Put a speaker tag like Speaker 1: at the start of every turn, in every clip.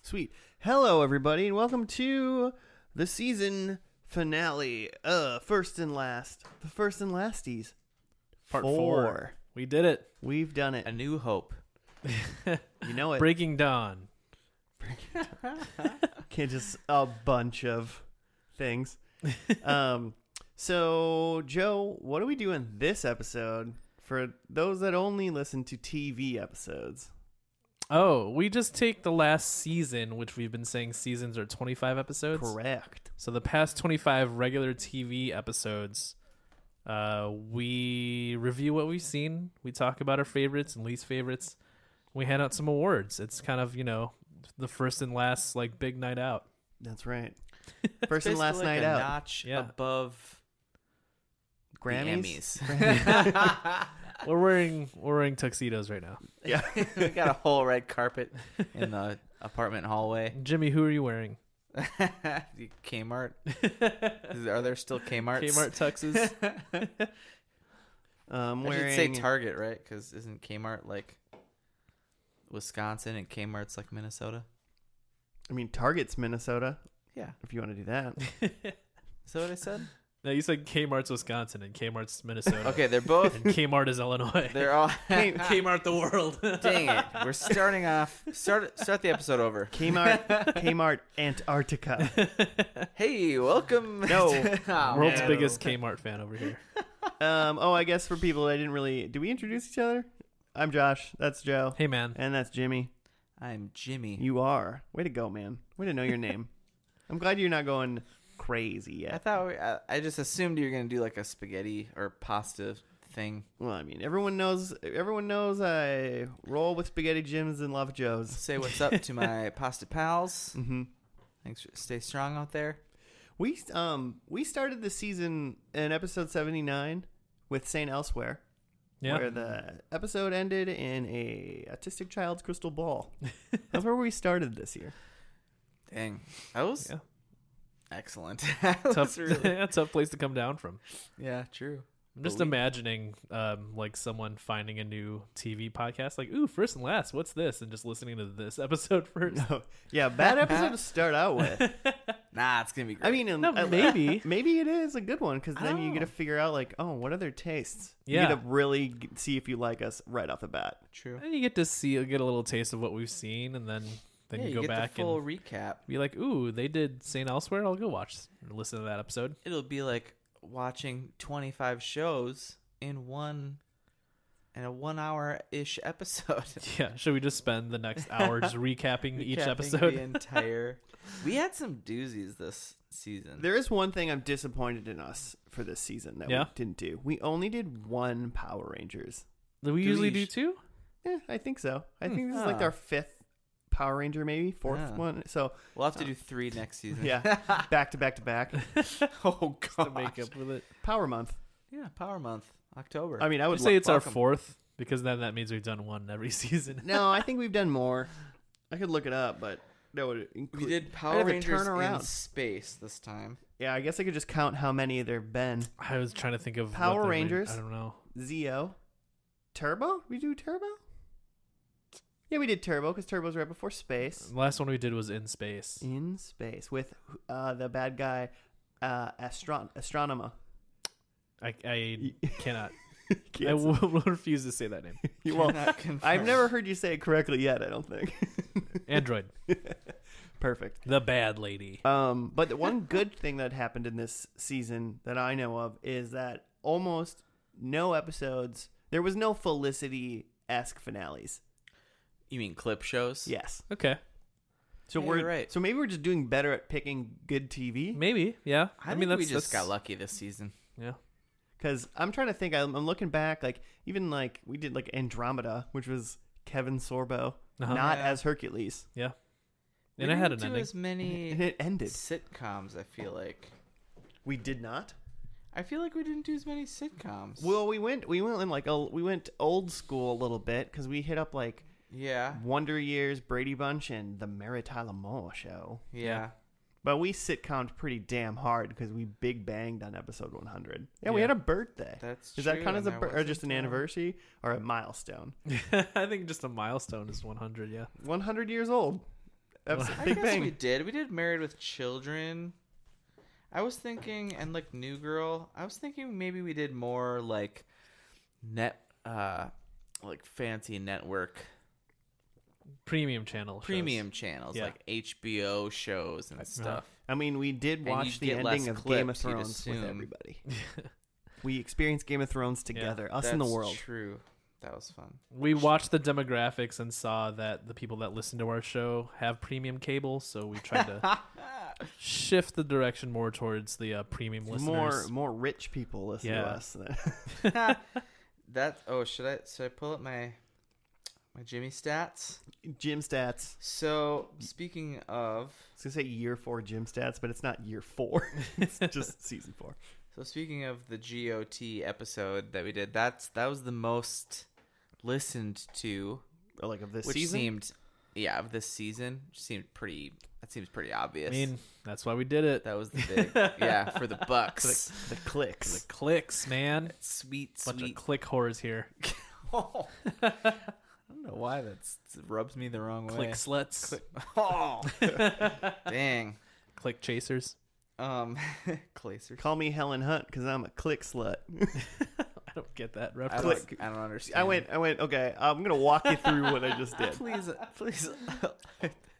Speaker 1: Sweet. Hello, everybody, and welcome to the season finale. Uh, first and last, the first and lasties.
Speaker 2: Part
Speaker 1: four.
Speaker 2: We did it.
Speaker 1: We've done
Speaker 3: A
Speaker 1: it.
Speaker 3: New Hope.
Speaker 1: You know it.
Speaker 2: Breaking Dawn.
Speaker 1: Okay, just a bunch of things. um, so Joe, what do we do in this episode for those that only listen to TV episodes?
Speaker 2: Oh, we just take the last season, which we've been saying seasons are 25 episodes.
Speaker 1: Correct.
Speaker 2: So the past 25 regular TV episodes, uh, we review what we've seen. We talk about our favorites and least favorites. We hand out some awards. It's kind of, you know, the first and last like big night out.
Speaker 1: That's right. First and last
Speaker 3: Basically like
Speaker 1: night
Speaker 3: a
Speaker 1: out.
Speaker 3: Notch
Speaker 2: Yeah.
Speaker 3: above the
Speaker 1: Grammys.
Speaker 3: Emmys.
Speaker 2: We're wearing we're wearing tuxedos right now.
Speaker 1: Yeah.
Speaker 3: we got a whole red carpet in the apartment hallway.
Speaker 2: Jimmy, who are you wearing?
Speaker 3: Kmart. Is- Are there still Kmart's?
Speaker 2: Kmart tuxes.
Speaker 1: Um,
Speaker 3: I
Speaker 1: wearing
Speaker 3: should say Target, right? Because isn't Kmart like Wisconsin and Kmart's like Minnesota?
Speaker 1: I mean, Target's Minnesota.
Speaker 3: Yeah.
Speaker 1: If you want to do that,
Speaker 3: Is that what I said?
Speaker 2: no, you said Kmart's Wisconsin and Kmart's Minnesota.
Speaker 3: Okay, they're both.
Speaker 2: and Kmart is Illinois.
Speaker 3: They're all.
Speaker 2: Kmart the world.
Speaker 3: Dang it! We're starting off. Start start the episode over.
Speaker 1: Kmart, Kmart, Antarctica.
Speaker 3: Hey, welcome.
Speaker 1: No.
Speaker 3: Aw,
Speaker 2: World's
Speaker 3: man.
Speaker 2: biggest Kmart fan over here.
Speaker 1: Um, oh, I guess for people that I didn't really, do we introduce each other? I'm Josh. That's Joe,
Speaker 2: Hey man.
Speaker 1: and that's Jimmy.
Speaker 3: I'm Jimmy.
Speaker 1: You are. Way to go, man. Way to know your name. I'm glad you're not going crazy
Speaker 3: I
Speaker 1: yet.
Speaker 3: thought we, I, I just assumed you were gonna do like a spaghetti or pasta thing.
Speaker 1: Well, I mean, everyone knows. Everyone knows I roll with spaghetti Jims and lava Joes.
Speaker 3: Say what's up to my pasta pals.
Speaker 2: Mm-hmm.
Speaker 1: hmm
Speaker 3: Thanks. For, stay strong out there.
Speaker 1: We um we started the season in episode 79 with Saint Elsewhere,
Speaker 2: Yeah.
Speaker 1: where the episode ended in a autistic child's crystal ball. That's where we started this year.
Speaker 3: Dang, that was
Speaker 2: Yeah.
Speaker 3: excellent. That was
Speaker 2: Tough,
Speaker 3: really-
Speaker 2: yeah, tough place to come down from.
Speaker 3: yeah, true.
Speaker 2: I'm just
Speaker 3: Believe-
Speaker 2: imagining um, like someone finding a new TV podcast, like, ooh, first and last, what's this? And just listening to this episode first.
Speaker 1: No, yeah, bad episode to start out with.
Speaker 3: Nah, it's gonna be. Great.
Speaker 1: I mean,
Speaker 2: No,
Speaker 1: at-
Speaker 2: maybe.
Speaker 1: maybe it is a good one because then you get to
Speaker 3: Oh.
Speaker 1: figure out like, oh, what are their tastes? you
Speaker 2: Yeah.
Speaker 1: get to really g- see if you like us right off the bat.
Speaker 3: true.
Speaker 2: And you get to see get a little taste of what we've seen and then then
Speaker 3: yeah,
Speaker 2: you
Speaker 3: you
Speaker 2: go
Speaker 3: get
Speaker 2: back
Speaker 3: the full
Speaker 2: and
Speaker 3: recap.
Speaker 2: be like, ooh, they did Saint Elsewhere, I'll go watch or listen to that episode.
Speaker 3: It'll be like watching 25 shows in one, in a one-hour ish episode.
Speaker 2: Yeah. Should we just spend the next hour just recapping each
Speaker 3: Recapping
Speaker 2: episode?
Speaker 3: the entire. we had some doozies this season.
Speaker 1: There is one thing I'm disappointed in us for this season that we
Speaker 2: Yeah?
Speaker 1: didn't do. We only did one Power Rangers.
Speaker 2: Do we usually do
Speaker 3: Douche.
Speaker 2: two?
Speaker 1: Yeah, I think so. I
Speaker 2: Hmm.
Speaker 1: think this is like
Speaker 2: Ah.
Speaker 3: Huh.
Speaker 1: our fifth Power Ranger, maybe fourth
Speaker 3: Yeah.
Speaker 1: one. So
Speaker 3: We'll have to do three next season.
Speaker 1: Oh. yeah, back to back to back.
Speaker 3: oh
Speaker 2: To
Speaker 3: god.
Speaker 2: make up with it.
Speaker 1: Power Month.
Speaker 3: Yeah, Power Month, October.
Speaker 1: I mean, I
Speaker 2: I would
Speaker 1: would
Speaker 2: say
Speaker 1: lo-
Speaker 2: it's
Speaker 3: welcome.
Speaker 2: our fourth because then that means we've done one every season.
Speaker 1: no. I think we've done more. I could look it up, but that would
Speaker 3: we
Speaker 1: include.
Speaker 3: did
Speaker 1: I'd
Speaker 3: Power
Speaker 1: have a
Speaker 3: Rangers in
Speaker 1: turnaround.
Speaker 3: space this time.
Speaker 1: Yeah, I guess I could just count how many there've been.
Speaker 2: I was trying to think of what
Speaker 1: Power
Speaker 2: the re-
Speaker 1: Rangers?
Speaker 2: I don't know.
Speaker 1: Zio, Turbo. We do Turbo. Yeah, we did Turbo because Turbo's right before Space.
Speaker 2: The last one we did was in space.
Speaker 3: Mm.
Speaker 1: In Space with uh, the bad guy, uh, astron astronomer.
Speaker 2: I, I cannot. I
Speaker 1: Can't say-
Speaker 2: will, will refuse to say that name.
Speaker 1: you won't.
Speaker 3: Cannot confirm.
Speaker 1: I've never heard you say it correctly yet. I don't think.
Speaker 2: Android,
Speaker 1: Perfect.
Speaker 2: the bad lady.
Speaker 1: Um, but the one good thing that happened in this season that I know of is that almost no episodes. There was no Felicity esque finales.
Speaker 3: You mean clip shows?
Speaker 1: Yes.
Speaker 2: Okay,
Speaker 1: So
Speaker 3: Yeah,
Speaker 1: we're
Speaker 3: you're right.
Speaker 1: So maybe we're just doing better at picking good TV.
Speaker 2: maybe. Yeah.
Speaker 3: I,
Speaker 2: mean,
Speaker 3: think
Speaker 2: that's
Speaker 3: we just
Speaker 2: that's-
Speaker 3: got lucky this season.
Speaker 2: Yeah.
Speaker 1: Because I'm trying to think. I'm, I'm looking back. Like even like we did like Andromeda, which was Kevin Sorbo,
Speaker 2: Uh-huh.
Speaker 1: not
Speaker 3: Yeah.
Speaker 1: as Hercules,
Speaker 2: Yeah.
Speaker 3: We
Speaker 2: And I had
Speaker 3: didn't
Speaker 2: an
Speaker 3: do
Speaker 2: ending.
Speaker 3: as many
Speaker 1: and it ended.
Speaker 3: sitcoms. I feel like.
Speaker 1: We did not.
Speaker 3: I feel like we didn't do as many sitcoms.
Speaker 1: Well, we went. We went in like a, we went old school a little bit because we hit up like
Speaker 3: yeah,
Speaker 1: Wonder Years, Brady Bunch, and the Mary Tyler Moore Show.
Speaker 3: yeah.
Speaker 1: But we sitcomed pretty damn hard because we big banged on episode 100. Yeah, we
Speaker 2: Yeah.
Speaker 1: had a birthday.
Speaker 3: That's
Speaker 1: Is that
Speaker 3: true,
Speaker 1: count as
Speaker 3: and
Speaker 1: a
Speaker 3: I
Speaker 1: bir- or
Speaker 3: wasn't
Speaker 1: just an
Speaker 3: there.
Speaker 1: anniversary or a milestone?
Speaker 2: I think just a milestone is 100. Yeah.
Speaker 1: 100 years old. episode.
Speaker 3: I
Speaker 1: Big
Speaker 3: guess we
Speaker 1: Bang.
Speaker 3: did. We did Married with Children. I was thinking, and like New Girl. I was thinking maybe we did more like net, uh, like fancy network
Speaker 2: Premium channel. shows.
Speaker 3: premium channels,
Speaker 2: Yeah.
Speaker 3: like HBO shows and
Speaker 1: uh-huh.
Speaker 3: stuff.
Speaker 1: I mean, we did
Speaker 3: you
Speaker 1: watch the
Speaker 3: get less
Speaker 1: ending of Game of
Speaker 3: clips, you'd
Speaker 1: Thrones with
Speaker 3: assume.
Speaker 1: everybody. we experienced Game of Thrones together, us
Speaker 3: That's
Speaker 1: and the world.
Speaker 3: True. That was fun.
Speaker 2: We watched the demographics and saw that the people that listen to our show have premium cable, so we tried to shift the direction more towards the uh, premium
Speaker 1: More
Speaker 2: listeners.
Speaker 1: more rich people listen to
Speaker 2: Yeah.
Speaker 1: us. than-
Speaker 3: That oh, should I should I pull up my my Jimmy stats?
Speaker 1: gym stats.
Speaker 3: So speaking of
Speaker 1: I was gonna say year four gym stats, but it's not year four. it's just season four.
Speaker 3: so speaking of the GOT episode that we did, that's that was the most listened to,
Speaker 1: Or like of this
Speaker 3: which
Speaker 1: season.
Speaker 3: seemed yeah of this season which seemed pretty. That seems pretty obvious.
Speaker 2: I mean, that's why we did it.
Speaker 3: that was the big yeah for the Bucks.
Speaker 1: the clicks.
Speaker 2: Clicks, man.
Speaker 3: sweet,
Speaker 2: Bunch
Speaker 3: sweet. Oh,
Speaker 2: of click whores here.
Speaker 3: I don't know why that's it rubs me the wrong way.
Speaker 2: Click sluts. Click,
Speaker 3: Oh, dang.
Speaker 2: chasers.
Speaker 3: Um, Clacer.
Speaker 1: Call me Helen Hunt because I'm a click slut.
Speaker 2: I don't get that
Speaker 3: I
Speaker 2: reference.
Speaker 3: don't,
Speaker 1: Click.
Speaker 3: I don't understand.
Speaker 1: I went. I went. Okay, I'm gonna walk you through what I just did.
Speaker 3: Please, please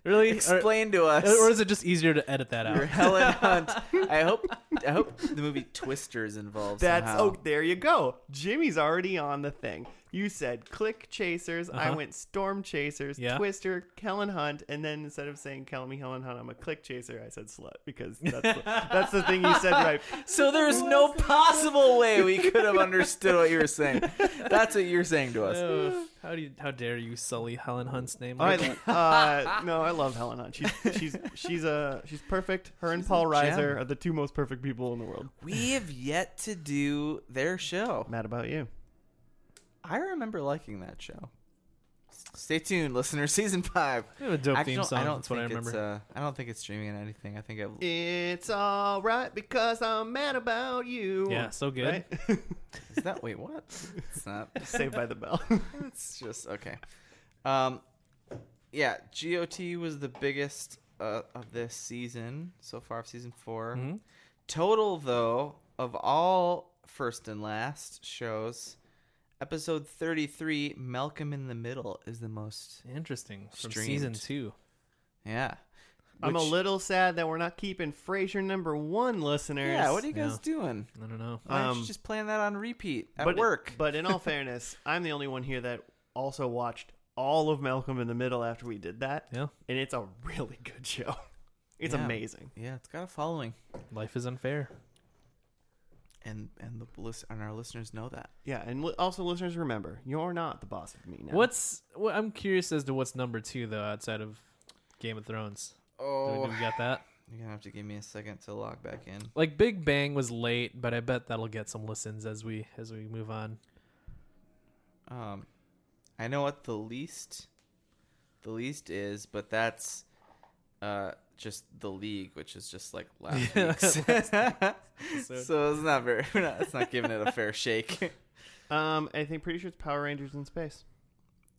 Speaker 2: Really? Or,
Speaker 3: explain
Speaker 1: uh,
Speaker 3: to us.
Speaker 2: or is it just easier to edit that
Speaker 3: You're
Speaker 2: out?
Speaker 3: Helen Hunt. I hope. I hope the movie Twister is involved.
Speaker 1: That's
Speaker 3: somehow.
Speaker 1: oh, there you go. Jimmy's already on the thing. You said click chasers. I
Speaker 2: Uh-huh.
Speaker 1: went storm chasers,
Speaker 2: Yeah.
Speaker 1: twister, Kellen Hunt, and then instead of saying Kellen me Helen Hunt, I'm a click chaser. I said slut because that's the, that's the thing you said right.
Speaker 3: So there's no possible way we could have understood what you were saying. That's what you're saying to us.
Speaker 2: Oh, how do you? How dare you sully Helen Hunt's name?
Speaker 3: Oh,
Speaker 1: All
Speaker 2: like
Speaker 1: right, uh, no, I love Helen Hunt. She's she's she's uh, she's perfect. Her and Paul
Speaker 3: a gem.
Speaker 1: Reiser are the two most perfect people in the world.
Speaker 3: We have yet to do their show.
Speaker 1: Mad about you.
Speaker 3: I remember liking that show. S- Stay tuned, listeners. Season five.
Speaker 2: They have a dope
Speaker 3: Actually,
Speaker 2: theme song.
Speaker 3: I don't
Speaker 2: That's what I
Speaker 3: think It's,
Speaker 2: remember.
Speaker 3: uh, I don't think it's streaming on anything. I think it.
Speaker 1: It's all right because I'm mad about you.
Speaker 2: yeah, so good.
Speaker 1: Right?
Speaker 3: Is that wait what? It's not.
Speaker 1: Saved by the Bell.
Speaker 3: It's just okay. Um, yeah, GOT was the biggest uh, of this season so far of season 4
Speaker 1: Mm-hmm.
Speaker 2: Mhm.
Speaker 3: Total though of all first and last shows, episode thirty three, Malcolm in the Middle is the most.
Speaker 2: Interesting. From
Speaker 3: Streamed.
Speaker 2: season two.
Speaker 3: Yeah.
Speaker 1: I'm a
Speaker 3: Which-
Speaker 1: little sad that we're not keeping Frasier number one listeners.
Speaker 3: Yeah, what are you
Speaker 2: Yeah.
Speaker 3: guys doing?
Speaker 2: I don't know.
Speaker 3: Why aren't
Speaker 1: Um,
Speaker 3: you just playing that on repeat at
Speaker 1: but,
Speaker 3: work?
Speaker 1: But in all fairness, I'm the only one here that also watched all of Malcolm in the Middle after we did that.
Speaker 2: Yeah.
Speaker 1: And it's a really good show. It's
Speaker 3: Yeah.
Speaker 1: amazing.
Speaker 3: yeah, it's got a following,
Speaker 2: Life is unfair.
Speaker 3: and and the lis- and our listeners know that.
Speaker 1: Yeah, and li- also listeners remember, you're not the boss of me now.
Speaker 2: What's well, I'm curious as to what's number two though outside of Game of Thrones. Do we, do
Speaker 3: Oh,
Speaker 2: we got that?
Speaker 3: you're gonna have to give me a second to log back in.
Speaker 2: Like Big Bang was late, but I bet that'll get some listens as we as we move on.
Speaker 3: Um, I know what the least, the least is, but that's, uh, just the league, which is just like last
Speaker 2: Yeah,
Speaker 3: week's.
Speaker 2: episode.
Speaker 3: so it's not very, we're not, it's not giving it a fair shake.
Speaker 1: Um, I think pretty sure it's Power Rangers in Space.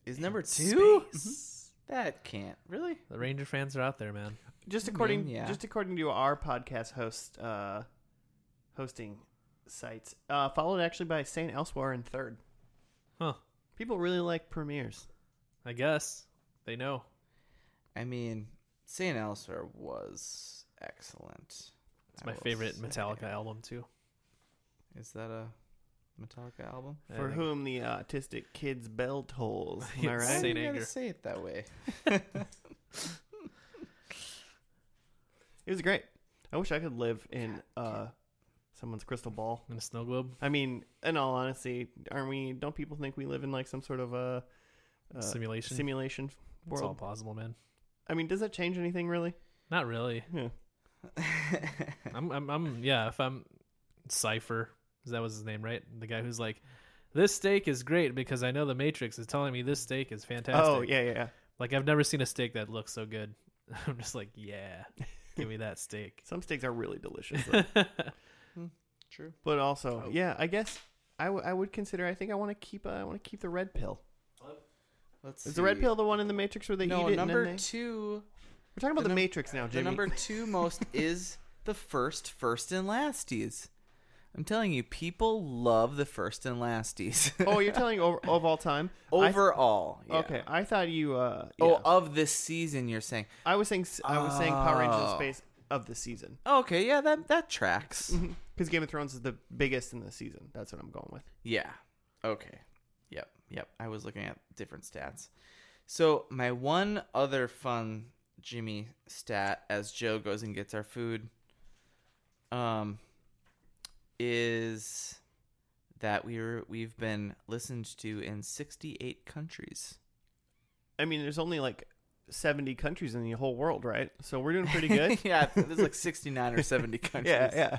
Speaker 3: Is number two?
Speaker 2: Space.
Speaker 3: That can't really.
Speaker 2: The Ranger fans are out there, man.
Speaker 1: Just
Speaker 3: I mean,
Speaker 1: according,
Speaker 3: yeah.
Speaker 1: just according to our podcast host, uh, hosting sites, uh, followed actually by Saint Elsewhere in third.
Speaker 2: Huh.
Speaker 1: People really like premieres.
Speaker 2: I guess they know.
Speaker 3: I mean, Saint Elsewhere was excellent.
Speaker 2: It's my favorite Metallica album too.
Speaker 3: Is that a Metallica album?
Speaker 2: I
Speaker 1: For
Speaker 2: think-
Speaker 1: whom the autistic kid's bell tolls. Am I
Speaker 2: Yes.
Speaker 1: right?
Speaker 2: Saint
Speaker 3: Why do you
Speaker 2: Anger.
Speaker 3: gotta say it that way.
Speaker 1: It was great. I wish I could live in uh, someone's crystal ball.
Speaker 2: In a snow globe
Speaker 1: I mean, in all honesty, aren't we? Don't people think we live in like some sort of a uh,
Speaker 2: simulation.
Speaker 1: simulation
Speaker 2: it's all
Speaker 1: world?
Speaker 2: plausible, man.
Speaker 1: I mean, does that change anything really?
Speaker 2: Not really.
Speaker 1: Yeah.
Speaker 2: I'm, I'm, I'm, yeah. If I'm Cipher, that was his name, right? The guy who's like, this steak is great because I know the Matrix is telling me this steak is fantastic.
Speaker 1: Oh yeah, yeah, yeah.
Speaker 2: Like I've never seen a steak that looks so good. I'm just like, yeah, give me that steak.
Speaker 1: Some steaks are really delicious. though.
Speaker 2: I
Speaker 3: True.
Speaker 1: But also,
Speaker 3: Oh.
Speaker 1: yeah, I guess I, w- I would consider. I think I want to keep. Uh, I want to keep the red pill.
Speaker 3: Let's
Speaker 1: Is the red
Speaker 3: see.
Speaker 1: pill the one in the Matrix where they
Speaker 3: no
Speaker 1: eat it? and
Speaker 3: number
Speaker 1: then they-
Speaker 3: two
Speaker 1: We're talking about
Speaker 3: The
Speaker 1: the
Speaker 3: num-
Speaker 1: Matrix now, Jimmy.
Speaker 3: The number two most is the first, first and lasties. I'm telling you, people love the first and lasties.
Speaker 1: oh, you're telling over, of all time. I-
Speaker 3: overall. yeah.
Speaker 1: okay, I thought you. Uh,
Speaker 3: Oh,
Speaker 1: yeah.
Speaker 3: of this season, you're saying?
Speaker 1: I was saying s- I was saying Power Rangers of
Speaker 3: Oh.
Speaker 1: Space of the season
Speaker 3: Okay, yeah, that that tracks.
Speaker 1: because Game of Thrones is the biggest in the season. That's what I'm going with.
Speaker 3: Yeah. Okay. Yep. Yep. I was looking at different stats. So my one other fun Jimmy stat as Joe goes and gets our food um is that we were we've been listened to in 68 countries.
Speaker 1: I mean, there's only like 70 countries in the whole world, right? So we're doing pretty good.
Speaker 3: yeah, I think there's like 69 or 70 countries.
Speaker 1: yeah.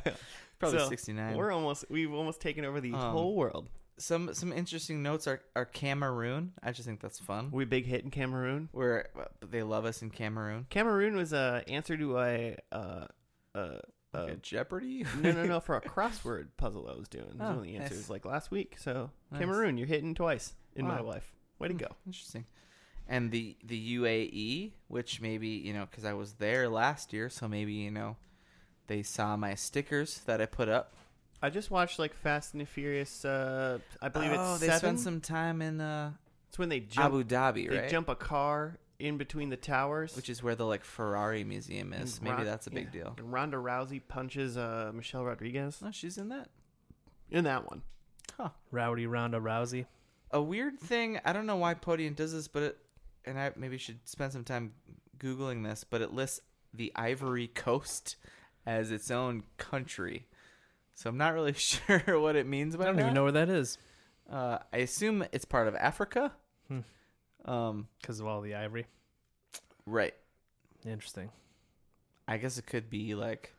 Speaker 3: Probably
Speaker 1: So,
Speaker 3: 69.
Speaker 1: We're almost we've almost taken over the
Speaker 3: Um,
Speaker 1: whole world.
Speaker 3: Some some interesting notes are are Cameroon. I just think that's fun.
Speaker 1: We big hit in Cameroon.
Speaker 3: Where they love us in Cameroon.
Speaker 1: Cameroon was a answer to a uh uh, uh
Speaker 3: Okay, Jeopardy.
Speaker 1: no no no for a crossword puzzle I was doing. It was
Speaker 3: Oh,
Speaker 1: one of the answers
Speaker 3: nice.
Speaker 1: like last week. So
Speaker 3: Nice.
Speaker 1: Cameroon, you're hitting twice in my
Speaker 3: Wow.
Speaker 1: life. Way to
Speaker 3: Hmm,
Speaker 1: go.
Speaker 3: Interesting. And the the UAE, which maybe you know, because I was there last year, so maybe you know, they saw my stickers that I put up.
Speaker 1: I just watched like Fast and the Furious. Uh, I believe
Speaker 3: oh,
Speaker 1: it's
Speaker 3: they
Speaker 1: seven.
Speaker 3: spent some time in uh,
Speaker 1: it's when they jump.
Speaker 3: Abu Dhabi,
Speaker 1: they
Speaker 3: right?
Speaker 1: jump a car in between the towers.
Speaker 3: Which is where the like Ferrari museum
Speaker 1: and
Speaker 3: is. Maybe
Speaker 1: Ron-
Speaker 3: that's a big
Speaker 1: yeah.
Speaker 3: deal.
Speaker 1: And Ronda Rousey punches uh, Michelle Rodriguez
Speaker 3: No, she's in that.
Speaker 1: in that one.
Speaker 3: Huh.
Speaker 2: Rowdy Ronda Rousey.
Speaker 3: A weird thing. I don't know why Podium does this, but it, and I maybe should spend some time googling this, but it lists the Ivory Coast as its own country. So I'm not really sure what it means. By
Speaker 2: I don't even
Speaker 3: that.
Speaker 2: know where that is
Speaker 3: Uh, I assume it's part of Africa.
Speaker 2: Hmm.
Speaker 3: Um,
Speaker 2: because of all the ivory.
Speaker 3: right.
Speaker 2: Interesting.
Speaker 3: I guess it could be like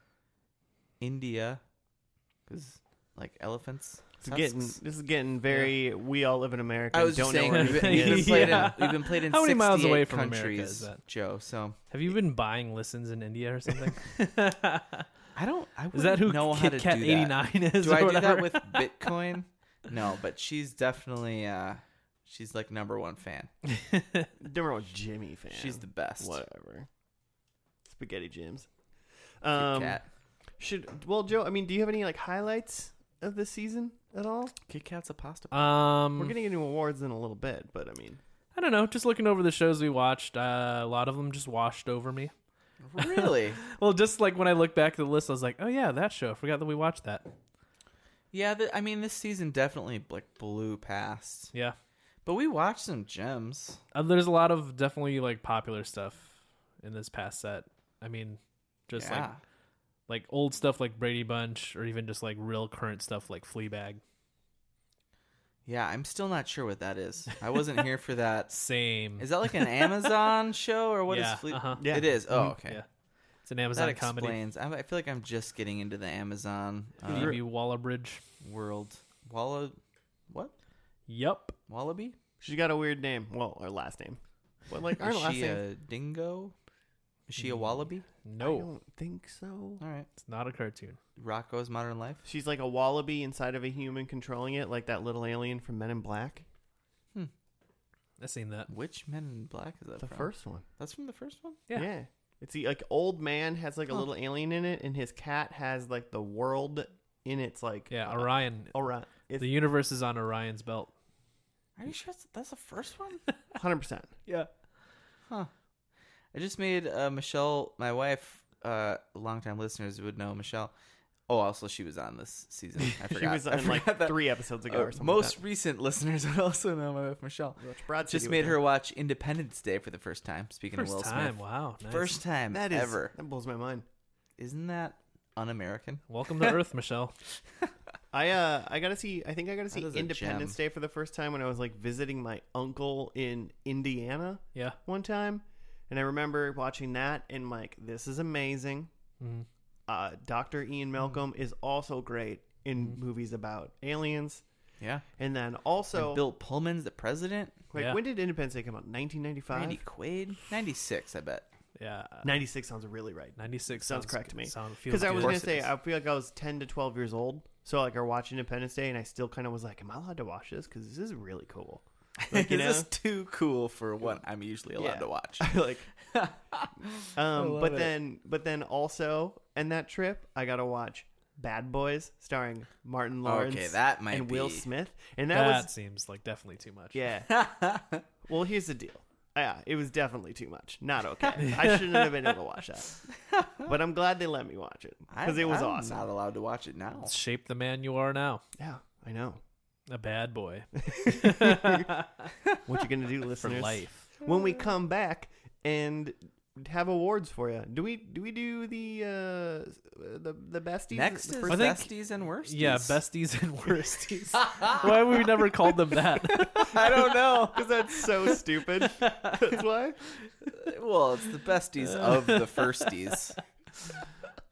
Speaker 3: India, because like elephants.
Speaker 1: It's getting
Speaker 3: tusks.
Speaker 1: this is getting very. We all live in America.
Speaker 3: I was
Speaker 1: and
Speaker 3: just
Speaker 1: don't
Speaker 3: saying
Speaker 1: know where
Speaker 2: we've
Speaker 3: we've
Speaker 2: Yeah.
Speaker 1: anything
Speaker 3: been,
Speaker 1: is.
Speaker 3: played in, we've been played in
Speaker 2: How many miles
Speaker 3: 68
Speaker 2: away from
Speaker 3: countries,
Speaker 2: America is that?
Speaker 3: Joe. So
Speaker 2: Have you been buying listens in India or something?
Speaker 3: I don't. I
Speaker 2: is that
Speaker 3: wouldn't
Speaker 2: who
Speaker 3: know how to
Speaker 2: Kit Kat
Speaker 3: do that.
Speaker 2: eighty nine is?
Speaker 3: Do I
Speaker 2: or
Speaker 3: do that
Speaker 2: whatever?
Speaker 3: with Bitcoin? no, but she's definitely. Uh, she's like number one fan.
Speaker 1: Number one, Jimmy fan.
Speaker 3: She's the best.
Speaker 1: whatever. Spaghetti Jims.
Speaker 3: Kit
Speaker 1: Um,
Speaker 3: Kat.
Speaker 1: should well, Joe. I mean, do you have any like highlights of this season at all?
Speaker 3: Kit Kat's a pasta.
Speaker 2: um,
Speaker 1: We're getting into awards in a little bit, but I mean,
Speaker 2: I don't know. Just looking over the shows we watched, uh, a lot of them just washed over me.
Speaker 3: Really?
Speaker 2: Well, just like when I look back at the list, I was like, oh yeah, that show. I forgot that we watched that.
Speaker 3: Yeah, th I mean this season definitely like blew past,
Speaker 2: Yeah.
Speaker 3: but we watched some gems.
Speaker 2: Uh, there's a lot of definitely like popular stuff in this past set. I mean, just like
Speaker 3: yeah,
Speaker 2: like old stuff like Brady Bunch, or even just like real current stuff like Fleabag.
Speaker 3: yeah. I'm still not sure what that is. I wasn't here for that.
Speaker 2: Same.
Speaker 3: Is that like an Amazon show or what is?
Speaker 2: Yeah,
Speaker 3: Fle-
Speaker 2: uh-huh.
Speaker 1: Yeah.
Speaker 3: It is. Oh, okay.
Speaker 2: Yeah. It's an Amazon
Speaker 3: That
Speaker 2: comedy.
Speaker 3: explains. I, I feel like I'm just getting into the Amazon uh,
Speaker 2: Phoebe Waller-Bridge.
Speaker 3: world. Walla, what?
Speaker 2: Yup.
Speaker 3: Wallaby?
Speaker 1: she's got a weird name. Well, her last name. But like our
Speaker 3: is
Speaker 1: last
Speaker 3: she
Speaker 1: name. Mm.
Speaker 3: a dingo? Is she a wallaby?
Speaker 1: I
Speaker 2: No,
Speaker 1: don't think so.
Speaker 3: All right.
Speaker 2: it's not a cartoon.
Speaker 3: Rocco's Modern Life.
Speaker 1: She's like a wallaby inside of a human controlling it, like that little alien from Men in Black.
Speaker 2: I've seen that.
Speaker 3: Which Men in Black is that
Speaker 1: The
Speaker 3: from?
Speaker 1: first one.
Speaker 3: That's from the first one.
Speaker 2: Yeah.
Speaker 1: It's the, like old man has like a
Speaker 3: Huh.
Speaker 1: little alien in it, and his cat has like the world in its like.
Speaker 3: Uh,
Speaker 2: Yeah, Orion.
Speaker 1: All right. It's
Speaker 2: The universe is on Orion's belt.
Speaker 3: Are you sure that's, that's the first one?
Speaker 1: 100%.
Speaker 2: Yeah.
Speaker 3: Huh. I just made uh, Michelle, my wife, uh, longtime listeners would know Michelle. Oh, also she was on this season. I
Speaker 1: She
Speaker 3: forgot.
Speaker 1: was
Speaker 3: I
Speaker 1: in like
Speaker 3: forgot that.
Speaker 1: three episodes ago
Speaker 3: Uh,
Speaker 1: or something.
Speaker 3: most
Speaker 1: like
Speaker 3: recent listeners would also know my wife Michelle.
Speaker 1: that. Which Brad said
Speaker 3: Just
Speaker 1: he
Speaker 3: made
Speaker 1: would
Speaker 3: her
Speaker 1: do.
Speaker 3: watch Independence Day for the first time. Speaking
Speaker 2: First
Speaker 3: of Will
Speaker 2: time.
Speaker 3: Smith,
Speaker 2: Wow. Nice.
Speaker 3: first time
Speaker 1: That is,
Speaker 3: ever.
Speaker 1: That blows my mind.
Speaker 3: Isn't that un-American?
Speaker 2: Welcome to Earth, Michelle.
Speaker 1: I uh I gotta see I think I gotta see
Speaker 3: is a
Speaker 1: Independence Day for the first time when I was like visiting my uncle in Indiana
Speaker 2: Yeah.
Speaker 1: one time. And I remember watching that and like, this is amazing.
Speaker 2: Mhm.
Speaker 1: Uh, Dr.
Speaker 2: Mm.
Speaker 1: Ian Malcolm is also great in
Speaker 2: Mm-hmm.
Speaker 1: movies about aliens.
Speaker 3: Yeah.
Speaker 1: And then
Speaker 3: So
Speaker 1: also,
Speaker 3: Bill Pullman's the president.
Speaker 1: like,
Speaker 2: Yeah.
Speaker 1: when did Independence Day come out? 1995?
Speaker 3: Randy Quaid, ninety-six, I bet.
Speaker 2: Yeah. Uh,
Speaker 1: 96 sounds really right.
Speaker 2: 96
Speaker 1: Sounds correct to me.
Speaker 2: Sound feels
Speaker 1: Because I was
Speaker 2: good.
Speaker 1: going
Speaker 3: Of
Speaker 1: to
Speaker 3: course it
Speaker 1: say, I feel like I was 10 to 12 years old. So, like, I watched Independence Day and I still kind of was like, am I allowed to watch this? Because this is really cool. Like, you
Speaker 3: this
Speaker 1: know?
Speaker 3: is too cool for what I'm usually allowed
Speaker 1: Yeah.
Speaker 3: to watch.
Speaker 1: like um
Speaker 2: love
Speaker 1: but
Speaker 2: it.
Speaker 1: then but then also in that trip I got to watch Bad Boys starring Martin Lawrence
Speaker 3: okay, that might
Speaker 1: and
Speaker 3: be.
Speaker 1: Will Smith and
Speaker 2: That,
Speaker 1: that was
Speaker 2: seems like definitely too much.
Speaker 1: yeah Well, here's the deal. Yeah, it was definitely too much. Not okay. I shouldn't have been able to watch that. But I'm glad they let me watch it because it was
Speaker 3: I'm
Speaker 1: awesome.
Speaker 3: Not allowed to watch it now.
Speaker 2: Shape the man you are now.
Speaker 1: Yeah, I know.
Speaker 2: A bad boy
Speaker 1: What you gonna do,
Speaker 2: for
Speaker 1: listeners?
Speaker 2: life.
Speaker 1: When we come back and have awards for you, do we do we do the uh, the the besties
Speaker 3: Next is
Speaker 1: for-
Speaker 2: I think-
Speaker 3: besties and worsties.
Speaker 2: Yeah, besties and worsties. Why have we never called them that?
Speaker 3: I don't know.
Speaker 1: Because that's so stupid. That's why.
Speaker 3: Well, it's the besties of the firsties.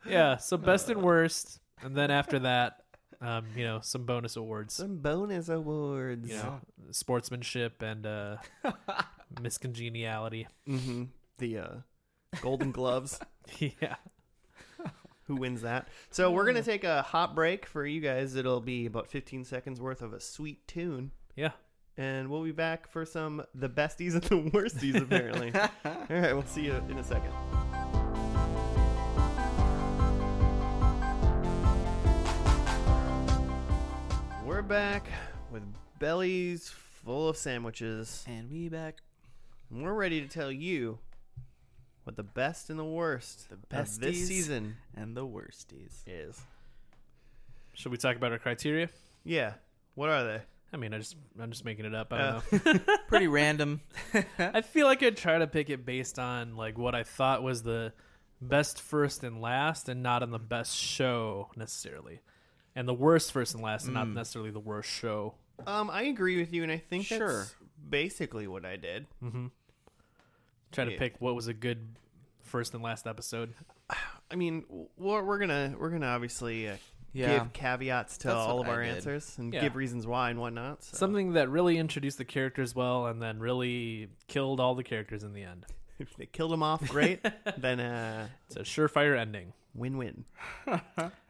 Speaker 2: yeah, so best and worst, and then after that, um, you know, some bonus awards,
Speaker 1: Some bonus awards.
Speaker 2: you know, sportsmanship and uh, miscongeniality.
Speaker 1: hmm The uh, Golden Gloves.
Speaker 2: yeah,
Speaker 1: who wins that. So we're gonna take a hot break for you guys. It'll be about 15 seconds worth of a sweet tune,
Speaker 2: yeah.
Speaker 1: and we'll be back for some the besties and the worsties. Apparently, all right. We'll see you in a second. We're back with bellies full of sandwiches.
Speaker 3: And we back.
Speaker 1: And we're ready to tell you what the best and the worst the of
Speaker 3: besties.
Speaker 1: this season
Speaker 3: And the worsties.
Speaker 1: is.
Speaker 2: Should we talk about our criteria?
Speaker 1: Yeah. What are they?
Speaker 2: I mean, I just I'm just making it up. I don't
Speaker 1: Uh.
Speaker 2: know.
Speaker 3: Pretty random.
Speaker 2: I feel like I'd try to pick it based on like what I thought was the best first and last, and not on the best show necessarily, and the worst first and last, and not
Speaker 1: Mm.
Speaker 2: necessarily the worst show.
Speaker 1: Um, I agree with you, and I think
Speaker 3: Sure.
Speaker 1: that's basically what I did.
Speaker 2: Try to
Speaker 1: Yeah.
Speaker 2: pick what was a good first and last episode.
Speaker 1: I mean, we're, we're gonna we're gonna obviously uh,
Speaker 3: Yeah.
Speaker 1: give caveats to
Speaker 3: That's
Speaker 1: all
Speaker 3: what
Speaker 1: of our
Speaker 3: I did.
Speaker 1: answers and
Speaker 2: Yeah.
Speaker 1: give reasons why and whatnot. So.
Speaker 2: Something that really introduced the characters well, and then really killed all the characters in the end.
Speaker 1: if they killed them off, great. then uh,
Speaker 2: It's a surefire ending.
Speaker 1: win-win.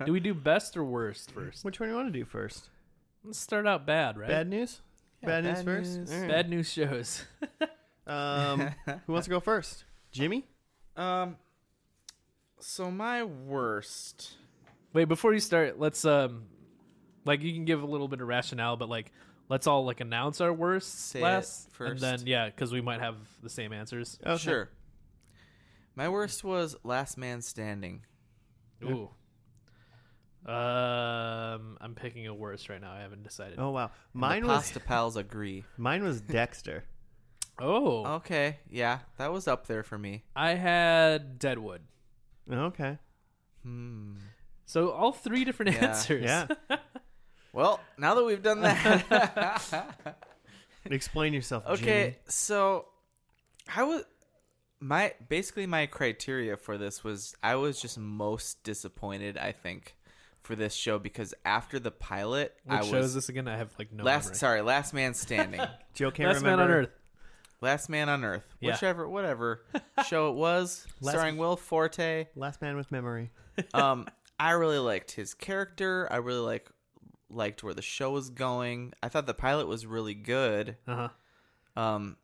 Speaker 2: Do we do best or worst first?
Speaker 1: Which one do you want to do first?
Speaker 2: Let's start out bad, right?
Speaker 1: Bad news. bad, news
Speaker 3: bad
Speaker 1: first.
Speaker 3: news.
Speaker 1: All right.
Speaker 2: Bad news shows.
Speaker 1: Um, who wants to go first? Jimmy.
Speaker 3: Um. So my worst.
Speaker 2: Wait, before you start, let's um, like you can give a little bit of rationale, but like let's all like announce our worst
Speaker 3: Say it
Speaker 2: last
Speaker 3: first.
Speaker 2: and then yeah, because we might have the same answers.
Speaker 1: Okay.
Speaker 3: Sure. My worst was Last Man Standing.
Speaker 2: Ooh. Um, I'm picking a worst right now. I haven't decided.
Speaker 1: Oh wow,
Speaker 3: Mine
Speaker 1: mine
Speaker 3: the
Speaker 1: was
Speaker 3: Pasta Pals agree.
Speaker 1: mine was Dexter.
Speaker 2: Oh,
Speaker 3: Okay, yeah, that was up there for me.
Speaker 2: I had Deadwood.
Speaker 1: okay.
Speaker 3: Hmm.
Speaker 2: So all three different
Speaker 3: Yeah.
Speaker 2: answers.
Speaker 1: Yeah.
Speaker 3: Well, now that we've done that,
Speaker 1: Explain yourself.
Speaker 3: okay. So, I was my basically my criteria for this was I was just most disappointed. I think for this show because after the pilot,
Speaker 2: Which
Speaker 3: I
Speaker 2: shows
Speaker 3: was
Speaker 2: this again? I have like no
Speaker 3: last.
Speaker 2: memory.
Speaker 3: Sorry, Last Man Standing.
Speaker 1: Joe can't
Speaker 2: Last
Speaker 1: remember.
Speaker 2: Man on Earth.
Speaker 3: Last Man on Earth,
Speaker 2: Yeah.
Speaker 3: whichever, whatever show it was,
Speaker 1: Last-
Speaker 3: starring Will Forte.
Speaker 1: Last man with memory.
Speaker 3: Um, I really liked his character. I really like liked where the show was going. I thought the pilot was really good.
Speaker 2: Uh huh.
Speaker 3: Um,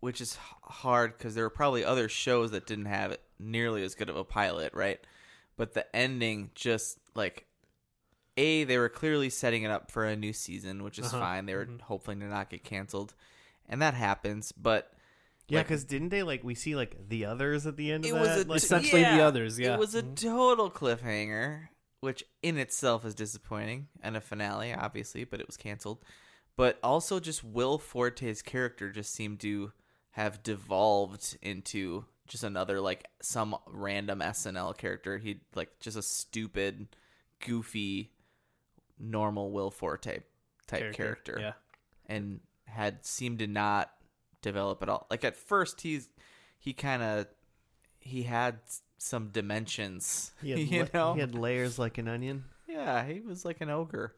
Speaker 3: which is h- hard because there were probably other shows that didn't have it nearly as good of a pilot, right? But the ending just like. A, they were clearly setting it up for a new season, which is
Speaker 2: Uh-huh.
Speaker 3: fine. They were hoping to not get canceled, and that happens. But
Speaker 1: Yeah,
Speaker 3: Like-
Speaker 1: because didn't they like we see like the others at the end of
Speaker 3: it
Speaker 1: that?
Speaker 3: was a,
Speaker 1: like,
Speaker 2: Essentially the others, yeah.
Speaker 3: it was a total cliffhanger which in itself is disappointing and a finale obviously but it was canceled but also just will forte's character just seemed to have devolved into just another like some random snl character he like just a stupid goofy normal will forte type character,
Speaker 2: Yeah.
Speaker 3: and had seemed to not develop at all. Like at first, he's he kind of he had s- some dimensions,
Speaker 1: He had,
Speaker 3: you
Speaker 1: la-
Speaker 3: know.
Speaker 1: he had layers like an onion.
Speaker 3: yeah, he was like an ogre.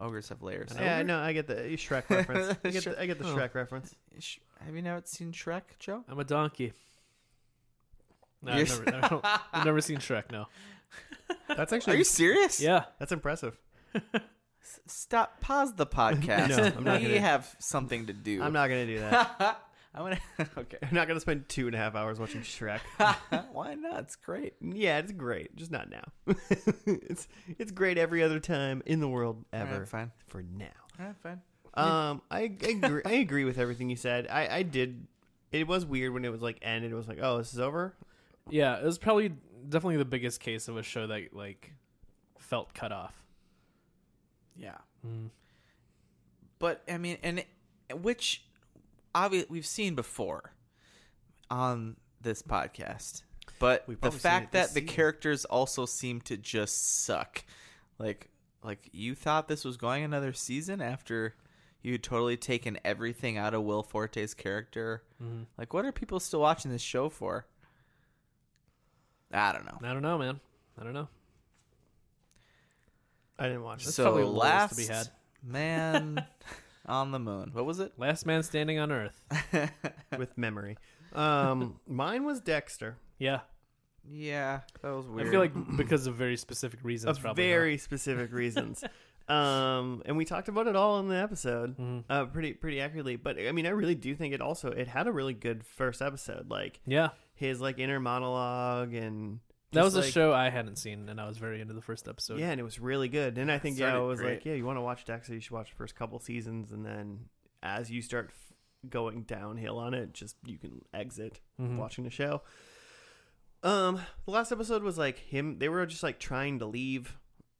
Speaker 3: Ogres have layers.
Speaker 1: Yeah, no, I get the uh, Shrek reference. I get, the, I get the
Speaker 2: Oh.
Speaker 1: Shrek reference.
Speaker 3: Sh- Have you never seen Shrek, Joe?
Speaker 2: I'm a donkey. No, I've
Speaker 3: You're-
Speaker 2: never, I don't- I've never seen Shrek. No.
Speaker 1: That's
Speaker 3: Are
Speaker 1: actually
Speaker 3: you serious?
Speaker 2: Yeah.
Speaker 1: that's impressive.
Speaker 3: S- Stop. Pause the podcast.
Speaker 1: No, I'm not
Speaker 3: we
Speaker 1: gonna-
Speaker 3: have something to do.
Speaker 1: I'm not gonna do that.
Speaker 3: I'm gonna. Okay.
Speaker 1: I'm not gonna spend two and a half hours watching Shrek.
Speaker 3: Why not? It's great.
Speaker 1: yeah, it's great, just not now. it's it's great every other time in the world ever.
Speaker 3: Alright, fine.
Speaker 1: For now,
Speaker 3: All right, fine.
Speaker 1: um, I agree, I agree with everything you said. I I did. It was weird when it was like ended. It was like, oh, this is over.
Speaker 2: Yeah, it was probably definitely the biggest case of a show that like felt cut off.
Speaker 3: Yeah.
Speaker 1: Hmm.
Speaker 3: But I mean, and it- which obviously we've seen before on this podcast, but
Speaker 1: We've
Speaker 3: the
Speaker 1: probably seen it
Speaker 3: fact
Speaker 1: this
Speaker 3: that the
Speaker 1: season.
Speaker 3: characters also seem to just suck, like like you thought this was going another season after you had totally taken everything out of Will Forte's character.
Speaker 1: Hmm.
Speaker 3: Like, what are people still watching this show for? I don't know.
Speaker 2: I don't know, man. I don't know.
Speaker 1: I didn't watch this.
Speaker 3: so
Speaker 2: probably lowest
Speaker 3: last
Speaker 2: to be had.
Speaker 3: man on the moon. What was it?
Speaker 2: Last Man Standing on Earth.
Speaker 1: with memory. Um, mine was Dexter.
Speaker 2: Yeah,
Speaker 3: Yeah, that was weird.
Speaker 2: I feel like because of very specific reasons.
Speaker 1: Of
Speaker 2: probably huh?
Speaker 1: very specific reasons. um, and we talked about it all in the episode,
Speaker 2: Mm-hmm.
Speaker 1: uh, pretty pretty accurately. But I mean, I really do think it also it had a really good first episode, like
Speaker 2: Yeah,
Speaker 1: his like inner monologue and
Speaker 2: that
Speaker 1: just,
Speaker 2: was a
Speaker 1: like-
Speaker 2: show I hadn't seen, and I was very into the first episode.
Speaker 1: Yeah, and it was really good. And I think yeah, I
Speaker 3: Started
Speaker 1: was
Speaker 3: great.
Speaker 1: like, yeah, you want to watch Dexter, you should watch the first couple seasons, and then as you start f- going downhill on it, just you can exit
Speaker 2: Mm-hmm.
Speaker 1: watching the show. Um, the last episode was like him. They were just like trying to leave.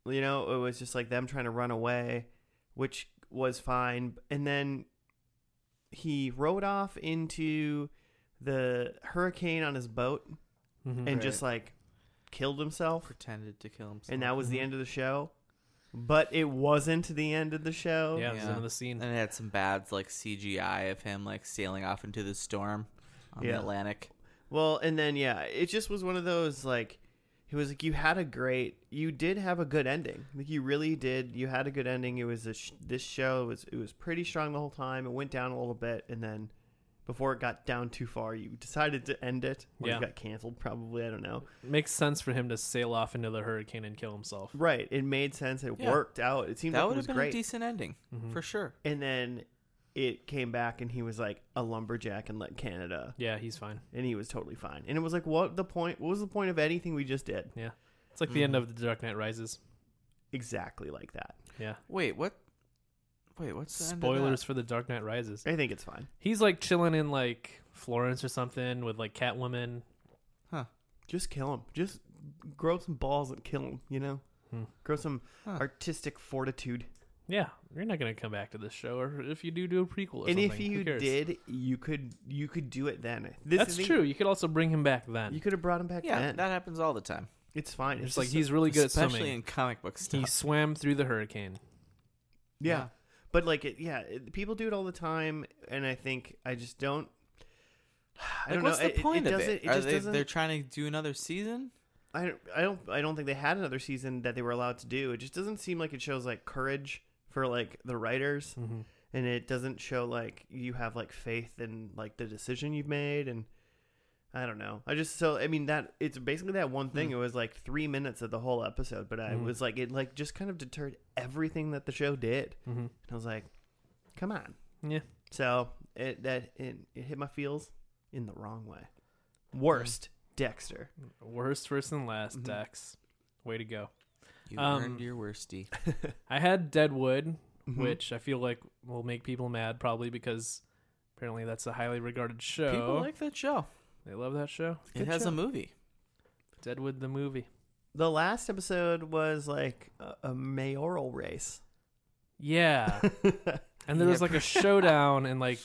Speaker 1: You know, it was just like them trying to run away, which was fine. And then he rode off into the hurricane on his boat
Speaker 2: Mhm.
Speaker 1: and just like killed himself
Speaker 3: pretended to kill himself,
Speaker 1: and that was the end of the show. But it wasn't the end of the show.
Speaker 2: yeah, it was
Speaker 3: Yeah.
Speaker 2: another scene.
Speaker 3: and it had some bad like CGI of him like sailing off into the storm on
Speaker 1: Yeah.
Speaker 3: the Atlantic.
Speaker 1: Well, and then yeah, it just was one of those like it was like you had a great, you did have a good ending. Like you really did. You had a good ending. It was a sh- this show was it was pretty strong the whole time. It went down a little bit, and then before it got down too far, you decided to end it. Or
Speaker 2: Yeah.
Speaker 1: it got canceled probably. I don't know.
Speaker 2: Makes sense for him to sail off into the hurricane and kill himself.
Speaker 1: Right. It made sense. It
Speaker 3: Yeah.
Speaker 1: worked out. It seemed
Speaker 3: That Mm-hmm.
Speaker 1: like
Speaker 3: would
Speaker 1: it was
Speaker 3: have been
Speaker 1: great.
Speaker 3: a decent ending
Speaker 2: Mm-hmm.
Speaker 3: for sure.
Speaker 1: and then it came back, and he was like a lumberjack and like Canada.
Speaker 2: Yeah, he's fine.
Speaker 1: and he was totally fine. And it was like, what the point? What was the point of anything we just did?
Speaker 2: Yeah, it's like the end of the Dark Knight Rises.
Speaker 1: Exactly like that.
Speaker 2: Yeah,
Speaker 3: Wait, what? Wait, what's the end of that?
Speaker 2: spoilers for the Dark Knight Rises.
Speaker 1: I think it's fine.
Speaker 2: He's like chilling in like Florence or something with like Catwoman.
Speaker 1: Just kill him. Just grow some balls and kill him. You know,
Speaker 2: Hmm.
Speaker 1: grow some
Speaker 3: Huh.
Speaker 1: artistic fortitude.
Speaker 2: Yeah, you're not gonna come back to this show, or if you do, do a prequel. Or
Speaker 1: and
Speaker 2: something.
Speaker 1: if you
Speaker 2: Who cares?
Speaker 1: did, you could you could do it then. This
Speaker 2: that's
Speaker 1: is the-
Speaker 2: true. You could also bring him back then.
Speaker 1: You could have brought him back
Speaker 3: Yeah,
Speaker 1: then.
Speaker 3: that happens all the time,
Speaker 1: it's fine.
Speaker 2: it's
Speaker 1: It's
Speaker 2: like
Speaker 1: just-
Speaker 2: he's really good at
Speaker 3: especially
Speaker 2: swimming.
Speaker 3: in comic book stuff.
Speaker 2: he swam through the hurricane.
Speaker 1: yeah.
Speaker 3: Yeah.
Speaker 1: But like it, yeah, it, people do it all the time, and I think I just don't. I
Speaker 3: Like,
Speaker 1: don't
Speaker 3: what's
Speaker 1: know.
Speaker 3: the point
Speaker 1: it, it
Speaker 3: of
Speaker 1: doesn't,
Speaker 3: it?
Speaker 1: it
Speaker 3: Are
Speaker 1: just
Speaker 3: they?
Speaker 1: doesn't-
Speaker 3: They're trying to do another season.
Speaker 1: I don't, I don't I don't think they had another season that they were allowed to do. It just doesn't seem like it shows like courage for like the writers and it doesn't show like you have like faith in like the decision you've made and I don't know. I just so I mean that it's basically that one thing.
Speaker 2: Hmm.
Speaker 1: It was like 3 minutes of the whole episode, but I was like it like just kind of deterred everything that the show did. And I was like, "Come on."
Speaker 2: Yeah,
Speaker 1: So, it that it, it hit my feels in the wrong way. Worst Dexter.
Speaker 2: worst, first, and last.
Speaker 3: Mm-hmm.
Speaker 2: Dex, way to go.
Speaker 3: You
Speaker 2: Um,
Speaker 3: earned your worstie.
Speaker 2: I had Deadwood,
Speaker 3: Mm-hmm.
Speaker 1: Mm-hmm.
Speaker 2: which I feel like will make people mad probably because apparently that's a highly regarded show.
Speaker 3: People like that show.
Speaker 2: they love that show.
Speaker 3: It has a movie.
Speaker 2: Deadwood the movie.
Speaker 1: the last episode was like a, a mayoral race.
Speaker 2: Yeah. and there was
Speaker 3: Yeah,
Speaker 2: like a showdown in like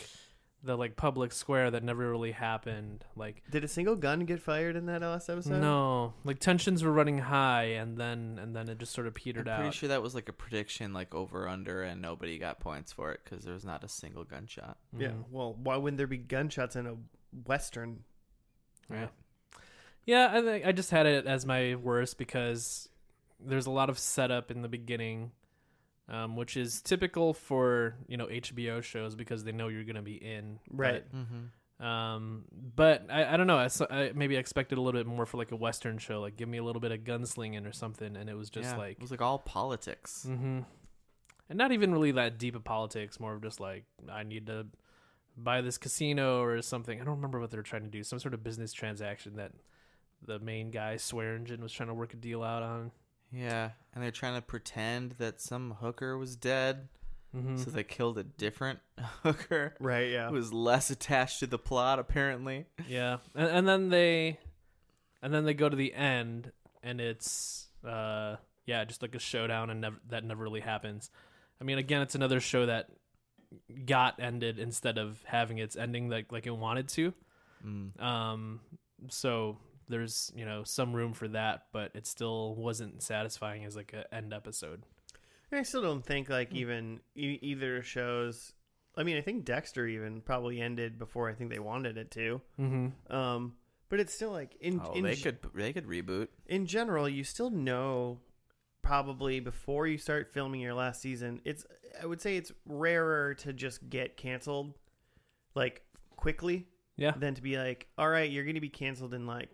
Speaker 2: the like public square that never really happened. Like
Speaker 1: Did a single gun get fired in that last episode?
Speaker 2: no, like tensions were running high and then and then it just sort of
Speaker 3: I'm
Speaker 2: petered
Speaker 3: pretty
Speaker 2: out.
Speaker 3: sure that was like a prediction, like over under, and nobody got points for it because there was not a single gunshot.
Speaker 1: Yeah.
Speaker 2: Mm-hmm.
Speaker 1: Well, why wouldn't there be gunshots in a western?
Speaker 2: Yeah. Yeah, I think I just had it as my worst because there's a lot of setup in the beginning, um, which is typical for you know HBO shows because they know you're going to be in
Speaker 1: Right.
Speaker 3: Mm-hmm.
Speaker 2: But, um, but I, I don't know. I, s- I- maybe I expected a little bit more for like a western show, like give me a little bit of gunslinging or something, and it was just
Speaker 3: Yeah,
Speaker 2: like,
Speaker 3: it was like all politics.
Speaker 2: mm-hmm. and not even really that deep of politics, more of just like I need to buy this casino or something. I don't remember what they were trying to do, some sort of business transaction that the main guy Swearingen was trying to work a deal out on.
Speaker 3: Yeah, and they're trying to pretend that some hooker was dead,
Speaker 2: Mm-hmm.
Speaker 3: so they killed a different hooker
Speaker 1: Right, yeah.
Speaker 3: who was less attached to the plot, apparently.
Speaker 2: yeah, and, and then they, and then they go to the end, and it's uh yeah, just like a showdown, and never that never really happens. I mean, again, it's another show that got ended instead of having its ending like like it wanted to.
Speaker 3: Mm.
Speaker 2: Um, so there's you know some room for that, but it still wasn't satisfying as like a end episode.
Speaker 1: And I still don't think
Speaker 3: Hmm.
Speaker 1: like even e- either shows. I mean, I think Dexter even probably ended before I think they wanted it to.
Speaker 2: Mm-hmm.
Speaker 1: Um, but it's still like in
Speaker 3: Oh,
Speaker 1: in,
Speaker 3: they
Speaker 1: g-
Speaker 3: could they could reboot.
Speaker 1: in general, you still know probably before you start filming your last season. It's I would say it's rarer to just get canceled like quickly
Speaker 2: Yeah.
Speaker 1: than to be like, all right, you're going to be canceled in like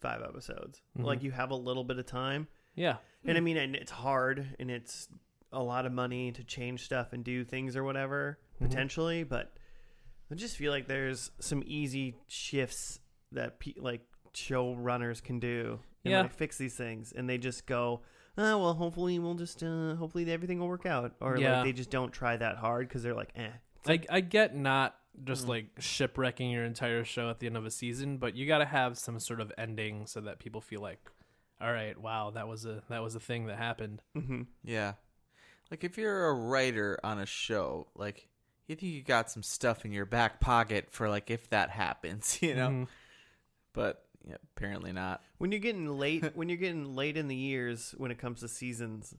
Speaker 1: five episodes.
Speaker 3: Mm-hmm.
Speaker 2: Mhm.
Speaker 1: Like you have a little bit of time.
Speaker 2: Yeah.
Speaker 1: And I mean, and it's hard and it's a lot of money to change stuff and do things or whatever
Speaker 2: Mhm.
Speaker 1: potentially, but I just feel like there's some easy shifts that pe- like show runners can do and
Speaker 2: Yeah.
Speaker 1: like fix these things and they just go, "Oh, well, hopefully we'll just uh, hopefully everything will work out." Or
Speaker 2: Yeah.
Speaker 1: like they just don't try that hard cuz they're like, "Eh."
Speaker 2: I, I get not just like shipwrecking your entire show at the end of a season, but you got to have some sort of ending so that people feel like, all right, wow, that was a that was a thing that happened.
Speaker 1: Mm-hmm.
Speaker 3: Yeah. Like if you're a writer on a show, like you think you got some stuff in your back pocket for like if that happens, you know?
Speaker 2: Mhm.
Speaker 3: But yeah, apparently not.
Speaker 1: When you're getting late, when you're getting late in the years, when it comes to seasons,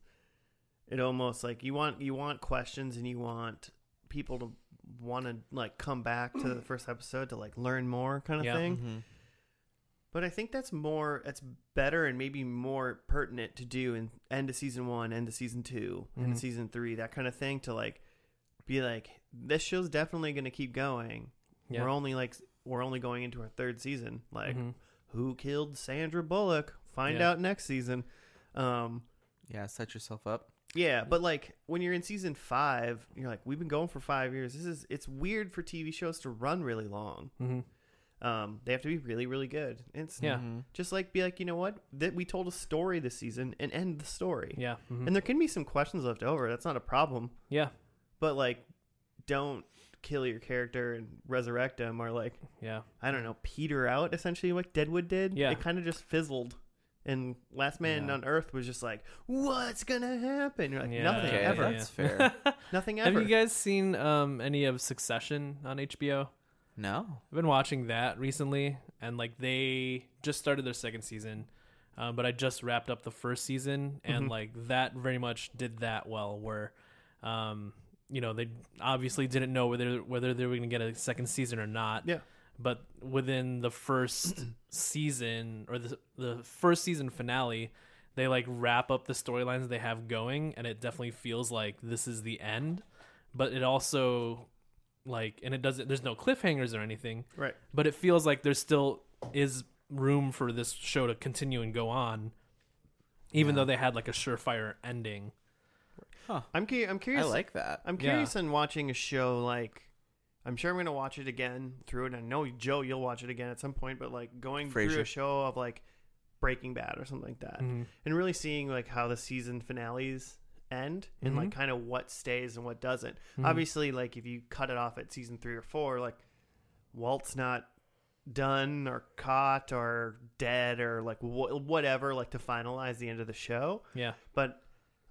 Speaker 1: it almost like you want you want questions and you want people to want to like come back to the first episode to like learn more kind of
Speaker 2: Yeah. Mm-hmm.
Speaker 1: thing.
Speaker 3: Mhm.
Speaker 1: But I think that's more that's better and maybe more pertinent to do in end of season one, end of season 2 end
Speaker 2: Mhm.
Speaker 1: of season three, that kind of thing to like be like this show's definitely going to keep going.
Speaker 2: Yeah.
Speaker 1: We're only like we're only going into our third season. Like
Speaker 2: Mhm.
Speaker 1: who killed Sandra Bullock. Find
Speaker 2: Yeah.
Speaker 1: out next season. Um,
Speaker 3: Yeah, set yourself up.
Speaker 1: yeah, but like when you're in season five, you're like, we've been going for five years. This is it's weird for TV shows to run really long.
Speaker 2: Mhm.
Speaker 1: Um, they have to be really, really good. It's
Speaker 2: Yeah.
Speaker 3: Mhm.
Speaker 1: just like be like, you know what? That we told a story this season and end the story.
Speaker 2: Yeah. Mhm.
Speaker 1: And there can be some questions left over. That's not a problem.
Speaker 2: yeah.
Speaker 1: But like, don't kill your character and resurrect him or like
Speaker 2: Yeah.
Speaker 1: I don't know, peter out essentially like Deadwood did.
Speaker 2: Yeah.
Speaker 1: It kind of just fizzled. And Last Man
Speaker 3: Yeah.
Speaker 1: on Earth was just like, what's going to happen? You're like,
Speaker 2: Yeah.
Speaker 1: nothing
Speaker 3: Okay,
Speaker 1: ever.
Speaker 3: yeah. That's fair.
Speaker 1: Nothing
Speaker 2: Have
Speaker 1: ever.
Speaker 2: you guys seen um, any of Succession on HBO?
Speaker 3: No.
Speaker 2: I've been watching that recently, and like they just started their second season, um, but I just wrapped up the first season, and
Speaker 1: Mhm.
Speaker 2: like that very much did that well. Where, um, you know, they obviously didn't know whether whether they were going to get a second season or not.
Speaker 1: Yeah.
Speaker 2: But within the first season or the the first season finale, they like wrap up the storylines they have going, and it definitely feels like this is the end. But it also like and it doesn't there's no cliffhangers or anything
Speaker 1: right.
Speaker 2: but it feels like there still is room for this show to continue and go on even though they had like a surefire ending
Speaker 1: I'm, cu- I'm
Speaker 3: I
Speaker 1: curious.
Speaker 3: like that.
Speaker 1: I'm
Speaker 2: Yeah.
Speaker 1: curious on watching a show like. I'm sure I'm going to watch it again through it. I know, Joe, you'll watch it again at some point, but like going through
Speaker 3: Frasier.
Speaker 1: a show of like Breaking Bad or something like that
Speaker 2: Mm-hmm.
Speaker 1: and really seeing like how the season finales end and
Speaker 2: Mm-hmm.
Speaker 1: like kind of what stays and what doesn't. Obviously, like if you cut it off at season three or four, like Walt's not done or caught or dead or like wh- whatever, like to finalize the end of the show.
Speaker 2: yeah
Speaker 1: But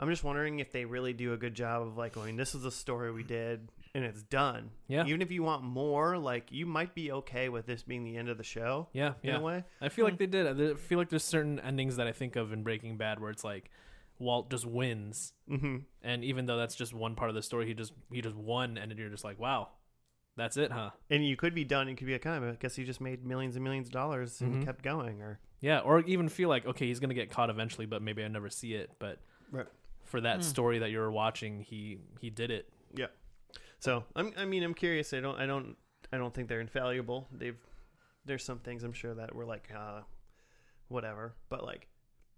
Speaker 1: I'm just wondering if they really do a good job of like going, this is a story we did and it's done.
Speaker 2: Yeah.
Speaker 1: Even if you want more, like you might be okay with this being the end of the show
Speaker 2: yeah
Speaker 1: in
Speaker 2: yeah
Speaker 1: a way.
Speaker 2: i feel like they did I- i feel like there's certain endings that i think of in breaking bad where it's like walt just wins
Speaker 1: Mm-hmm.
Speaker 2: and even though that's just one part of the story he just he just won and you're just like wow that's it huh
Speaker 1: And you could be done. You could be like, oh, I guess you just made millions and millions of dollars and
Speaker 2: Mhm.
Speaker 1: kept going. Or
Speaker 2: yeah or even feel like okay he's gonna get caught eventually but maybe i never see it but
Speaker 1: Right.
Speaker 2: for that story that you were watching he he did it
Speaker 1: so. I'm, I mean, I'm curious. I don't. I don't. I don't think they're infallible. They've. There's some things I'm sure that were like, uh, whatever. But like,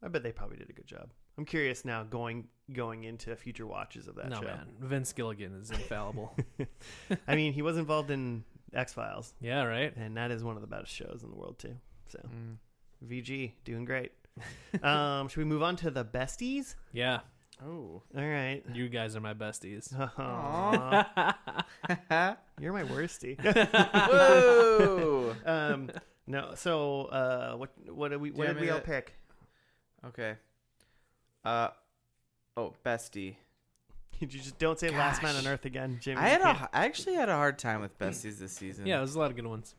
Speaker 1: I bet they probably did a good job. I'm curious now going going into future watches of that
Speaker 2: no
Speaker 1: show.
Speaker 2: man, Vince Gilligan is infallible.
Speaker 1: I mean, he was involved in X Files,
Speaker 2: yeah, right.
Speaker 1: and that is one of the best shows in the world too. So VG doing great. um, should we move on to the besties?
Speaker 2: Yeah,
Speaker 3: Oh.
Speaker 1: All right.
Speaker 2: you guys are my besties.
Speaker 1: Aw. You're my worstie.
Speaker 3: Whoa.
Speaker 1: um, no, so uh, what what did we what
Speaker 3: Yeah,
Speaker 1: did we
Speaker 3: maybe
Speaker 1: all
Speaker 3: that-
Speaker 1: pick?
Speaker 3: okay. Uh. Oh, bestie.
Speaker 1: You just don't say last man on
Speaker 3: Gosh.
Speaker 1: earth again, Jimmy.
Speaker 3: I had
Speaker 1: You can't-
Speaker 3: a, I actually had a hard time with besties this season.
Speaker 2: Yeah, there's a lot of good ones.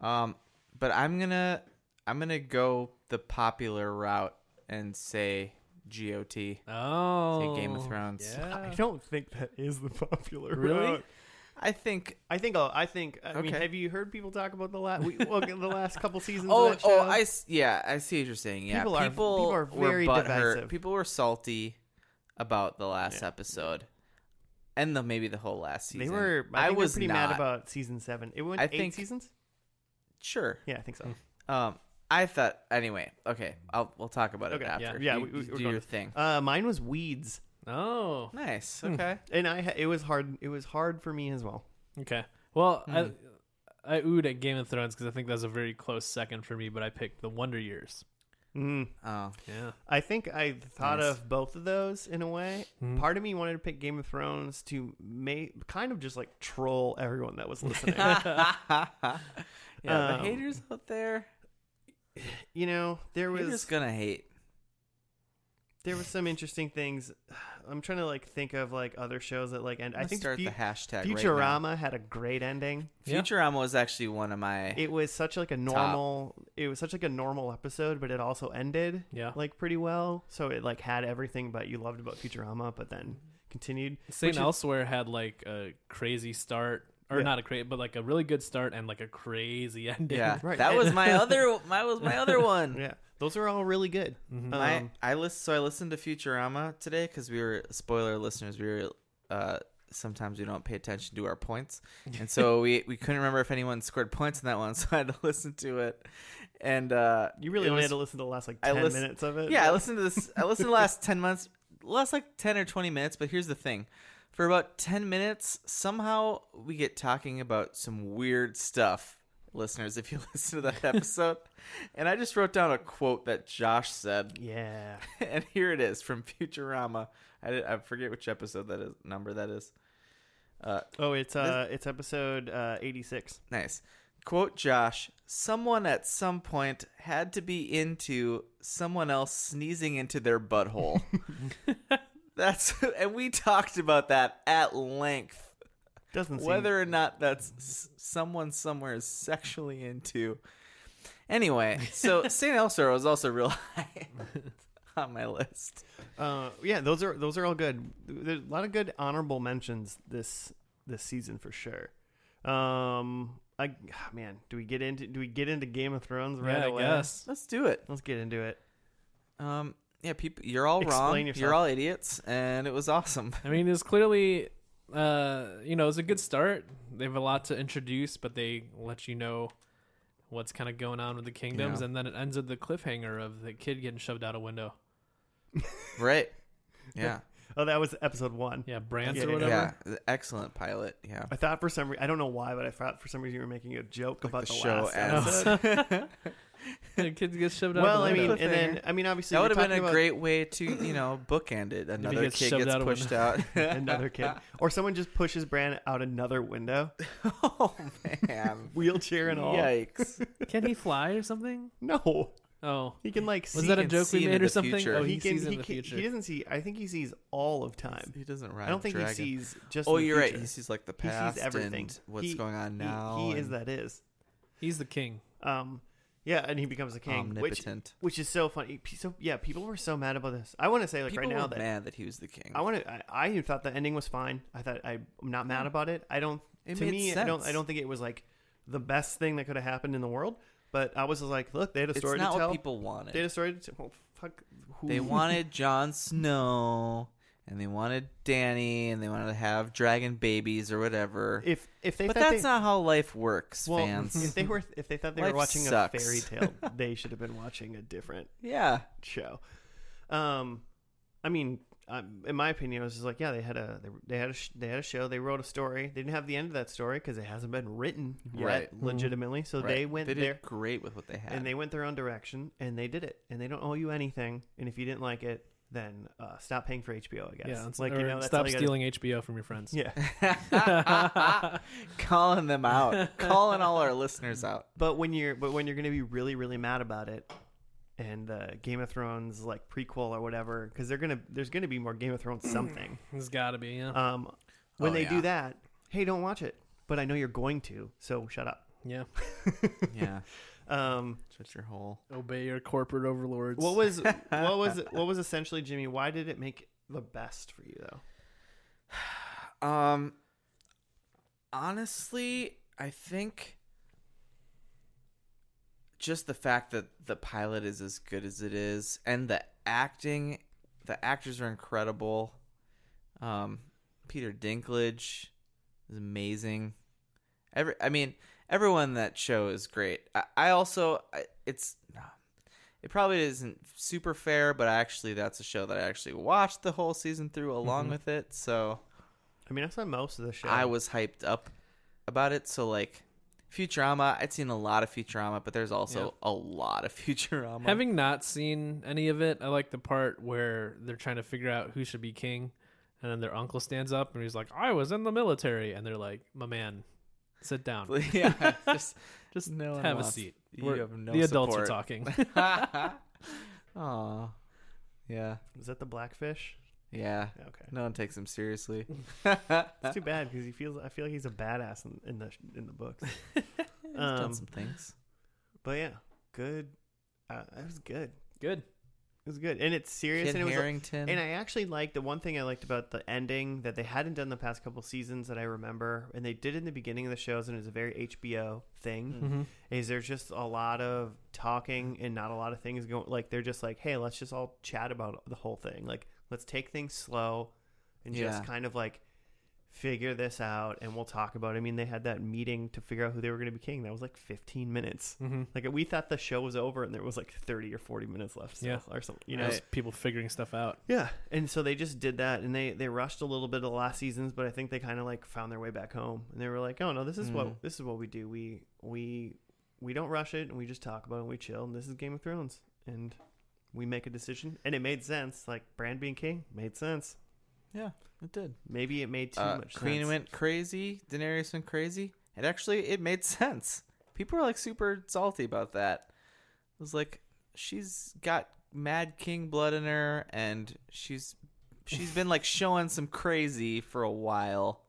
Speaker 3: Um, but I'm gonna I'm gonna go the popular route and say GOT.
Speaker 2: Oh,
Speaker 3: Game of Thrones.
Speaker 2: Yeah.
Speaker 1: I don't think that is the popular.
Speaker 2: Really?
Speaker 1: route.
Speaker 3: I think.
Speaker 1: I think. Oh, I think. I mean,
Speaker 3: Okay.
Speaker 1: have you heard people talk about the last we, well, the last couple seasons? of
Speaker 3: Oh,
Speaker 1: that
Speaker 3: oh,
Speaker 1: show?
Speaker 3: I s- yeah, I see what you're saying. Yeah,
Speaker 1: People
Speaker 3: people
Speaker 1: are- people are very
Speaker 3: were butthurt.
Speaker 1: divisive.
Speaker 3: People were salty about the last
Speaker 1: Yeah.
Speaker 3: episode, and the maybe the whole last season.
Speaker 1: They were. I,
Speaker 3: I,
Speaker 1: think they're
Speaker 3: was
Speaker 1: pretty
Speaker 3: not
Speaker 1: mad about season seven. It went
Speaker 3: I
Speaker 1: eight
Speaker 3: think-
Speaker 1: seasons.
Speaker 3: sure.
Speaker 1: Yeah, I think so.
Speaker 3: Um, I thought anyway. Okay, I'll we'll talk about it
Speaker 1: Okay,
Speaker 2: yeah.
Speaker 3: after.
Speaker 1: Yeah,
Speaker 3: You-
Speaker 1: we- we-
Speaker 3: you
Speaker 1: we're
Speaker 3: do
Speaker 1: going
Speaker 3: your
Speaker 1: to-
Speaker 3: thing.
Speaker 1: Uh, mine was weeds,
Speaker 2: Oh,
Speaker 3: Nice. Okay.
Speaker 1: and I ha- it was hard. It was hard for me as well.
Speaker 2: okay. Well, I I oohed at Game of Thrones because I think that's a very close second for me, but I picked The Wonder Years.
Speaker 1: Mm.
Speaker 3: Oh,
Speaker 2: Yeah.
Speaker 1: I think I thought
Speaker 3: Nice. Hmm.
Speaker 1: of both of those in a way. Part of me wanted to pick Game of Thrones to make kind of just like troll everyone that was listening.
Speaker 3: yeah, the
Speaker 1: Um,
Speaker 3: haters out there.
Speaker 1: you know, there
Speaker 3: We're
Speaker 1: was
Speaker 3: just gonna hate.
Speaker 1: there was some interesting things. I'm trying to like think of like other shows that like end. I
Speaker 3: Let's
Speaker 1: think
Speaker 3: start
Speaker 1: Fu-
Speaker 3: the hashtag. Right
Speaker 1: Futurama had a great ending.
Speaker 3: now.
Speaker 2: Yeah.
Speaker 3: Futurama was actually one of my.
Speaker 1: It was such like a normal. It was such like a normal episode, but it also ended
Speaker 2: Yeah.
Speaker 1: like pretty well. So it like had everything, but you loved about Futurama, but then continued.
Speaker 2: St.
Speaker 1: Which is-
Speaker 2: Elsewhere had like a crazy start, or
Speaker 1: Yeah.
Speaker 2: not a crazy, but like a really good start and like a crazy ending.
Speaker 3: yeah,
Speaker 1: Right.
Speaker 3: that was my other. My was my other one.
Speaker 1: Yeah, those are all really good.
Speaker 3: Mm. Mm-hmm. My,
Speaker 1: Um,
Speaker 3: I list so I listened to Futurama today because we were spoiler listeners. We were uh, sometimes we don't pay attention to our points, and so we we couldn't remember if anyone scored points in that one. So I had to listen to it, and uh,
Speaker 1: You really
Speaker 3: it
Speaker 1: only
Speaker 3: was-
Speaker 1: had to listen to the last like
Speaker 3: I
Speaker 1: ten
Speaker 3: listen-
Speaker 1: minutes of it.
Speaker 3: Yeah, I listened to this. I listened to the last ten months, last like ten or twenty minutes. But here's the thing: for about ten minutes, somehow we get talking about some weird stuff, listeners. If you listen to that episode, and I just wrote down a quote that Josh said,
Speaker 1: yeah.
Speaker 3: and here it is from Futurama. I, did, I forget which episode that is, number that is. Uh,
Speaker 1: Oh, it's uh, it's episode uh, eighty six.
Speaker 3: Nice. Quote Josh Someone at some point had to be into someone else sneezing into their butthole. that's, and we talked about that at length.
Speaker 1: Doesn't seem-
Speaker 3: Whether or not that's s- someone somewhere is sexually into. Anyway, so St. Elsewhere was also real high on my list.
Speaker 1: Uh, yeah, those are those are all good. There's a lot of good honorable mentions this this season for sure. Um, I man, do we get into do we get into Game of Thrones right
Speaker 2: Yeah, I
Speaker 1: away?
Speaker 2: guess.
Speaker 3: Let's do it.
Speaker 1: Let's get into it.
Speaker 3: Um, yeah, people, you're all
Speaker 1: Explain
Speaker 3: wrong.
Speaker 1: yourself.
Speaker 3: You're all idiots, and it was awesome.
Speaker 2: I mean, it's clearly, uh, you know, it's a good start. They have a lot to introduce, but they let you know what's kind of going on with the kingdoms,
Speaker 3: Yeah.
Speaker 2: and then it ends with the cliffhanger of the kid getting shoved out a window.
Speaker 3: Right. Yeah.
Speaker 1: Oh, that was episode one.
Speaker 2: Yeah, Brance
Speaker 1: Yeah,
Speaker 2: or
Speaker 1: yeah,
Speaker 2: whatever.
Speaker 3: Yeah, th- excellent pilot. Yeah,
Speaker 1: I thought for some reason I don't know why, but I thought for some reason you were making a joke about
Speaker 3: the
Speaker 1: the,
Speaker 3: show
Speaker 1: last
Speaker 3: ends.
Speaker 1: episode.
Speaker 2: the kid gets shoved out.
Speaker 1: well,
Speaker 2: a
Speaker 1: I mean,
Speaker 2: window.
Speaker 1: and then I mean, obviously
Speaker 3: that
Speaker 1: we're
Speaker 3: would have been
Speaker 1: talking
Speaker 3: a
Speaker 1: about
Speaker 3: great way to you know bookend it. Another
Speaker 2: gets
Speaker 3: kid
Speaker 2: shoved
Speaker 3: gets
Speaker 2: out a
Speaker 3: pushed
Speaker 2: window.
Speaker 3: out.
Speaker 1: another kid, or someone just pushes Bran out another window,
Speaker 3: oh man!
Speaker 1: wheelchair and all.
Speaker 3: Yikes!
Speaker 2: can he fly or something?
Speaker 1: No,
Speaker 2: Oh,
Speaker 1: he can like
Speaker 2: was
Speaker 1: see
Speaker 2: that a
Speaker 3: can
Speaker 2: joke
Speaker 3: see
Speaker 2: we
Speaker 3: into
Speaker 2: made
Speaker 3: the
Speaker 2: or something?
Speaker 3: future.
Speaker 2: Oh,
Speaker 1: he,
Speaker 2: he,
Speaker 1: can,
Speaker 2: sees in
Speaker 1: he,
Speaker 2: the
Speaker 1: can-
Speaker 2: future.
Speaker 1: he doesn't see. I think he sees all of time.
Speaker 3: He doesn't
Speaker 1: I
Speaker 3: ride.
Speaker 1: don't think
Speaker 3: dragon.
Speaker 1: he sees just.
Speaker 3: Oh,
Speaker 1: the
Speaker 3: you're right.
Speaker 1: future.
Speaker 3: He sees like the
Speaker 1: He
Speaker 3: past.
Speaker 1: sees everything.
Speaker 3: And what's
Speaker 1: He-
Speaker 3: going on
Speaker 1: he-
Speaker 3: now?
Speaker 1: He, is
Speaker 3: and
Speaker 1: that is.
Speaker 2: He's the king.
Speaker 1: Um, yeah, and he becomes a king, which
Speaker 3: Omnipotent.
Speaker 1: which is so funny. P- So yeah, people were so mad about this. I want to say like
Speaker 3: People
Speaker 1: right now
Speaker 3: were
Speaker 1: that
Speaker 3: mad that he was the king.
Speaker 1: I want to. I, I thought the ending was fine. I thought I, I'm not mad about it. I don't.
Speaker 3: Mm. It
Speaker 1: to
Speaker 3: made
Speaker 1: me, I don't.
Speaker 3: sense.
Speaker 1: I don't think it was like the best thing that could have happened in the world. But I was just like, look, they had a
Speaker 3: it's
Speaker 1: story
Speaker 3: not
Speaker 1: to tell.
Speaker 3: what people
Speaker 1: They had
Speaker 3: wanted.
Speaker 1: a story to tell. Well, fuck. Who?
Speaker 3: They wanted Jon Snow, and they wanted Danny, and they wanted to have dragon babies or whatever.
Speaker 1: If if they
Speaker 3: but
Speaker 1: thought
Speaker 3: that's
Speaker 1: they,
Speaker 3: not how life works,
Speaker 1: Well,
Speaker 3: fans.
Speaker 1: if they were if they thought they were
Speaker 3: Life
Speaker 1: watching
Speaker 3: sucks.
Speaker 1: a fairy tale, they should have been watching a different
Speaker 3: yeah.
Speaker 1: show. Um, I mean, um, in my opinion, I was just like, yeah, they had a they, they had a sh- they had a show. They wrote a story. They didn't have the end of that story because it hasn't been written yet,
Speaker 3: Right.
Speaker 2: Mm-hmm.
Speaker 1: legitimately. So
Speaker 3: Right.
Speaker 1: they went
Speaker 3: They did
Speaker 1: there
Speaker 3: great with what they had.
Speaker 1: and they went their own direction and they did it. And they don't owe you anything. And if you didn't like it, then uh, stop paying for HBO. I guess.
Speaker 2: Yeah, it's
Speaker 1: like you know, that's all
Speaker 2: stop
Speaker 1: you gotta-
Speaker 2: stealing HBO from your friends.
Speaker 1: Yeah.
Speaker 3: calling them out, calling all our listeners out.
Speaker 1: But when you're but when you're gonna be really really mad about it, and uh, Game of Thrones like prequel or whatever, because they're gonna there's gonna be more Game of Thrones something.
Speaker 2: It's got to be, yeah.
Speaker 1: Um, when
Speaker 3: Oh,
Speaker 1: they do
Speaker 3: yeah.
Speaker 1: that, hey, don't watch it. But I know you're going to, so shut up.
Speaker 2: yeah.
Speaker 3: Yeah,
Speaker 1: Um,
Speaker 3: that's your whole.
Speaker 2: Obey your corporate overlords.
Speaker 1: what was what was what was essentially Jimmy? Why did it make the best for you though?
Speaker 3: Um, honestly, I think just the fact that the pilot is as good as it is, and the acting, the actors are incredible. Um, Peter Dinklage is amazing. Every, I mean, everyone in that show is great. I, I also, I, it's. It probably isn't super fair, but actually, that's a show that I actually watched the whole season through along with it. So,
Speaker 1: I mean, I saw most of the show.
Speaker 3: I was hyped up about it. So like Futurama, I'd seen a lot of Futurama, but there's also a lot of Futurama.
Speaker 2: Having not seen any of it, I like the part where they're trying to figure out who should be king, and then their uncle stands up and he's like, "I was in the military," and they're like, "My man, sit down,
Speaker 3: yeah, just
Speaker 2: just
Speaker 3: no one
Speaker 2: have a
Speaker 3: wants-
Speaker 2: seat."
Speaker 3: you
Speaker 2: We're-
Speaker 3: have no
Speaker 2: the adults are
Speaker 3: support.
Speaker 2: talking.
Speaker 3: Aw. yeah,
Speaker 1: Is that the Blackfish?
Speaker 3: yeah.
Speaker 1: Okay,
Speaker 3: No one takes him seriously.
Speaker 1: it's too bad because he feels. I feel like he's a badass in, in the in the books.
Speaker 3: Done
Speaker 1: um,
Speaker 3: some things.
Speaker 1: but yeah, good. Uh, it was good.
Speaker 2: Good.
Speaker 1: It was good, and it's serious,
Speaker 3: Kid
Speaker 1: and it was
Speaker 3: Harrington.
Speaker 1: And I actually liked the one thing I liked about the ending that they hadn't done the past couple seasons that I remember, and they did in the beginning of the shows, and it was a very HBO
Speaker 3: Mm.
Speaker 1: thing.
Speaker 3: mm-hmm,
Speaker 2: Mm-hmm,
Speaker 1: Is there's just a lot of talking and not a lot of things going. Like they're just like, hey, let's just all chat about the whole thing. Like let's take things slow and just
Speaker 3: Yeah.
Speaker 1: kind of like figure this out, and we'll talk about. it. I mean, they had that meeting to figure out who they were going to be king. That was like 15 minutes.
Speaker 2: mm-hmm.
Speaker 1: Like we thought the show was over, and there was like 30 or 40 minutes left. still,
Speaker 2: Yeah.
Speaker 1: or something. You
Speaker 2: You
Speaker 1: know,
Speaker 2: know, it's people figuring stuff out.
Speaker 1: yeah, and so they just did that, and they they rushed a little bit of the last seasons, but I think they kind of like found their way back home, and they were like, oh no, this is
Speaker 3: Mm.
Speaker 1: what this is what we do. We we we don't rush it, and we just talk about it, and we chill, and this is Game of Thrones, and we make a decision, and it made sense. Like Brand being king made sense.
Speaker 3: yeah, it did.
Speaker 1: Maybe it made too
Speaker 3: Uh,
Speaker 1: much
Speaker 3: Queen
Speaker 1: sense.
Speaker 3: went crazy. Daenerys went crazy. It actually it made sense. People were like super salty about that. It was like she's got mad king blood in her, and she's she's been like showing some crazy for a while.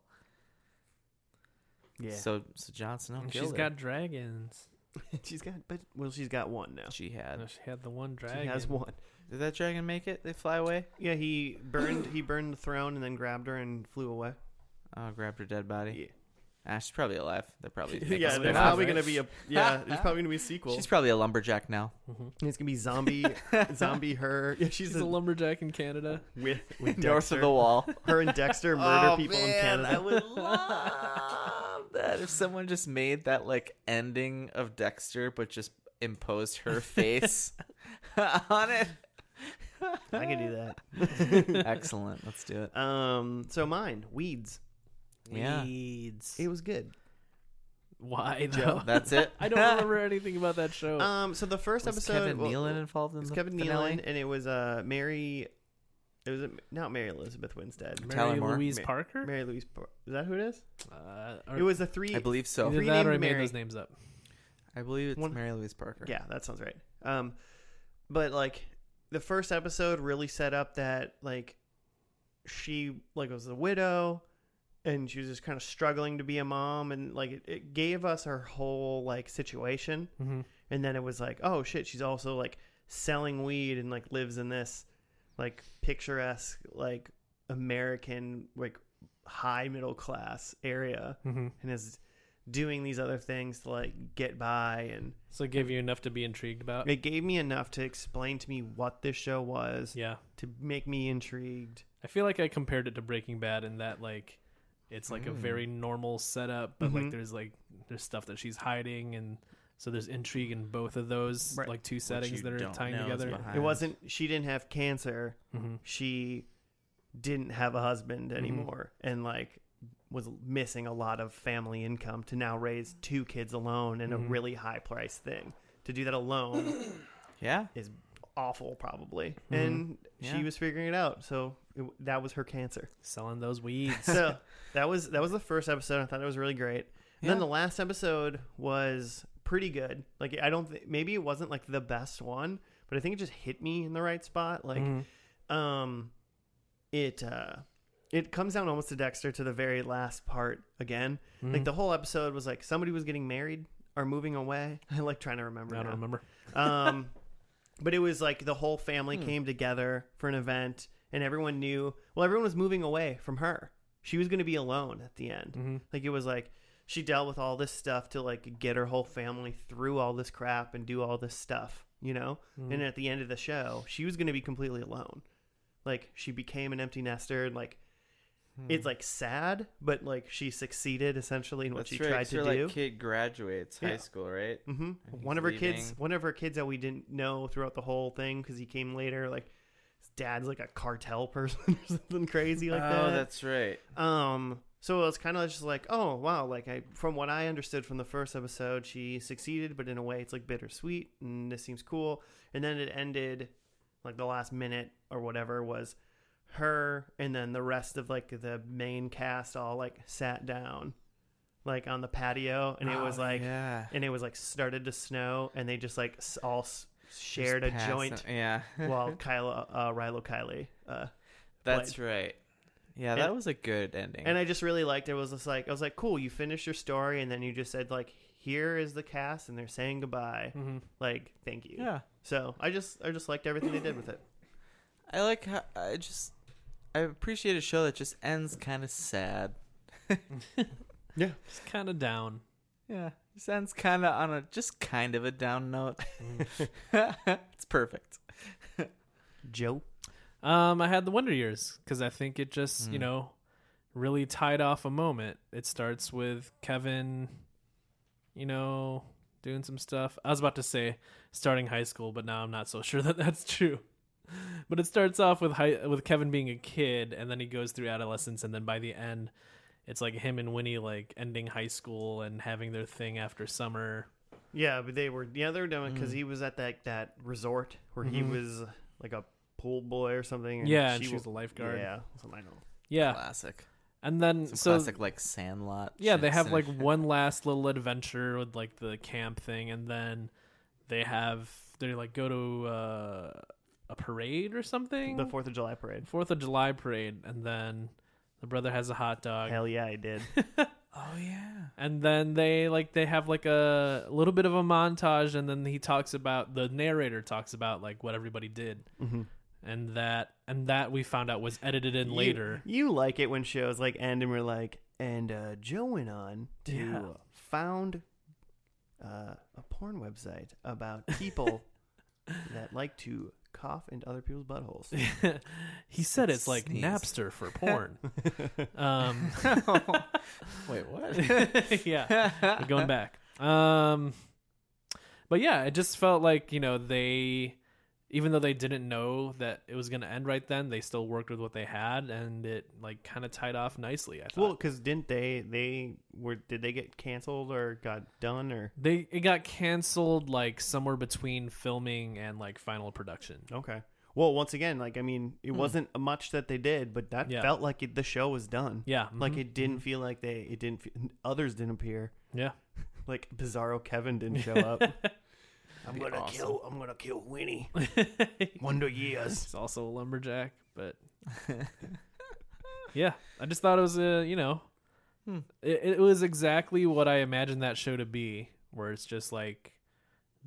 Speaker 1: yeah,
Speaker 3: So so Jon Snow
Speaker 2: And
Speaker 3: killed
Speaker 2: she's
Speaker 3: her.
Speaker 2: got dragons.
Speaker 1: she's got, but well, she's got one now.
Speaker 3: she had.
Speaker 2: No, she had the one dragon.
Speaker 1: She has one.
Speaker 3: Did that dragon make it? They fly away.
Speaker 1: Yeah, he burned he burned the throne and then grabbed her and flew away.
Speaker 3: Oh, grabbed her dead body.
Speaker 1: Yeah,
Speaker 3: Ah, she's probably alive. They're probably making
Speaker 1: yeah,
Speaker 3: a
Speaker 1: there's
Speaker 3: spin-off,
Speaker 1: probably
Speaker 3: right?
Speaker 1: gonna be a yeah, there's probably gonna be a sequel.
Speaker 3: She's probably a lumberjack now.
Speaker 1: And It's gonna be zombie, zombie her. Yeah, she's,
Speaker 2: She's a
Speaker 1: a,
Speaker 2: lumberjack in Canada.
Speaker 1: with with
Speaker 3: North
Speaker 1: Dexter.
Speaker 3: of the wall.
Speaker 1: Her and Dexter murder
Speaker 3: Oh,
Speaker 1: people in
Speaker 3: man, I
Speaker 1: Canada.
Speaker 3: would love that if someone just made that like ending of Dexter, but just imposed her face on it.
Speaker 1: I, can do that.
Speaker 3: Excellent. Let's do it.
Speaker 1: Um, so mine, weeds.
Speaker 3: Yeah,
Speaker 2: Weeds.
Speaker 1: It was good.
Speaker 2: Why though?
Speaker 3: that's it.
Speaker 2: I don't remember anything about that show.
Speaker 3: Uh,
Speaker 1: Um, so the first
Speaker 3: Oh, Was
Speaker 1: episode,
Speaker 3: Kevin
Speaker 1: well,
Speaker 3: Nealon involved in
Speaker 1: it was
Speaker 3: the
Speaker 1: Kevin
Speaker 3: finale?
Speaker 1: Nealon, and it was uh Mary. It was a, not Mary Elizabeth Winstead.
Speaker 2: Mary
Speaker 3: Tyler Moore.
Speaker 2: Louise
Speaker 1: Ma-
Speaker 2: Parker.
Speaker 1: Mary Louise. Por- Is that who it is?
Speaker 2: Uh,
Speaker 1: It was a three.
Speaker 3: I believe so.
Speaker 2: either
Speaker 1: three
Speaker 2: that or I
Speaker 1: named
Speaker 2: made
Speaker 1: Mary.
Speaker 2: those names up.
Speaker 3: I believe it's
Speaker 1: One-
Speaker 3: Mary Louise Parker.
Speaker 1: Yeah, that sounds right. Um, but like the first episode really set up that like she like was a widow and she was just kind of struggling to be a mom and like it, it gave us her whole like situation
Speaker 2: Mm-hmm.
Speaker 1: and then it was like oh shit she's also like selling weed and like lives in this like picturesque like american like high middle class area
Speaker 2: Mm-hmm.
Speaker 1: and is doing these other things to like get by and
Speaker 2: So it gave you enough to be intrigued about.
Speaker 1: it gave me enough to explain to me what this show was
Speaker 2: yeah,
Speaker 1: to make me intrigued.
Speaker 2: I feel like I compared it to Breaking Bad in that like
Speaker 1: Hmm.
Speaker 2: it's like a very normal setup, but like
Speaker 1: Mhm.
Speaker 2: there's like there's stuff that she's hiding and So there's intrigue in both of those
Speaker 1: Right.
Speaker 2: like two settings
Speaker 3: you
Speaker 2: that are
Speaker 3: don't
Speaker 2: tying
Speaker 3: know is
Speaker 2: together.
Speaker 3: behind.
Speaker 1: It wasn't. She didn't have cancer.
Speaker 2: Mhm.
Speaker 1: She didn't have a husband anymore, and like was missing a lot of family income to now raise two kids alone and a really high price thing. To do that alone
Speaker 3: Yeah.
Speaker 1: is awful, probably. And
Speaker 3: Yeah.
Speaker 1: she was figuring it out, so it, that was her cancer.
Speaker 2: Selling those weeds.
Speaker 1: so that was that was the first episode. I thought it was really great. And then
Speaker 3: Yeah.
Speaker 1: the last episode was pretty good. Like I don't think maybe it wasn't like the best one, but I think it just hit me in the right spot. Like
Speaker 2: Mhm.
Speaker 1: um it uh it comes down almost to Dexter to the very last part again.
Speaker 2: Mm.
Speaker 1: Like the whole episode was like somebody was getting married or moving away. I like trying to remember.
Speaker 2: Mm-hmm. I don't
Speaker 1: now.
Speaker 2: remember.
Speaker 1: Um, but it was like the whole
Speaker 2: Mm.
Speaker 1: family came together for an event, and everyone knew. Well, everyone was moving away from her. She was going to be alone at the end.
Speaker 2: Mm-hmm.
Speaker 1: Like it was like she dealt with all this stuff to like get her whole family through all this crap and do all this stuff, you know.
Speaker 2: Mm-hmm.
Speaker 3: Mm-hmm.
Speaker 1: And at the end of the show, she was going to be completely alone. Like she became an empty nester, and like.
Speaker 3: Mm-hmm.
Speaker 2: Mm-hmm.
Speaker 1: It's like sad, but like she succeeded essentially in what
Speaker 3: That's
Speaker 1: she
Speaker 3: right,
Speaker 1: tried
Speaker 3: 'cause
Speaker 1: to
Speaker 3: her,
Speaker 1: do.
Speaker 3: Like, kid graduates
Speaker 1: Yeah.
Speaker 3: high school, right?
Speaker 1: hmm
Speaker 3: And
Speaker 1: One
Speaker 3: he's
Speaker 1: of her kids,
Speaker 3: leaving.
Speaker 1: one of her kids that we didn't know throughout the whole thing because he came later. Like his dad's like a cartel person or something crazy like
Speaker 3: oh,
Speaker 1: that.
Speaker 3: that's right.
Speaker 1: Um, so it was kind of just like, oh wow, like I from what I understood from the first episode, she succeeded, but in a way, it's like bittersweet, and this seems cool. And then it ended, like the last minute or whatever was her, and then the rest of like the main cast all like sat down, like on the patio, and it was
Speaker 3: Oh,
Speaker 1: like
Speaker 3: yeah.
Speaker 1: and it was like started to snow, and they just like s- all s- shared a
Speaker 3: Just pass
Speaker 1: joint
Speaker 3: them- Yeah.
Speaker 1: while Kyla, uh, Rilo Kiley. Uh,
Speaker 3: that's right. Yeah, that
Speaker 1: And-
Speaker 3: was a good ending.
Speaker 1: and I just really liked it. It was just like I was like, cool, you finished your story, and then you just said like, here is the cast, and they're saying goodbye.
Speaker 2: Mm-hmm.
Speaker 1: Like, thank you.
Speaker 3: yeah,
Speaker 1: So I just I just liked everything they did with it.
Speaker 3: I like how I just I appreciate a show that just ends kind of sad.
Speaker 1: Yeah.
Speaker 2: It's kind of down.
Speaker 3: Yeah, just ends kind of on a just kind of a down note. it's perfect.
Speaker 1: Joe.
Speaker 2: Um, I had the Wonder Years because I think it just you know really tied off a moment. It starts with Kevin, you know, doing some stuff. I was about to say starting high school, but now I'm not so sure that that's true. But it starts off with high, with Kevin being a kid, and then he goes through adolescence, and then by the end, it's like him and Winnie like ending high school and having their thing after summer.
Speaker 1: Yeah, but they were yeah they were doing
Speaker 2: Mm.
Speaker 1: because he was at that that resort where he was like a pool boy or something. And
Speaker 2: Mm-hmm. Yeah, and she was a lifeguard.
Speaker 1: Yeah, something like that.
Speaker 2: Yeah,
Speaker 3: Classic.
Speaker 2: and then
Speaker 3: Some
Speaker 2: so
Speaker 3: classic like Sandlot.
Speaker 2: Yeah,
Speaker 3: shit
Speaker 2: they have
Speaker 3: cinema
Speaker 2: like
Speaker 3: shit.
Speaker 2: one last little adventure with like the camp thing, and then they have they like go to uh, a parade or something.
Speaker 1: the Fourth of July parade.
Speaker 2: Fourth of July parade, and then the brother has a hot dog,
Speaker 1: Hell yeah, I did.
Speaker 3: Oh yeah.
Speaker 2: and then they like they have like a little bit of a montage, and then he talks about the narrator talks about like what everybody did,
Speaker 1: Mm-hmm.
Speaker 2: and that and that we found out was edited in
Speaker 1: You-
Speaker 2: later.
Speaker 1: You like it when shows like end and we're like, and uh, Joe went on to
Speaker 2: Yeah.
Speaker 1: found uh, a porn website about people that like to cough into other people's buttholes.
Speaker 2: he said it's like
Speaker 3: Sneeze.
Speaker 2: Napster for porn. um,
Speaker 3: Wait, what?
Speaker 2: yeah, we're going back. Um, but yeah, it just felt like you know they, even though they didn't know that it was going to end right then, they still worked with what they had, and it like kind of tied off nicely. I thought
Speaker 1: well, because didn't they? They were. Did they get canceled or got done or?
Speaker 2: they it got canceled like somewhere between filming and like final production.
Speaker 1: Okay. Well, once again, like I mean, it wasn't much that they did, but that
Speaker 2: Hmm. Yeah.
Speaker 1: felt like it, the show was done.
Speaker 2: Yeah,
Speaker 1: Like
Speaker 2: mhm,
Speaker 3: Mm-hmm.
Speaker 1: it didn't feel like they. It didn't. Fe- others didn't appear.
Speaker 2: Yeah,
Speaker 1: Like Bizarro Kevin didn't show up. I'm
Speaker 3: be
Speaker 1: gonna
Speaker 3: awesome.
Speaker 1: kill. I'm gonna kill Winnie. Wonder years.
Speaker 2: he's Mm-hmm. also a lumberjack, but yeah, I just thought it was a you know, it, it was exactly what I imagined that show to be, where it's just like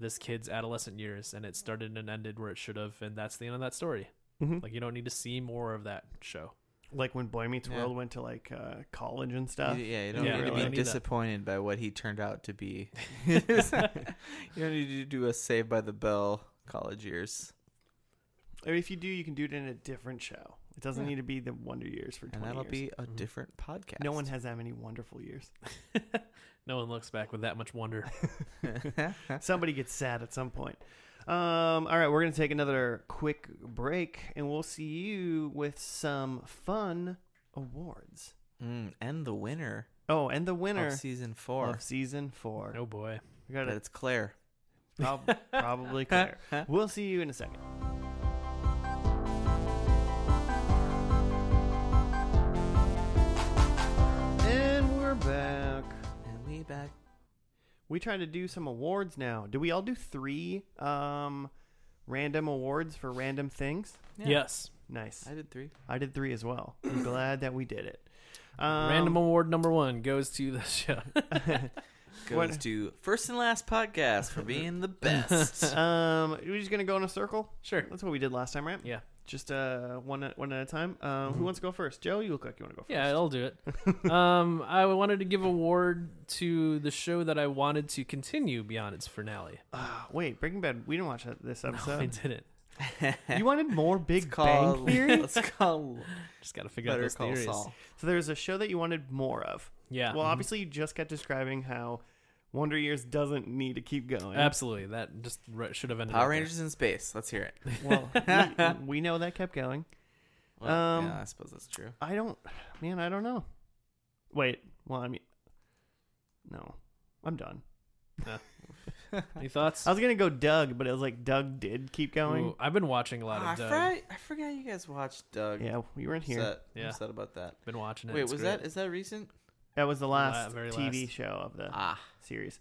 Speaker 2: this kid's adolescent years, and it started and ended where it should have, and that's the end of that story.
Speaker 3: Mm-hmm.
Speaker 1: Mhm.
Speaker 2: Like you don't need to see more of that show.
Speaker 1: Like when Boy Meets
Speaker 3: Yeah.
Speaker 1: World went to like uh, college and stuff.
Speaker 3: You- yeah, you don't
Speaker 2: Yeah,
Speaker 3: need
Speaker 1: really.
Speaker 3: to
Speaker 1: Don't
Speaker 3: be
Speaker 2: need that.
Speaker 3: disappointed by what he turned out to be. you don't need to do a Save by the Bell college years.
Speaker 1: Or if you do, you can do it in a different show. It doesn't
Speaker 3: Yeah.
Speaker 1: need to be the Wonder Years for 20
Speaker 3: and that'll
Speaker 1: years. Mm-hmm.
Speaker 3: be a
Speaker 2: Mhm.
Speaker 3: different podcast.
Speaker 1: No one has that many wonderful years.
Speaker 2: no one looks back with that much wonder.
Speaker 1: Somebody gets sad at some point. Um, all right, we're going to take another quick break and we'll see you with some fun awards.
Speaker 3: Mm, and the winner,
Speaker 1: Oh, and the winner
Speaker 3: of season four.
Speaker 1: of season four.
Speaker 2: Oh boy.
Speaker 1: We got
Speaker 3: But
Speaker 1: it.
Speaker 3: it's Claire.
Speaker 1: Prob- probably clear. We'll see you in a second. And we're back.
Speaker 3: And we back.
Speaker 1: We trying to do some awards now. Do we all do three um, random awards for random things?
Speaker 2: Yes.
Speaker 1: Nice.
Speaker 3: I did three.
Speaker 1: I did three as well. I'm glad that we did it. Um,
Speaker 2: Random award number one goes to the show.
Speaker 3: Goes
Speaker 1: What-
Speaker 3: to first and last podcast for being the best.
Speaker 1: Um, we're just gonna go in a circle.
Speaker 2: sure.
Speaker 1: That's what we did last time, right?
Speaker 2: Yeah. Mm-hmm.
Speaker 1: Just uh, one at, one at a time. Um, who wants to go first? Joe, you look like you want to go first.
Speaker 2: Yeah, I'll do it. um, I wanted to give award to the show that I wanted to continue beyond its finale.
Speaker 1: Uh, wait, Breaking Bad. We didn't watch that- this
Speaker 2: I
Speaker 1: episode.
Speaker 2: didn't.
Speaker 1: you wanted more Big
Speaker 3: It's
Speaker 1: Bang
Speaker 3: called.
Speaker 1: Theory.
Speaker 3: It's called
Speaker 2: Just got to figure out
Speaker 3: Better
Speaker 2: those
Speaker 3: Call
Speaker 2: theories.
Speaker 3: Saul.
Speaker 1: so there's a show that you wanted more of.
Speaker 2: Yeah. mm-hmm.
Speaker 1: Well, obviously you just got describing how Wonder Years doesn't need to keep going.
Speaker 2: Absolutely. That just r- should have ended.
Speaker 3: Power
Speaker 2: right there.
Speaker 3: Rangers in space. Let's hear it.
Speaker 1: Well, we, we know that kept going.
Speaker 3: Well,
Speaker 1: Um,
Speaker 3: yeah, I suppose that's true.
Speaker 1: I don't, man, I don't know. Wait, well, I mean, no, I'm done.
Speaker 2: Any thoughts?
Speaker 1: I was gonna go Doug, but it was like Doug did keep going.
Speaker 2: Ooh, I've been watching a lot
Speaker 3: Ah,
Speaker 2: of Doug.
Speaker 3: I, forgot, I forgot you guys watched Doug.
Speaker 1: Yeah, we weren't here.
Speaker 3: Upset. I'm
Speaker 2: Yeah.
Speaker 3: upset about that.
Speaker 2: Been watching it.
Speaker 3: Wait,
Speaker 2: It's
Speaker 3: was
Speaker 2: great.
Speaker 3: that is that recent?
Speaker 1: That was the last
Speaker 2: La- very
Speaker 1: TV
Speaker 2: last.
Speaker 1: show of the
Speaker 3: Ah,
Speaker 1: series.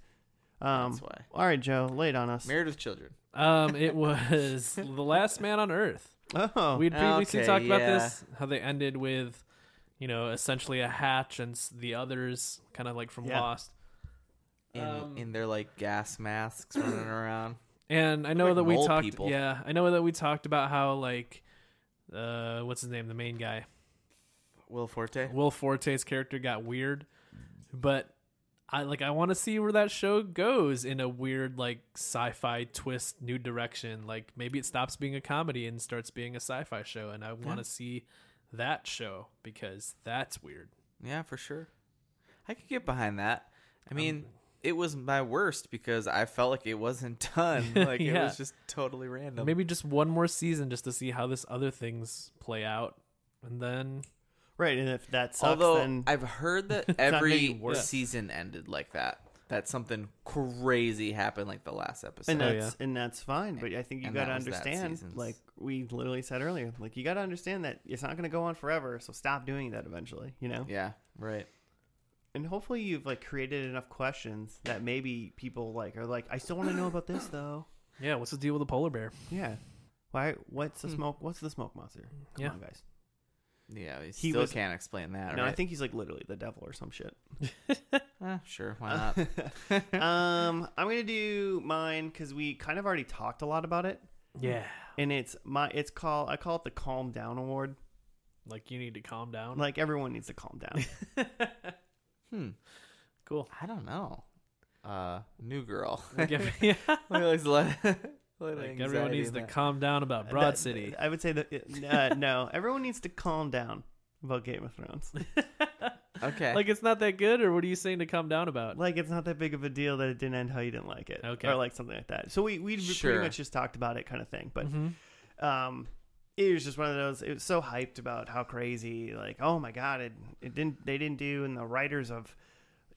Speaker 1: Uh, Um,
Speaker 3: that's why.
Speaker 1: all right, Joe, lay it on us.
Speaker 3: Married with Children.
Speaker 2: Um, it was the Last Man on Earth.
Speaker 1: oh,
Speaker 2: We'd previously
Speaker 3: Okay,
Speaker 2: talked about
Speaker 3: yeah.
Speaker 2: this, how they ended with, you know, essentially a hatch and s- the others, kind of like from
Speaker 1: Yeah.
Speaker 2: Lost.
Speaker 3: In,
Speaker 2: Um,
Speaker 3: in their like gas masks running around.
Speaker 2: And I know
Speaker 3: like
Speaker 2: that we
Speaker 3: mole
Speaker 2: talked.
Speaker 3: people.
Speaker 2: Yeah, I know that we talked about how like, uh, what's his name, the main guy,
Speaker 3: Will Forte.
Speaker 2: Will Forte's character got weird, but I like I want to see where that show goes in a weird like sci-fi twist, new direction. Like maybe it stops being a comedy and starts being a sci-fi show, and I want to see that show because that's weird.
Speaker 3: Yeah, for sure. I could get behind that. I mean, it was my worst because I felt like it wasn't done. Like it
Speaker 2: Yeah.
Speaker 3: was just totally random.
Speaker 2: Maybe just one more season just to see how this other things play out, and then
Speaker 1: right. And if that sucks,
Speaker 3: Although
Speaker 1: then
Speaker 3: I've heard that
Speaker 1: not
Speaker 3: every
Speaker 1: making it worse.
Speaker 3: season ended like that. That something crazy happened like the last episode.
Speaker 1: and
Speaker 2: Oh,
Speaker 1: that's and that's fine. But I think you
Speaker 3: And
Speaker 1: got to
Speaker 3: that was that
Speaker 1: understand,
Speaker 3: season's-
Speaker 1: like we literally said earlier, like you got to understand that it's not going to go on forever. So stop doing that eventually, you know.
Speaker 3: yeah, right.
Speaker 1: And hopefully you've like created enough questions that maybe people like are like, I still want to know about this though.
Speaker 2: yeah, what's the deal with the polar bear?
Speaker 1: Yeah. Why? What's the
Speaker 3: Hmm.
Speaker 1: smoke? What's the smoke monster? Come
Speaker 2: Yeah.
Speaker 1: on, guys.
Speaker 3: Yeah, we
Speaker 1: He
Speaker 3: still
Speaker 1: was-
Speaker 3: can't explain that.
Speaker 1: no,
Speaker 3: right?
Speaker 1: I think he's like literally the devil or some shit.
Speaker 3: Eh, sure. Why not?
Speaker 1: um, I'm gonna do mine because we kind of already talked a lot about it,
Speaker 2: Yeah,
Speaker 1: and it's my it's called I call it the Calm Down Award.
Speaker 2: like you need to calm down.
Speaker 1: Like everyone needs to calm down.
Speaker 3: hmm.
Speaker 2: cool.
Speaker 3: I don't know. Uh, new girl.
Speaker 2: Like, every- yeah.
Speaker 3: Well, there's a lot- a lot of
Speaker 2: like everyone
Speaker 3: anxiety
Speaker 2: needs
Speaker 3: in
Speaker 2: to
Speaker 3: that.
Speaker 2: calm down about Broad
Speaker 1: That-
Speaker 2: City.
Speaker 1: I would say that uh, no, everyone needs to calm down about Game of Thrones.
Speaker 3: Okay.
Speaker 2: like it's not that good, or what are you saying to calm down about?
Speaker 1: like it's not that big of a deal that it didn't end how you didn't like it,
Speaker 2: Okay.
Speaker 1: or like something like that. So we we
Speaker 3: Sure.
Speaker 1: pretty much just talked about it, kind of thing. But
Speaker 2: Mm-hmm.
Speaker 1: um, it was just one of those. It was so hyped about how crazy, like oh my god, it it didn't they didn't do, and the writers of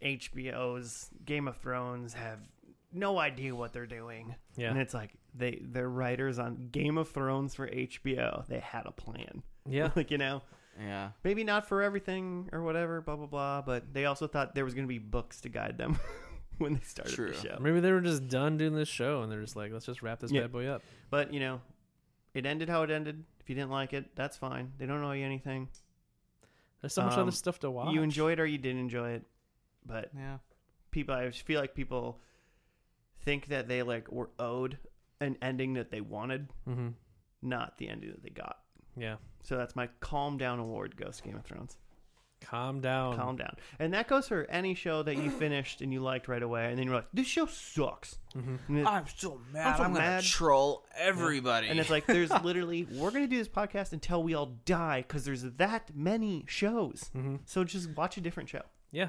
Speaker 1: HBO's Game of Thrones have no idea what they're doing.
Speaker 2: Yeah.
Speaker 1: and it's like they they're writers on Game of Thrones for HBO. They had a plan.
Speaker 2: Yeah,
Speaker 1: like you know.
Speaker 3: yeah.
Speaker 1: Maybe not for everything or whatever, blah blah blah. But they also thought there was going to be books to guide them when they started
Speaker 3: True.
Speaker 1: the show.
Speaker 2: maybe they were just done doing this show, and they're just like, let's just wrap this
Speaker 1: Yeah.
Speaker 2: bad boy up.
Speaker 1: But you know, it ended how it ended. If you didn't like it, that's fine. They don't owe you anything.
Speaker 2: There's so much
Speaker 1: Um,
Speaker 2: other stuff to watch.
Speaker 1: You enjoyed or you didn't enjoy it. But
Speaker 3: Yeah.
Speaker 1: people, I just feel like people think that they like were owed an ending that they wanted,
Speaker 2: hmm
Speaker 1: not the ending that they got.
Speaker 2: Yeah,
Speaker 1: So that's my calm down award, Ghost Game of Thrones.
Speaker 2: Calm down.
Speaker 1: Calm down. And that goes for any show that you finished and you liked right away, and then you're like, this show sucks. And, it-
Speaker 3: I'm so mad. I'm,
Speaker 1: so
Speaker 3: gonna
Speaker 1: mad.
Speaker 3: troll everybody.
Speaker 1: and it's like, there's literally, we're going to do this podcast until we all die because there's that many shows. So just watch a different show.
Speaker 2: Yeah.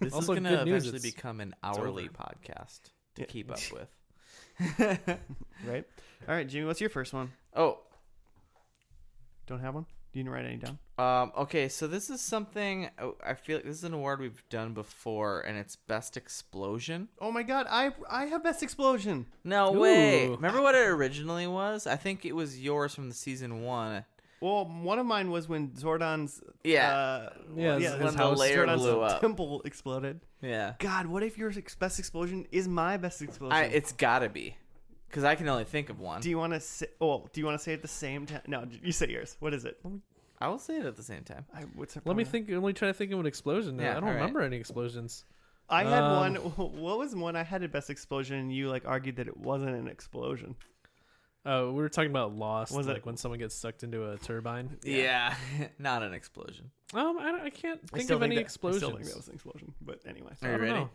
Speaker 3: this
Speaker 2: also
Speaker 3: is gonna
Speaker 2: good news,
Speaker 3: eventually
Speaker 2: it's-
Speaker 3: become an hourly
Speaker 2: over.
Speaker 3: podcast to
Speaker 1: Yeah.
Speaker 3: keep up with.
Speaker 1: Right? All right, Jimmy, what's your first one?
Speaker 3: oh,
Speaker 1: Don't have one? You didn't write any down?
Speaker 3: Um, okay, so this is something oh, I feel like this is an award we've done before, and it's best explosion.
Speaker 1: Oh my God, I I have Best Explosion.
Speaker 3: No way!
Speaker 2: Ooh.
Speaker 3: Remember what it originally was? I think it was yours from the season one.
Speaker 1: Well, one of mine was when Zordon's.
Speaker 3: Yeah.
Speaker 1: Uh,
Speaker 2: Yeah, his- his
Speaker 1: when
Speaker 3: house
Speaker 1: Zordon's
Speaker 3: blew up.
Speaker 1: temple exploded.
Speaker 3: Yeah,
Speaker 1: God, what if your ex- best explosion is my best explosion?
Speaker 3: I, it's gotta be, because I can only think of one.
Speaker 1: do you want to say? Oh, do you want to say it at the same time? No, you say yours. What is it?
Speaker 3: I will say it at the same time.
Speaker 1: I, what's
Speaker 2: Let me think. Let me try to think of an explosion.
Speaker 3: Yeah,
Speaker 2: I don't
Speaker 3: all right.
Speaker 2: remember any explosions.
Speaker 1: I had one.
Speaker 2: Um,
Speaker 1: What was one I had at best explosion? and You like argued that it wasn't an explosion.
Speaker 2: Uh, we were talking about Lost,
Speaker 1: Was it-
Speaker 2: like when someone gets sucked into a turbine.
Speaker 3: Yeah, not an explosion.
Speaker 2: Um, I, don't- I can't
Speaker 1: I
Speaker 2: think
Speaker 1: still
Speaker 2: of any
Speaker 1: that- I still think
Speaker 2: explosions.
Speaker 1: that was an explosion. But anyway,
Speaker 3: All
Speaker 2: I
Speaker 3: right.
Speaker 2: don't
Speaker 3: You ready?
Speaker 2: know.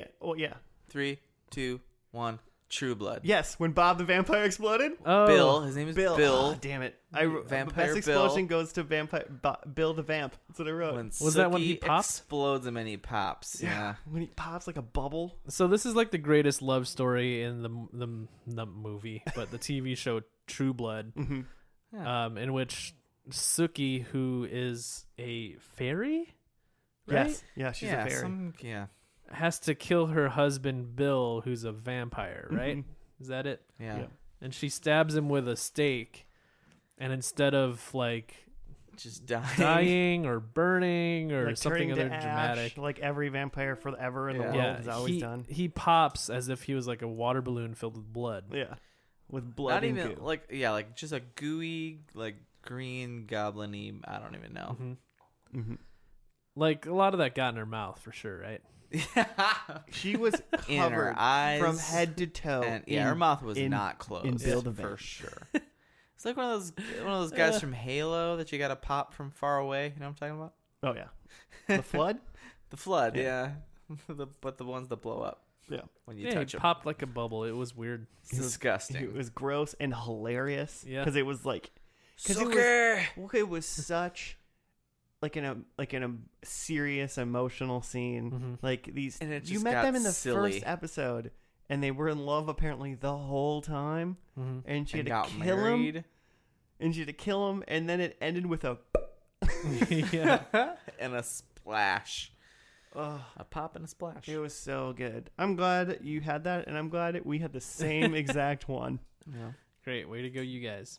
Speaker 1: yeah. Oh yeah.
Speaker 3: Three, two, one. True Blood.
Speaker 1: Yes, when Bob the vampire exploded.
Speaker 2: Oh,
Speaker 3: Bill. His name is Bill.
Speaker 1: Bill. Ah, damn it. I wrote-
Speaker 3: Vampire
Speaker 1: best
Speaker 3: Bill.
Speaker 1: explosion goes to vampire Bo- Bill the vamp. That's what I wrote.
Speaker 3: When
Speaker 2: Was that when he
Speaker 3: Sookie
Speaker 2: popped?
Speaker 3: Explodes him and he pops. Yeah.
Speaker 1: When he pops like a bubble.
Speaker 2: So this is like the greatest love story in the the, the movie, but the TV show True Blood,
Speaker 3: Mm-hmm.
Speaker 2: um, in which Suki, who is a fairy, right?
Speaker 1: Yes. Yeah, she's
Speaker 3: yeah.
Speaker 1: a fairy.
Speaker 3: some- yeah.
Speaker 2: has to kill her husband Bill, who's a vampire,
Speaker 1: Mm-hmm.
Speaker 2: right? Is that it?
Speaker 3: Yeah.
Speaker 1: Yeah.
Speaker 2: And she stabs him with a stake, and instead of like
Speaker 3: Just dying.
Speaker 2: dying or burning or
Speaker 1: like
Speaker 2: something
Speaker 1: turning
Speaker 2: other
Speaker 1: to ash,
Speaker 2: dramatic,
Speaker 1: like every vampire forever in the
Speaker 3: Yeah.
Speaker 1: world
Speaker 2: yeah,
Speaker 1: has always
Speaker 2: he,
Speaker 1: done.
Speaker 2: he pops as if he was like a water balloon filled with blood.
Speaker 1: Yeah, with blood.
Speaker 3: Not
Speaker 1: and
Speaker 3: even
Speaker 1: goo.
Speaker 3: like yeah, like just a gooey like green goblin-y, I don't even know.
Speaker 2: Mm-hmm.
Speaker 1: Mm-hmm.
Speaker 2: Like a lot of that got in her mouth for sure, right?
Speaker 1: she was
Speaker 3: In her
Speaker 1: covered
Speaker 3: eyes
Speaker 1: from head to toe.
Speaker 3: and yeah, her
Speaker 1: in-
Speaker 3: mouth was
Speaker 1: in-
Speaker 3: not closed
Speaker 1: in Bill the
Speaker 3: for
Speaker 1: Vamp.
Speaker 3: sure. It's like one of those one of those guys from Halo that you got to pop from far away. You know what I'm talking about?
Speaker 1: Oh yeah, the flood.
Speaker 3: The flood, yeah. the, but the ones that blow up
Speaker 1: Yeah,
Speaker 3: when you
Speaker 2: Yeah,
Speaker 3: touch
Speaker 2: he
Speaker 3: them.
Speaker 2: popped like a bubble. It was weird.
Speaker 3: It's disgusting.
Speaker 1: it was gross and hilarious.
Speaker 2: Yeah.
Speaker 1: because it was like because it was
Speaker 3: Sucker!
Speaker 1: well, it was such like in a like in a serious emotional scene. Like these,
Speaker 3: And it
Speaker 1: you
Speaker 3: just
Speaker 1: met
Speaker 3: got
Speaker 1: them in the
Speaker 3: silly.
Speaker 1: first episode, and they were in love apparently the whole time.
Speaker 2: Mm-hmm.
Speaker 1: And she
Speaker 3: and
Speaker 1: had
Speaker 3: got
Speaker 1: to kill him,
Speaker 3: married.
Speaker 1: and she had to kill him, and then it ended with a
Speaker 2: Mm-hmm. yeah.
Speaker 3: and a splash.
Speaker 1: Ugh.
Speaker 3: A pop and a splash.
Speaker 1: It was so good. I'm glad you had that, and I'm glad we had the same exact one.
Speaker 3: Yeah.
Speaker 2: Great. Way to go, you guys.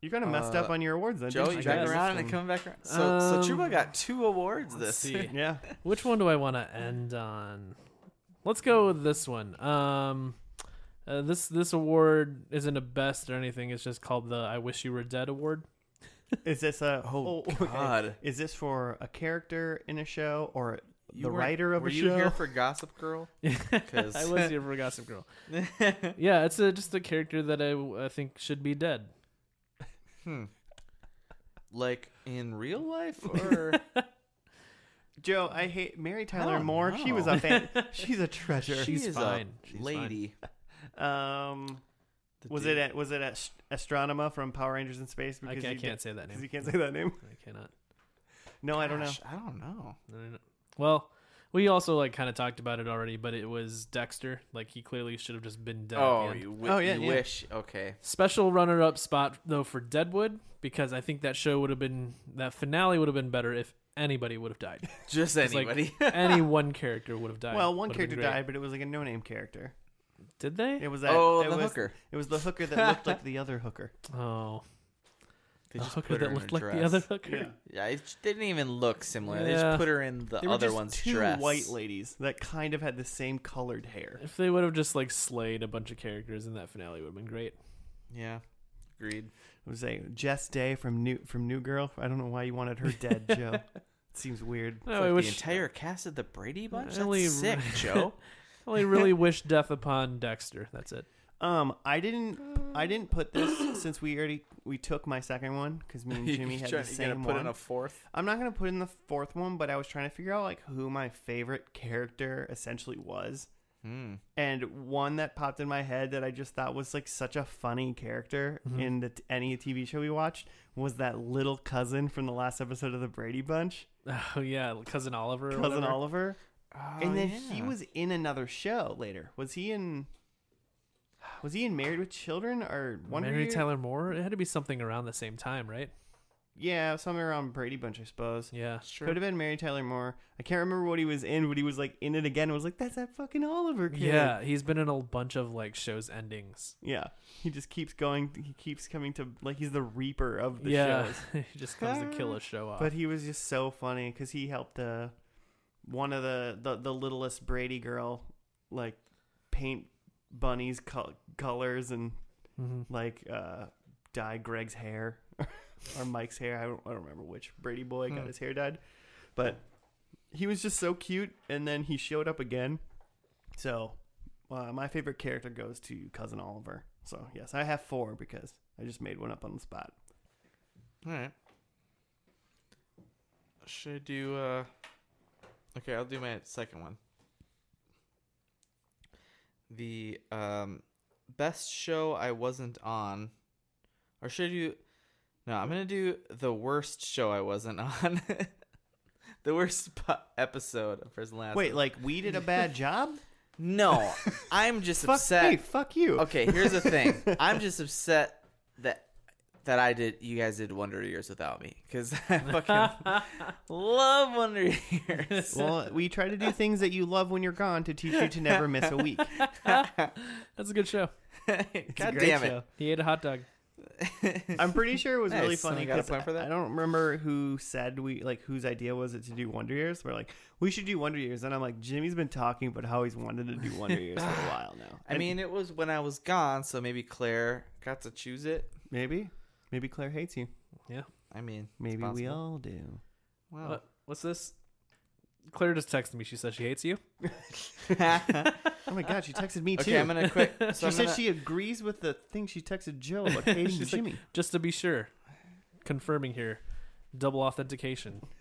Speaker 1: You kind of messed up
Speaker 3: Uh,
Speaker 1: on your awards, then.
Speaker 3: Joe,
Speaker 1: didn't
Speaker 3: you
Speaker 1: you
Speaker 2: got
Speaker 3: back
Speaker 2: guys?
Speaker 3: around and come back around. So, so
Speaker 2: Um,
Speaker 3: Truba got two awards
Speaker 2: Let's
Speaker 3: this.
Speaker 2: see.
Speaker 1: Yeah,
Speaker 2: Which one do I want to end on? Let's go with this one. Um, uh, this this award isn't a best or anything. It's just called the "I Wish You Were Dead" award.
Speaker 1: is this a?
Speaker 3: Oh,
Speaker 1: okay.
Speaker 3: God.
Speaker 1: Is this for a character in a show or
Speaker 3: You
Speaker 1: the
Speaker 3: were-
Speaker 1: writer of
Speaker 3: were
Speaker 1: a
Speaker 3: you
Speaker 1: show?
Speaker 3: here for Gossip Girl?
Speaker 2: I was here for Gossip Girl. yeah, it's a, just a character that I, I think should be dead.
Speaker 3: Hmm. Like in real life, or
Speaker 1: Joe, I hate Mary Tyler
Speaker 3: don't
Speaker 1: Moore. She was a
Speaker 3: know.
Speaker 1: fan. She's a treasure.
Speaker 2: She's
Speaker 3: Oh, She is a
Speaker 2: fine. She's fine.
Speaker 3: lady.
Speaker 1: um,
Speaker 3: The
Speaker 1: was
Speaker 3: dude.
Speaker 1: it at, was it at Astronema from Power Rangers in Space?
Speaker 2: I, ca- I
Speaker 1: you
Speaker 2: can't
Speaker 1: di-
Speaker 2: say that
Speaker 1: because
Speaker 2: name.
Speaker 1: you can't say that name.
Speaker 2: I cannot.
Speaker 1: No, I don't know.
Speaker 3: Gosh, I don't know.
Speaker 2: No, no, no. Well, we also like kind of talked about it already, but it was Dexter. Like he clearly should have just been dead. at the
Speaker 3: Oh,
Speaker 2: end.
Speaker 3: you, wi-
Speaker 1: Oh, yeah,
Speaker 3: you
Speaker 1: yeah.
Speaker 3: wish. Okay.
Speaker 2: Special runner up spot though for Deadwood because I think that show would have been that finale would have been better if anybody would have died.
Speaker 3: Just
Speaker 2: It's like,
Speaker 3: anybody.
Speaker 2: any one character would have died.
Speaker 1: Well, one
Speaker 2: Would have been
Speaker 1: character
Speaker 2: great.
Speaker 1: died, but it was like a no-name character.
Speaker 2: Did they?
Speaker 1: It was that.
Speaker 3: oh,
Speaker 1: it
Speaker 3: the
Speaker 1: was,
Speaker 3: hooker.
Speaker 1: It was the hooker that looked like the other hooker.
Speaker 2: Oh,
Speaker 3: They
Speaker 2: the
Speaker 3: just
Speaker 2: hooker
Speaker 3: put her
Speaker 2: that
Speaker 3: in
Speaker 2: looked
Speaker 3: a
Speaker 2: like the
Speaker 3: dress.
Speaker 2: other hooker.
Speaker 3: Yeah, it j- didn't even look similar. They
Speaker 2: Yeah.
Speaker 3: just put her in the
Speaker 1: They were
Speaker 3: other
Speaker 1: just
Speaker 3: one's
Speaker 1: two
Speaker 3: dress.
Speaker 1: white ladies that kind of had the same colored hair.
Speaker 2: If they would have just like slayed a bunch of characters in that finale, would have been great.
Speaker 3: Yeah. Agreed.
Speaker 1: It was a Jess Day from New from New Girl. I don't know why you wanted her dead, Joe. It seems weird.
Speaker 2: No,
Speaker 3: It's
Speaker 2: Oh, I
Speaker 3: like
Speaker 2: wish
Speaker 3: the entire cast of the Brady Bunch.
Speaker 2: only-
Speaker 3: That's sick, Joe.
Speaker 2: I only really wish death upon Dexter. That's it.
Speaker 1: Um, I didn't. I didn't put this since we already we took my second one because me and Jimmy had
Speaker 3: Trying-
Speaker 1: the
Speaker 3: you gonna
Speaker 1: same
Speaker 3: put
Speaker 1: one.
Speaker 3: in a fourth.
Speaker 1: I'm not gonna put in the fourth one, but I was trying to figure out like who my favorite character essentially was,
Speaker 3: Hmm.
Speaker 1: and one that popped in my head that I just thought was like such a funny character
Speaker 3: Mm-hmm.
Speaker 1: in the, any TV show we watched was that little cousin from the last episode of the Brady Bunch,
Speaker 2: Oh yeah, cousin Oliver. or
Speaker 1: cousin
Speaker 2: whatever.
Speaker 1: Oliver,
Speaker 3: Oh,
Speaker 1: and then he
Speaker 3: yeah.
Speaker 1: was in another show later. Was he in? Was he in Married with Children or one?
Speaker 2: Mary Tyler Moore. It had to be something around the same time, right?
Speaker 1: Yeah, somewhere around Brady Bunch, I suppose.
Speaker 2: Yeah.
Speaker 3: Sure.
Speaker 1: Could have been Mary Tyler Moore. I can't remember what he was in, but he was like in it again. and was like, that's that fucking Oliver kid.
Speaker 2: Yeah, he's been in a bunch of like shows endings.
Speaker 1: Yeah. He just keeps going. He keeps coming to, like, he's the reaper of the
Speaker 2: yeah,
Speaker 1: shows.
Speaker 2: he just comes to kill a show off.
Speaker 1: But he was just so funny because he helped uh, one of the, the, the littlest Brady girl, like, paint Bunny's col- colors and,
Speaker 2: Mhm.
Speaker 1: like, uh, dye Greg's hair or Mike's hair. I don't, I don't remember which. Brady boy got
Speaker 2: Hmm.
Speaker 1: his hair dyed. But he was just so cute. And then he showed up again. So uh, my favorite character goes to Cousin Oliver. So, yes, I have four because I just made one up on the spot.
Speaker 3: All right. Should I do? Uh... Okay, I'll do my second one. The um, best show I wasn't on, or should I do? No, I'm gonna do the worst show I wasn't on. the worst po- episode of First and Last.
Speaker 1: Wait, like we did a bad job?
Speaker 3: no, I'm just
Speaker 1: fuck,
Speaker 3: upset.
Speaker 1: hey, fuck you.
Speaker 3: Okay, here's the thing. I'm just upset that that I did you guys did Wonder Years without me because I fucking love Wonder Years.
Speaker 1: Well, we try to do things that you love when you're gone to teach you to never miss a week.
Speaker 2: That's a good show.
Speaker 3: God
Speaker 1: great
Speaker 3: damn it!
Speaker 1: show.
Speaker 2: He ate a hot dog.
Speaker 1: I'm pretty sure it was really
Speaker 3: Nice,
Speaker 1: funny
Speaker 3: someone got a
Speaker 1: 'cause
Speaker 3: point for that?
Speaker 1: I don't remember who said we like whose idea was it to do Wonder Years. We're like, we should do Wonder Years, and I'm like, Jimmy's been talking about how he's wanted to do Wonder Years for a while now.
Speaker 3: I
Speaker 1: And
Speaker 3: mean, it was when I was gone, so maybe Claire got to choose it.
Speaker 1: maybe, maybe Claire hates you.
Speaker 3: I mean, it's
Speaker 1: Maybe we
Speaker 3: possible.
Speaker 1: all do.
Speaker 3: Well,
Speaker 2: What, what's this? Claire just texted me. She says she hates you.
Speaker 1: Oh my god, she texted me too.
Speaker 3: okay, I'm gonna quick. So
Speaker 1: she
Speaker 3: I'm
Speaker 1: said
Speaker 3: gonna-
Speaker 1: she agrees with the thing she texted Joe about hating
Speaker 2: She's like,
Speaker 1: Jimmy.
Speaker 2: Just to be sure, confirming here, double authentication.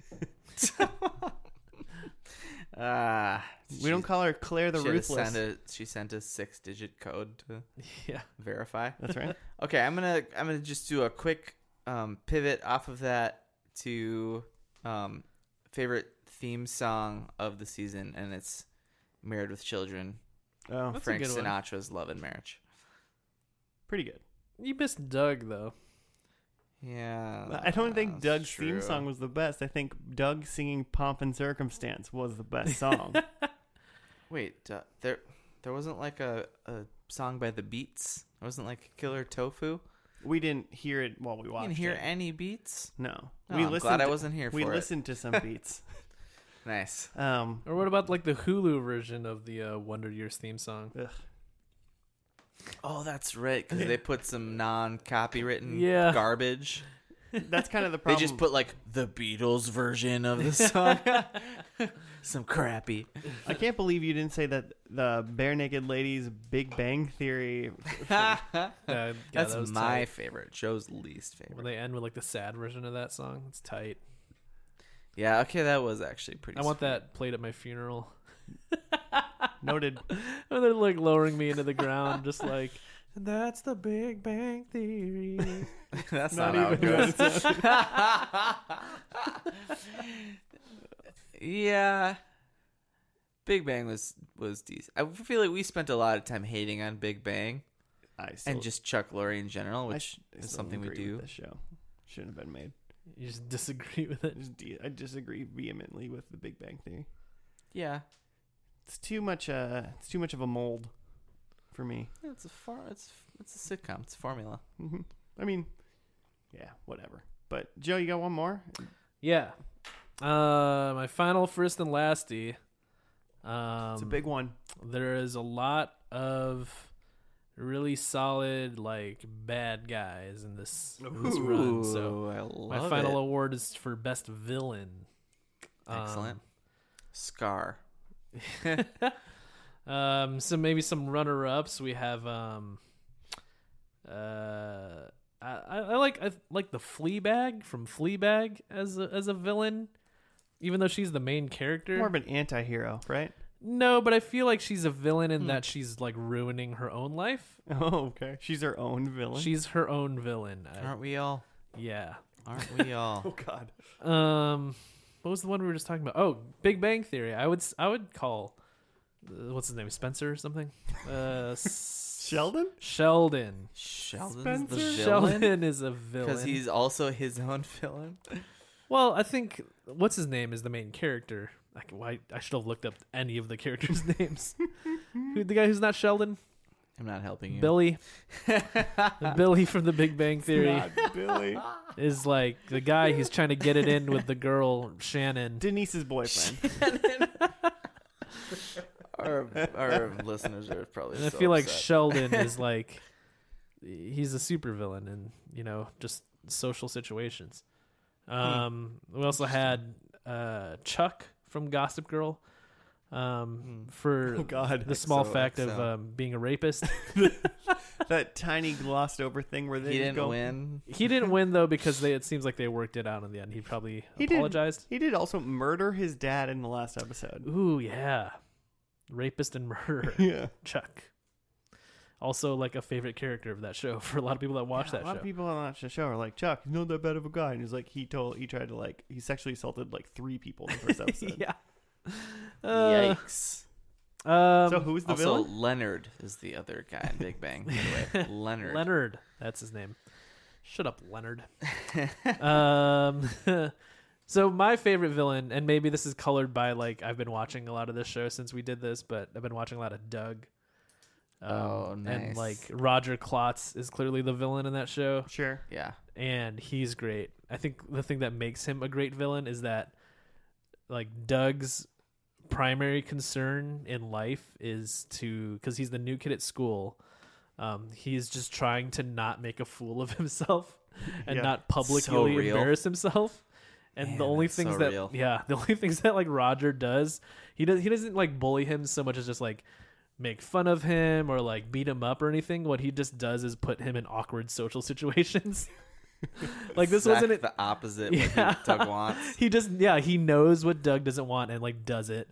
Speaker 3: Ah,
Speaker 1: we don't call her Claire the
Speaker 3: she had to
Speaker 1: Ruthless.
Speaker 3: send a- she sent a six-digit code to
Speaker 2: Yeah.
Speaker 3: verify.
Speaker 1: That's right.
Speaker 3: Okay, I'm gonna I'm gonna just do a quick um, pivot off of that to um, favorite theme song of the season, and it's "Married with Children."
Speaker 1: Oh,
Speaker 2: That's a
Speaker 3: Frank
Speaker 2: good one.
Speaker 3: Sinatra's "Love and Marriage."
Speaker 1: pretty good.
Speaker 2: You missed Doug though.
Speaker 3: Yeah,
Speaker 1: I don't think
Speaker 3: Oh, that's
Speaker 1: Doug's
Speaker 3: true.
Speaker 1: theme song was the best. I think Doug singing "Pomp and Circumstance" was the best song.
Speaker 3: Wait, uh, there there wasn't like a, a song by the Beats. It wasn't like Killer Tofu.
Speaker 1: we didn't hear it while we
Speaker 3: You
Speaker 1: watched
Speaker 3: can hear
Speaker 1: it.
Speaker 3: any beats.
Speaker 1: no,
Speaker 3: Oh,
Speaker 1: we
Speaker 3: I'm
Speaker 1: listened.
Speaker 3: glad I
Speaker 1: to-
Speaker 3: wasn't here
Speaker 1: we
Speaker 3: for
Speaker 1: listened to some beats.
Speaker 3: it. Nice.
Speaker 1: Um,
Speaker 2: Or what about like the Hulu version of the uh, Wonder Years theme song?
Speaker 1: ugh.
Speaker 3: Oh, that's right, because they put some non-copywritten
Speaker 2: Yeah.
Speaker 3: garbage.
Speaker 1: that's kind of the problem.
Speaker 3: They just put like the Beatles version of the song. Some crappy.
Speaker 1: I can't believe you didn't say that the Bare Naked Ladies' Big Bang Theory.
Speaker 2: Uh, yeah,
Speaker 3: That's
Speaker 2: that was
Speaker 3: my
Speaker 2: tight.
Speaker 3: favorite. Joe's least favorite.
Speaker 2: When they end with like the sad version of that song, it's tight.
Speaker 3: Yeah, okay, that was actually pretty.
Speaker 2: I want
Speaker 3: sweet.
Speaker 2: that played at my funeral.
Speaker 1: Noted.
Speaker 2: And they're like lowering me into the ground, just like and that's the Big Bang Theory.
Speaker 3: That's
Speaker 1: Not
Speaker 3: not, how it
Speaker 1: even
Speaker 3: goes. yeah, Big Bang was was decent. I feel like we spent a lot of time hating on Big Bang
Speaker 1: I still,
Speaker 3: and just Chuck Lorre in general,
Speaker 1: I
Speaker 3: which
Speaker 1: sh- I
Speaker 3: is
Speaker 1: still
Speaker 3: something we
Speaker 1: agree with
Speaker 3: do.
Speaker 1: This show shouldn't have been made.
Speaker 2: you just disagree with
Speaker 1: I
Speaker 2: it.
Speaker 1: just de- I disagree vehemently with the Big Bang Theory.
Speaker 3: Yeah,
Speaker 1: It's too much. Uh, it's too much of a mold for me.
Speaker 3: it's a far. It's it's a sitcom. It's a formula.
Speaker 1: hmm I mean, yeah, whatever. But Joe, you got one more?
Speaker 2: Yeah. Uh, my final first and lasty. Um,
Speaker 1: It's a big one.
Speaker 2: there is a lot of really solid like bad guys in this, in this run. So
Speaker 3: Ooh, I
Speaker 2: my
Speaker 3: love
Speaker 2: final
Speaker 3: it.
Speaker 2: award is for best villain. Um,
Speaker 3: Excellent. Scar.
Speaker 2: Um, so maybe some runner ups. We have um, uh, I, I I like I like the Fleabag from Fleabag as a, as a villain, even though she's the main character.
Speaker 1: More of an anti-hero, right?
Speaker 2: No, but I feel like she's a villain
Speaker 1: Hmm.
Speaker 2: in that she's like ruining her own life.
Speaker 1: Oh, okay. She's her own villain.
Speaker 2: She's her own villain. I-
Speaker 3: Aren't we all?
Speaker 2: yeah.
Speaker 3: Aren't we all?
Speaker 1: oh God.
Speaker 2: Um, what was the one we were just talking about? Oh, Big Bang Theory. I would s- I would call uh, what's his name, Spencer or something. Uh, S-
Speaker 1: Sheldon.
Speaker 2: Sheldon.
Speaker 3: Sheldon's the
Speaker 1: Spencer?
Speaker 3: villain
Speaker 2: Sheldon is a villain.
Speaker 3: because he's also his own villain.
Speaker 2: well, I think what's his name is the main character. I, c- why I should have looked up any of the characters' names. Who the guy who's not Sheldon?
Speaker 3: I'm not helping you.
Speaker 2: Billy. Billy from the Big Bang Theory
Speaker 1: Not Billy.
Speaker 2: is like the guy who's trying to get it in with the girl Shannon.
Speaker 1: Denise's boyfriend.
Speaker 3: our, our listeners are probably.
Speaker 2: And I
Speaker 3: so
Speaker 2: feel like
Speaker 3: upset.
Speaker 2: Sheldon is like he's a supervillain in, you know, just social situations.
Speaker 3: Hmm.
Speaker 2: Um we also had uh Chuck from Gossip Girl
Speaker 3: Hmm.
Speaker 2: um for
Speaker 1: Oh God.
Speaker 2: the small
Speaker 3: XOXO.
Speaker 2: fact of um, being a rapist.
Speaker 1: that tiny glossed over thing where they
Speaker 3: he
Speaker 1: just
Speaker 3: didn't
Speaker 1: go,
Speaker 3: win.
Speaker 2: he didn't win though because they it seems like they worked it out in the end. He probably
Speaker 1: He did.
Speaker 2: apologized.
Speaker 1: He did also murder his dad in the last episode.
Speaker 2: Ooh, yeah. Rapist and murderer.
Speaker 1: Yeah.
Speaker 2: Chuck. Also like a favorite character of that show for a lot of people that watch
Speaker 1: a
Speaker 2: that
Speaker 1: lot
Speaker 2: show.
Speaker 1: of people on that show are like, Chuck, he's not that bad of a guy. And he's like, he told, he tried to like, he sexually assaulted like three people in the first episode.
Speaker 2: yeah. Uh,
Speaker 3: Yikes.
Speaker 2: Um,
Speaker 1: So who's the
Speaker 3: also,
Speaker 1: villain?
Speaker 3: Leonard is the other guy in Big Bang. By
Speaker 2: um,
Speaker 3: the way, Leonard.
Speaker 2: Leonard. That's his name. Shut up, Leonard. um, so my favorite villain, and maybe this is colored by like I've been watching a lot of this show since we did this, but I've been watching a lot of Doug. Um,
Speaker 3: Oh,
Speaker 2: And
Speaker 3: nice.
Speaker 2: like Roger Klotz is clearly the villain in that show,
Speaker 1: Sure.
Speaker 3: Yeah.
Speaker 2: and he's great. I think the thing that makes him a great villain is that like Doug's primary concern in life is to because he's the new kid at school. Um, he's just trying to not make a fool of himself and
Speaker 1: Yeah.
Speaker 2: not publicly
Speaker 3: So real.
Speaker 2: embarrass himself. And the
Speaker 3: Man,
Speaker 2: only
Speaker 3: that's
Speaker 2: things
Speaker 3: so
Speaker 2: that
Speaker 3: real.
Speaker 2: yeah, the only things that like Roger does, he does he doesn't like bully him so much as just like make fun of him or like beat him up or anything. What he just does is put him in awkward social situations. like this
Speaker 3: Zach,
Speaker 2: wasn't it
Speaker 3: the opposite what
Speaker 2: Yeah.
Speaker 3: he- Doug wants.
Speaker 2: he doesn't yeah he knows what doug doesn't want and like does it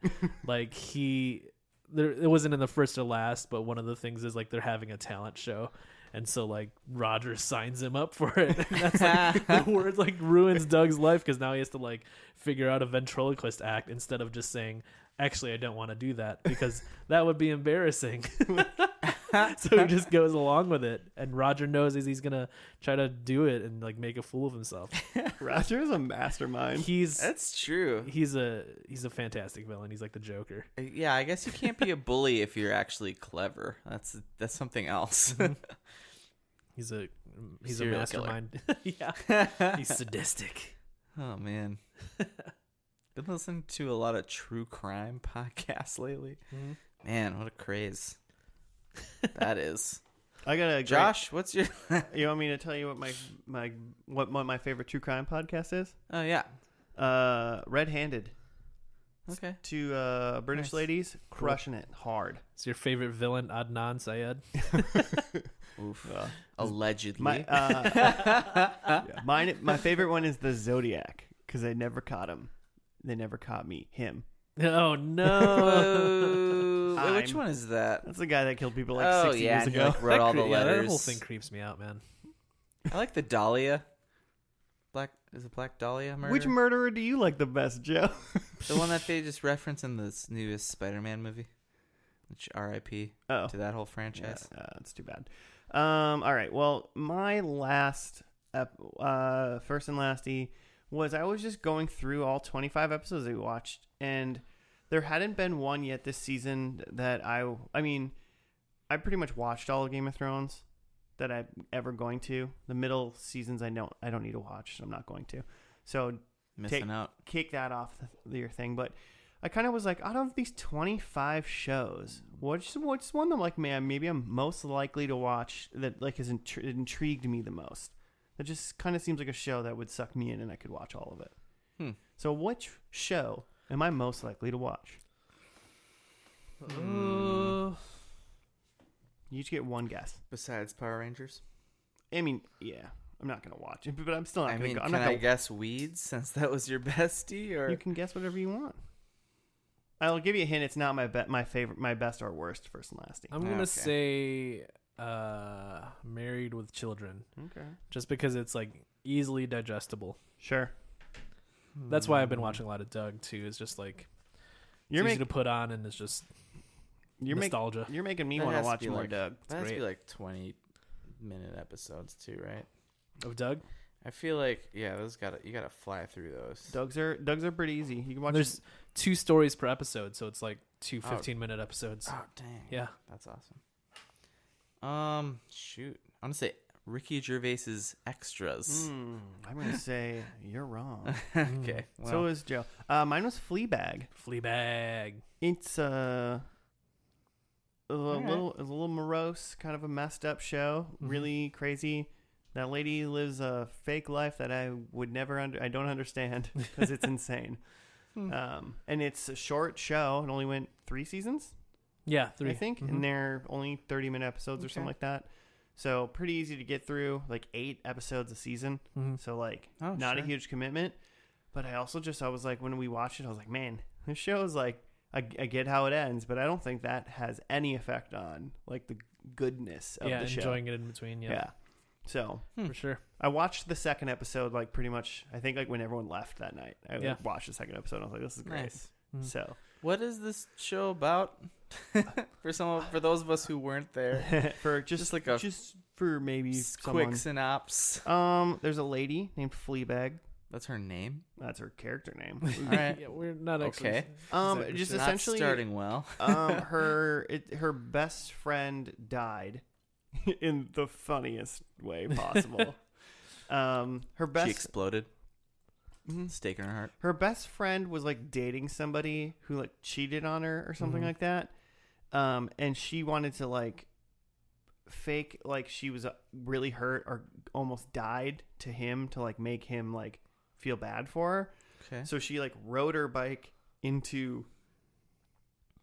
Speaker 2: like he there it wasn't in the first or last but one of the things is like they're having a talent show and so like roger signs him up for it and that's like the word like ruins doug's life because now he has to like figure out a ventriloquist act instead of just saying actually i don't want to do that because that would be embarrassing so he just goes along with it and roger knows he's gonna try to do it and like make a fool of himself
Speaker 1: Roger is a mastermind.
Speaker 2: he's
Speaker 3: That's true.
Speaker 2: he's a he's a fantastic villain. He's like the Joker.
Speaker 3: Yeah, I guess you can't be a bully if you're actually clever. That's that's something else.
Speaker 2: Mm-hmm. He's a he's
Speaker 3: Serial
Speaker 2: a mastermind. yeah, he's sadistic.
Speaker 3: Oh man. Been listening to a lot of true crime podcasts lately.
Speaker 2: Mhm.
Speaker 3: Man, what a craze. that is.
Speaker 1: I got a great-
Speaker 3: Josh, what's your
Speaker 1: You want me to tell you what my my what, what my favorite true crime podcast is?
Speaker 3: Oh yeah.
Speaker 1: Uh, Red Handed.
Speaker 3: Okay.
Speaker 1: Two uh, British
Speaker 3: Nice.
Speaker 1: ladies crushing it hard.
Speaker 2: It's your favorite villain, Adnan Syed.
Speaker 3: Oof. Allegedly.
Speaker 1: My uh, yeah. mine my favorite one is the Zodiac because they never caught him. They never caught me. Him.
Speaker 2: Oh no!
Speaker 3: Whoa. Wait, which
Speaker 1: I'm-
Speaker 3: one is that?
Speaker 1: That's the guy that killed people like
Speaker 3: Oh,
Speaker 1: sixty
Speaker 3: yeah,
Speaker 1: years
Speaker 3: and he,
Speaker 1: ago.
Speaker 3: like, wrote
Speaker 2: That
Speaker 3: all
Speaker 2: cre-
Speaker 3: the
Speaker 2: yeah, that whole
Speaker 3: letters.
Speaker 2: thing creeps me out, man.
Speaker 3: I like the Dahlia. Black is it Black Dahlia murder?
Speaker 1: Which murderer do you like the best, Joe?
Speaker 3: the one that they just reference in this newest Spider-Man movie. Which R.I.P.
Speaker 1: Oh,
Speaker 3: to that whole
Speaker 1: yeah,
Speaker 3: franchise.
Speaker 1: uh, that's too bad. Um, all right. Well, my last, ep- uh, first and lasty was I was just going through all 25 episodes we watched, and there hadn't been one yet this season that I, I mean, I pretty much watched all of Game of Thrones that I'm ever going to. The middle seasons I don't, I don't need to watch. So I'm not going to. So
Speaker 3: Missing
Speaker 1: Take-
Speaker 3: out.
Speaker 1: kick that off the, your thing, but I kind of was like, out of these twenty five shows, what's what's one that I'm like, man, maybe I'm most likely to watch that like has intri- intrigued me the most. That just kind of seems like a show that would suck me in, and I could watch all of it.
Speaker 3: Hmm.
Speaker 1: So, which show am I most likely to watch?
Speaker 2: Uh,
Speaker 1: You each get one guess.
Speaker 3: Besides Power Rangers,
Speaker 1: I mean, yeah, I'm not gonna watch it, but I'm still not
Speaker 3: I
Speaker 1: gonna.
Speaker 3: mean,
Speaker 1: go. I'm
Speaker 3: can
Speaker 1: not
Speaker 3: I
Speaker 1: gonna.
Speaker 3: guess weeds since that was your bestie? Or
Speaker 1: you can guess whatever you want. I'll give you a hint. It's not my be- my favorite, my best or worst first and lasting.
Speaker 2: I'm
Speaker 3: Okay.
Speaker 2: gonna say uh, married with children,
Speaker 1: Okay,
Speaker 2: just because it's like easily digestible.
Speaker 1: sure.
Speaker 2: That's why I've been watching a lot of Doug too. It's just like it's
Speaker 1: You're
Speaker 2: easy to
Speaker 1: making
Speaker 2: put on, and it's just
Speaker 1: you're making
Speaker 2: nostalgia.
Speaker 1: you're making me
Speaker 3: That
Speaker 1: want to
Speaker 3: has to
Speaker 1: watch
Speaker 3: be
Speaker 1: more
Speaker 3: like-
Speaker 1: Doug.
Speaker 3: that has to be
Speaker 2: great.
Speaker 3: like twenty minute episodes too, right?
Speaker 2: of Doug.
Speaker 3: I feel like yeah, those got to you got to fly through those.
Speaker 1: Doug's are Doug's are pretty easy. You can watch.
Speaker 2: There's two stories per episode, so it's like two
Speaker 3: Oh.
Speaker 2: 15 minute episodes.
Speaker 3: Oh dang!
Speaker 2: Yeah.
Speaker 3: that's awesome. Um, shoot, I'm gonna say Ricky Gervais's extras.
Speaker 1: Mm, I'm gonna say you're wrong.
Speaker 3: okay, well,
Speaker 1: Mm, so is Joe. Uh, mine was Fleabag.
Speaker 2: Fleabag.
Speaker 1: It's uh, a
Speaker 3: right. Mm-hmm.
Speaker 1: little a little morose, kind of a messed up show.
Speaker 2: Mhm.
Speaker 1: Really crazy. That lady lives a fake life that I would never under. I don't understand because it's insane.
Speaker 3: Hmm.
Speaker 1: Um, and it's a short show. It only went three seasons,
Speaker 2: Yeah, three.
Speaker 1: I think,
Speaker 2: Mhm.
Speaker 1: and they're only thirty minute episodes or something
Speaker 3: Okay.
Speaker 1: like that. So pretty easy to get through, like eight episodes a season.
Speaker 2: Mhm.
Speaker 1: So like
Speaker 3: Oh,
Speaker 1: not a
Speaker 3: sure.
Speaker 1: huge commitment. But I also just I was like when we watched it, I was like, man, this show is like I, I get how it ends, but I don't think that has any effect on like the goodness of
Speaker 2: Yeah,
Speaker 1: the show.
Speaker 2: enjoying it in between.
Speaker 1: yeah.
Speaker 2: Yeah,
Speaker 1: So
Speaker 2: for sure.
Speaker 1: I watched the second episode like pretty much I think like when everyone left that night. I like,
Speaker 2: Yeah.
Speaker 1: watched the second episode. And I was like, this is great.
Speaker 3: nice.
Speaker 2: Mm.
Speaker 1: So
Speaker 3: What is this show about? for some, of, for those of us who weren't there,
Speaker 1: for just,
Speaker 3: Just
Speaker 1: like
Speaker 3: like a
Speaker 1: just for maybe
Speaker 3: s-
Speaker 1: someone.
Speaker 3: quick synopse.
Speaker 1: um, there's a lady named Fleabag.
Speaker 3: That's her name.
Speaker 1: That's her character name.
Speaker 3: All right,
Speaker 2: Yeah, we're not actually.
Speaker 3: Okay.
Speaker 1: Um,
Speaker 2: Exactly.
Speaker 1: just
Speaker 3: not
Speaker 1: essentially
Speaker 3: starting well.
Speaker 1: um, her it, her best friend died in the funniest way possible. um, her
Speaker 3: she
Speaker 1: best
Speaker 3: exploded.
Speaker 1: Mhm.
Speaker 3: Stake in her heart.
Speaker 1: her best friend was like dating somebody who like cheated on her or something
Speaker 3: Mm-hmm.
Speaker 2: Mhm.
Speaker 1: like that. Um, and she wanted to like fake like she was uh, really hurt or almost died to him to like make him like feel bad for her.
Speaker 3: Okay.
Speaker 1: So she like rode her bike into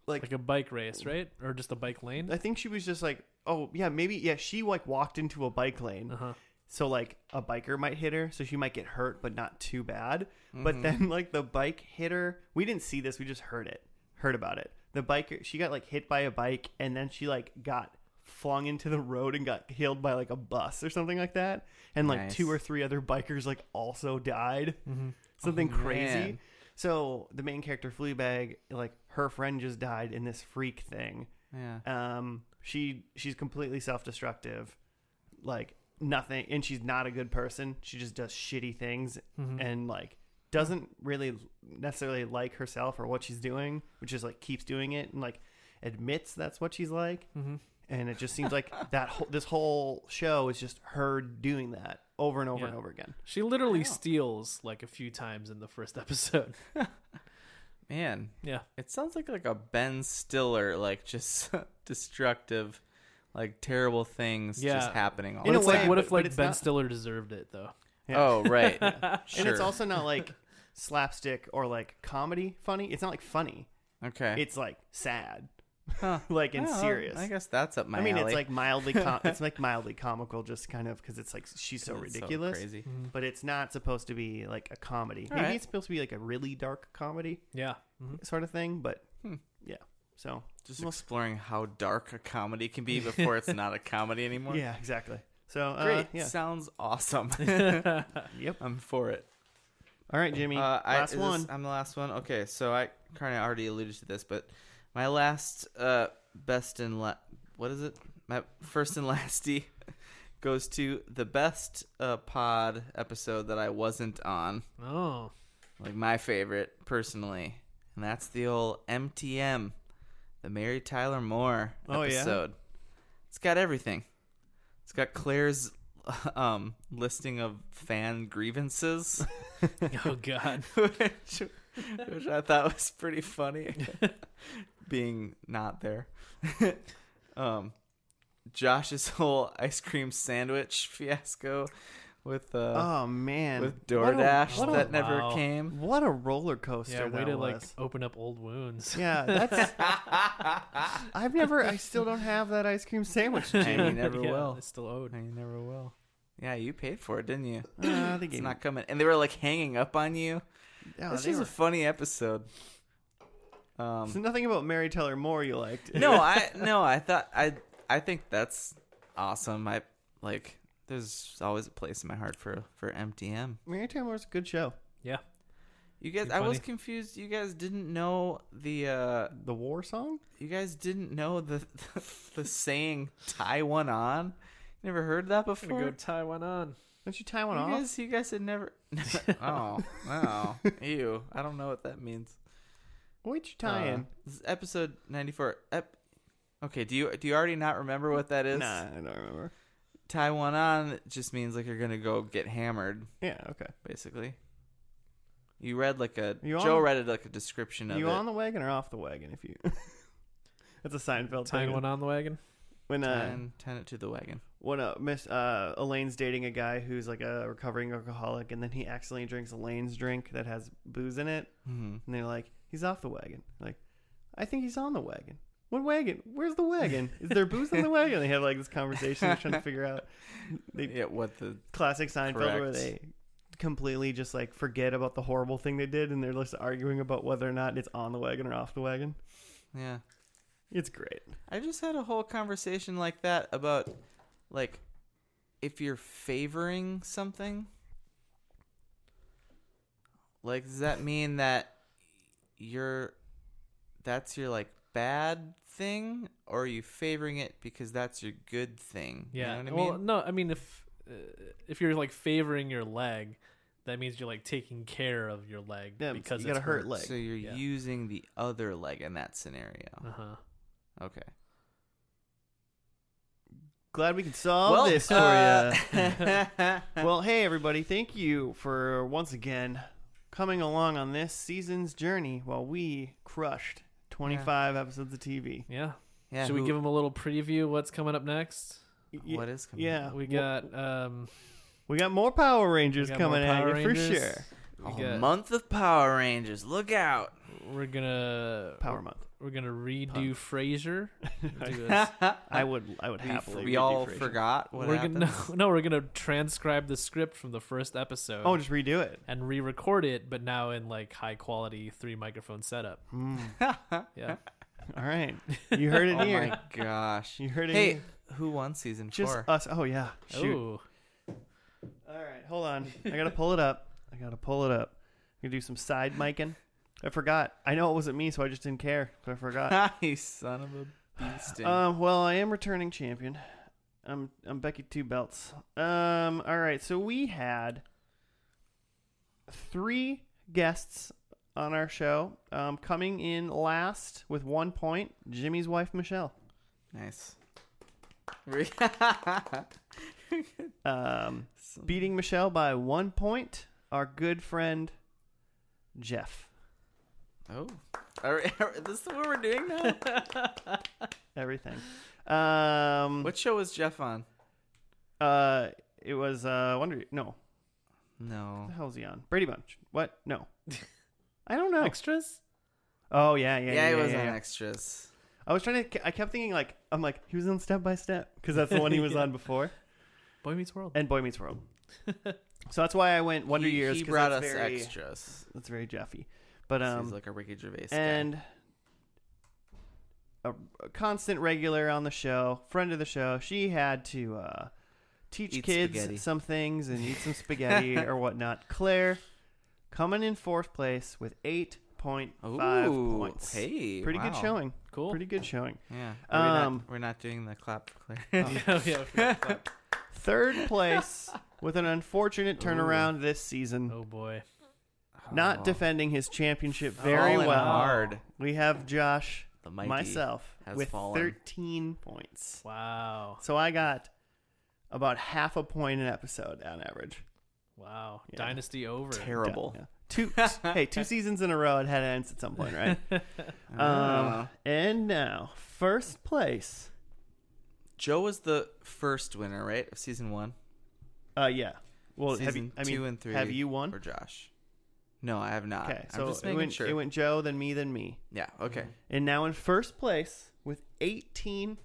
Speaker 1: like
Speaker 2: Like a bike race, right? Or just a bike lane?
Speaker 1: I think she was just like, oh yeah, maybe yeah. She like walked into a bike lane,
Speaker 2: Uh huh.
Speaker 1: so like a biker might hit her, so she might get hurt, but not too bad.
Speaker 3: Mm-hmm.
Speaker 1: But then like the bike hit her. We didn't see this. We just heard it, heard about it. The biker, she got like hit by a bike, and then she like got flung into the road and got killed by like a bus or something like that. And like
Speaker 3: Nice.
Speaker 1: two or three other bikers like also died. Something
Speaker 3: Oh,
Speaker 1: crazy.
Speaker 3: man.
Speaker 1: So the main character Fleabag, like her friend just died in this freak thing
Speaker 3: yeah.
Speaker 1: um she she's completely self-destructive like nothing and she's not a good person she just does shitty things and like doesn't really necessarily like herself or what she's doing which is like keeps doing it and like admits that's what she's like and it just seems like that whole, this whole show is just her doing that over and over and
Speaker 2: Yeah.
Speaker 1: over again
Speaker 2: She literally
Speaker 3: Wow.
Speaker 2: steals like a few times in the first episode.
Speaker 3: Man,
Speaker 2: Yeah.
Speaker 3: it sounds like like a Ben Stiller, like just destructive, like terrible things
Speaker 2: Yeah.
Speaker 3: just happening all
Speaker 1: In
Speaker 2: But
Speaker 1: a
Speaker 3: the
Speaker 2: it's like,
Speaker 1: way,
Speaker 2: what
Speaker 1: but-
Speaker 2: if
Speaker 1: but
Speaker 2: like
Speaker 1: it's
Speaker 2: Ben
Speaker 1: not-
Speaker 2: Stiller deserved it though?
Speaker 1: Yeah.
Speaker 3: Oh right. sure.
Speaker 1: and it's also not like slapstick or like comedy funny it's not like funny
Speaker 3: okay.
Speaker 1: it's like sad
Speaker 3: Huh.
Speaker 1: like and
Speaker 3: Oh,
Speaker 1: serious
Speaker 3: I guess that's up my
Speaker 1: I mean,
Speaker 3: alley.
Speaker 1: it's like mildly, com- it's like mildly comical, just kind of because it's like she's so
Speaker 3: It's
Speaker 1: ridiculous.
Speaker 3: crazy.
Speaker 2: Mm-hmm.
Speaker 1: but it's not supposed to be like a comedy.
Speaker 3: All
Speaker 1: Maybe
Speaker 3: right.
Speaker 1: it's supposed to be like a really dark comedy
Speaker 2: Yeah. hmm
Speaker 1: sort of thing. But
Speaker 3: Hmm.
Speaker 1: yeah, so
Speaker 3: Just exploring how dark a comedy can be before it's not a comedy anymore.
Speaker 1: yeah, exactly. So uh,
Speaker 3: Great.
Speaker 1: yeah,
Speaker 3: Sounds awesome.
Speaker 1: yep.
Speaker 3: I'm for it.
Speaker 1: All right, Jimmy,
Speaker 3: Uh, I, is
Speaker 1: last
Speaker 3: this-
Speaker 1: one.
Speaker 3: I'm the last one. Okay, so I kind of already alluded to this, but my last uh, best and la- what is it? My first and lasty goes to the best uh, pod episode that I wasn't on,
Speaker 2: Oh.
Speaker 3: like my favorite personally, and that's the old MTM, the Mary Tyler Moore
Speaker 1: Oh, yeah?
Speaker 3: episode. It's got everything. It's got Claire's um, listing of fan grievances
Speaker 2: Oh god.
Speaker 3: which, which I thought was pretty funny, being not there. um, Josh's whole ice cream sandwich fiasco with uh,
Speaker 1: oh man,
Speaker 3: with
Speaker 1: What a-
Speaker 3: DoorDash
Speaker 1: what a-
Speaker 3: that never
Speaker 2: Wow.
Speaker 3: came.
Speaker 1: What a roller coaster
Speaker 2: Yeah, way
Speaker 1: that
Speaker 2: to like
Speaker 1: was.
Speaker 2: open up old wounds.
Speaker 1: yeah, that's. I've never. I still don't have that ice cream sandwich. Uh,
Speaker 3: And you
Speaker 1: Gene.
Speaker 3: never
Speaker 2: Yeah,
Speaker 3: will.
Speaker 2: It's still owed.
Speaker 3: No, you never will. Yeah, you paid for it, didn't you?
Speaker 1: Uh, they gave
Speaker 3: It's
Speaker 1: me-
Speaker 3: not coming. And they were like hanging up on you.
Speaker 1: yeah,
Speaker 3: It's
Speaker 1: they
Speaker 3: just
Speaker 1: were-
Speaker 3: a funny episode.
Speaker 1: So
Speaker 3: Um,
Speaker 1: nothing about Mary Tyler Moore you liked.
Speaker 3: no, I no, I thought I I think that's awesome. I like. There's always a place in my heart for for MTM.
Speaker 1: Mary Tyler Moore's a good show.
Speaker 2: Yeah.
Speaker 3: You guys,
Speaker 2: Be
Speaker 3: I was
Speaker 2: funny.
Speaker 3: confused. You guys didn't know the. uh
Speaker 1: The war song?
Speaker 3: You guys didn't know the the, saying "tie one on." Never heard that
Speaker 2: I'm gonna go
Speaker 3: before.
Speaker 2: tie one on.
Speaker 1: Don't you tie one
Speaker 3: You
Speaker 1: off?
Speaker 3: guys, you guys had never. oh, wow. Ew. I don't know what that means.
Speaker 1: What you tying?
Speaker 3: Uh, this is episode ninety four. Ep- okay, do you do you already not remember what that is?
Speaker 1: nah, I don't remember.
Speaker 3: Tie one on just means like you're gonna go get hammered,
Speaker 1: Yeah, okay.
Speaker 3: basically. You read like a
Speaker 1: You
Speaker 3: Joe
Speaker 1: on-
Speaker 3: read it like a description of
Speaker 1: you
Speaker 3: it.
Speaker 1: on the wagon or off the wagon? If you, that's a Seinfeld
Speaker 2: Tying
Speaker 1: thing.
Speaker 2: one on the wagon.
Speaker 1: When uh,
Speaker 3: Tying- tying it to the wagon.
Speaker 1: when uh, Miss uh, Elaine's dating a guy who's like a recovering alcoholic, and then he accidentally drinks Elaine's drink that has booze in it,
Speaker 3: hmm
Speaker 1: and they're like, he's off the wagon. Like, I think he's on the wagon. What wagon? Where's the wagon? Is there booze on the wagon? They have like this conversation, they're trying to figure out. They
Speaker 3: Yeah, what the
Speaker 1: classic Seinfeld where
Speaker 3: Correct.
Speaker 1: they completely just like forget about the horrible thing they did and they're just arguing about whether or not it's on the wagon or off the wagon.
Speaker 3: yeah.
Speaker 1: It's great.
Speaker 3: I just had a whole conversation like that about like if you're favoring something like does that mean that you're that's your like bad thing or are you favoring it because that's your good thing?
Speaker 2: Yeah.
Speaker 3: You know what I
Speaker 2: Well,
Speaker 3: mean?
Speaker 2: no, I mean if uh, if you're like favoring your leg, that means you're like taking care of your leg
Speaker 1: Yeah,
Speaker 2: because
Speaker 1: you got a
Speaker 2: it's
Speaker 1: hurt
Speaker 2: hurt.
Speaker 1: leg.
Speaker 3: so you're
Speaker 2: yeah.
Speaker 3: using the other leg in that scenario.
Speaker 2: Uh huh.
Speaker 3: Okay.
Speaker 1: Glad we can solve this for
Speaker 3: uh,
Speaker 1: you. Well, hey everybody, thank you for once again coming along on this season's journey while we crushed 25 episodes of TV.
Speaker 2: Yeah.
Speaker 3: yeah,
Speaker 2: Should we
Speaker 3: who-
Speaker 2: give them a little preview? Of what's coming up next?
Speaker 1: Y-
Speaker 3: what is coming?
Speaker 1: yeah,
Speaker 2: We
Speaker 1: w-
Speaker 2: got um.
Speaker 1: we got more Power Rangers
Speaker 2: we got more
Speaker 1: coming at
Speaker 2: Power
Speaker 1: you for
Speaker 2: Rangers.
Speaker 1: sure. Oh,
Speaker 3: A
Speaker 2: We got,
Speaker 3: month of Power Rangers. Look out.
Speaker 2: we're gonna
Speaker 1: Power Month.
Speaker 2: we're gonna redo Frasier. Do a
Speaker 1: I would, I would
Speaker 3: we, f-
Speaker 1: happily.
Speaker 3: we
Speaker 1: redo
Speaker 3: all
Speaker 1: Frasier.
Speaker 3: forgot what
Speaker 2: we're
Speaker 3: happened.
Speaker 2: gonna no, no, we're gonna transcribe the script from the first episode
Speaker 1: Oh, just redo it.
Speaker 2: and re-record it, but now in like high quality three microphone setup. Yeah,
Speaker 1: Mm. All right, you heard it
Speaker 3: oh
Speaker 1: here.
Speaker 3: my gosh!
Speaker 1: You heard it
Speaker 3: Hey,
Speaker 1: here.
Speaker 3: who won season
Speaker 1: Just
Speaker 3: four?
Speaker 1: us. Oh yeah. Shoot.
Speaker 2: Ooh.
Speaker 1: All right, hold on. I gotta pull it up. I gotta pull it up. I'm gonna do some side micing. I forgot. I know it wasn't me, so I just didn't care. But I forgot.
Speaker 3: you son of a beast!
Speaker 1: um, well, I am returning champion. I'm I'm Becky Two Belts. Um, all right. So we had three guests on our show. Um, coming in last with one point, Jimmy's wife Michelle.
Speaker 3: nice. Re-
Speaker 1: Um, beating Michelle by one point. Our good friend Jeff.
Speaker 3: oh, all right. This is what we're doing now.
Speaker 1: Everything. Um,
Speaker 3: what show was Jeff on?
Speaker 1: Uh, it was uh Wonder. No, what
Speaker 3: No.
Speaker 1: the hell was he on? Brady Bunch. What? No, I don't know.
Speaker 2: extras.
Speaker 1: Oh yeah, yeah,
Speaker 3: Yeah,
Speaker 1: yeah.
Speaker 3: it
Speaker 1: yeah,
Speaker 3: was
Speaker 1: yeah.
Speaker 3: on Extras.
Speaker 1: I was trying to. I kept thinking like I'm like he was on Step by Step because that's the one he was on before
Speaker 2: Boy Meets World.
Speaker 1: and Boy Meets World. so that's why I went Wonder
Speaker 3: he,
Speaker 1: Years.
Speaker 3: He
Speaker 1: 'cause
Speaker 3: brought us
Speaker 1: that's very,
Speaker 3: Extras.
Speaker 1: That's very Jeffy. But um,
Speaker 3: He's like a Ricky Gervais guy.
Speaker 1: and a, a constant regular on the show, friend of the show. She had to uh, teach
Speaker 3: Eat
Speaker 1: kids
Speaker 3: spaghetti.
Speaker 1: some things and eat some spaghetti or whatnot. Claire coming in fourth place with eight point five
Speaker 3: Ooh,
Speaker 1: points.
Speaker 3: Hey,
Speaker 1: pretty good
Speaker 3: wow.
Speaker 1: showing.
Speaker 2: Cool.
Speaker 1: Pretty good showing.
Speaker 3: Yeah. We're,
Speaker 1: Um,
Speaker 3: not, we're not doing the clap for Claire.
Speaker 1: Oh.
Speaker 2: yeah, yeah, I forgot about-
Speaker 1: Third place with an unfortunate turnaround this season.
Speaker 2: oh boy.
Speaker 1: Not
Speaker 3: Oh.
Speaker 1: defending his championship very
Speaker 3: Fallen
Speaker 1: well.
Speaker 3: Hard.
Speaker 1: We have Josh
Speaker 3: The mighty
Speaker 1: myself
Speaker 3: has
Speaker 1: with
Speaker 3: fallen.
Speaker 1: 13 points.
Speaker 2: Wow.
Speaker 1: So I got about half a point an episode on average.
Speaker 2: Wow.
Speaker 1: Yeah.
Speaker 2: Dynasty over.
Speaker 3: Terrible.
Speaker 1: Yeah. Two hey, two seasons in a row it had to end at some point, right?
Speaker 3: Ah.
Speaker 1: um, and now first place.
Speaker 3: Joe was the first winner, right, of season one.
Speaker 1: Uh yeah. Well, have you,
Speaker 3: Season
Speaker 1: I mean,
Speaker 3: two and three.
Speaker 1: have you
Speaker 3: Or
Speaker 1: won?
Speaker 3: Josh? No, I have not.
Speaker 1: Okay,
Speaker 3: I'm
Speaker 1: so
Speaker 3: just
Speaker 1: it
Speaker 3: making
Speaker 1: went,
Speaker 3: sure.
Speaker 1: it went Mm-hmm. Joe, then me, then me.
Speaker 3: yeah. Okay.
Speaker 1: And now in first place with 18.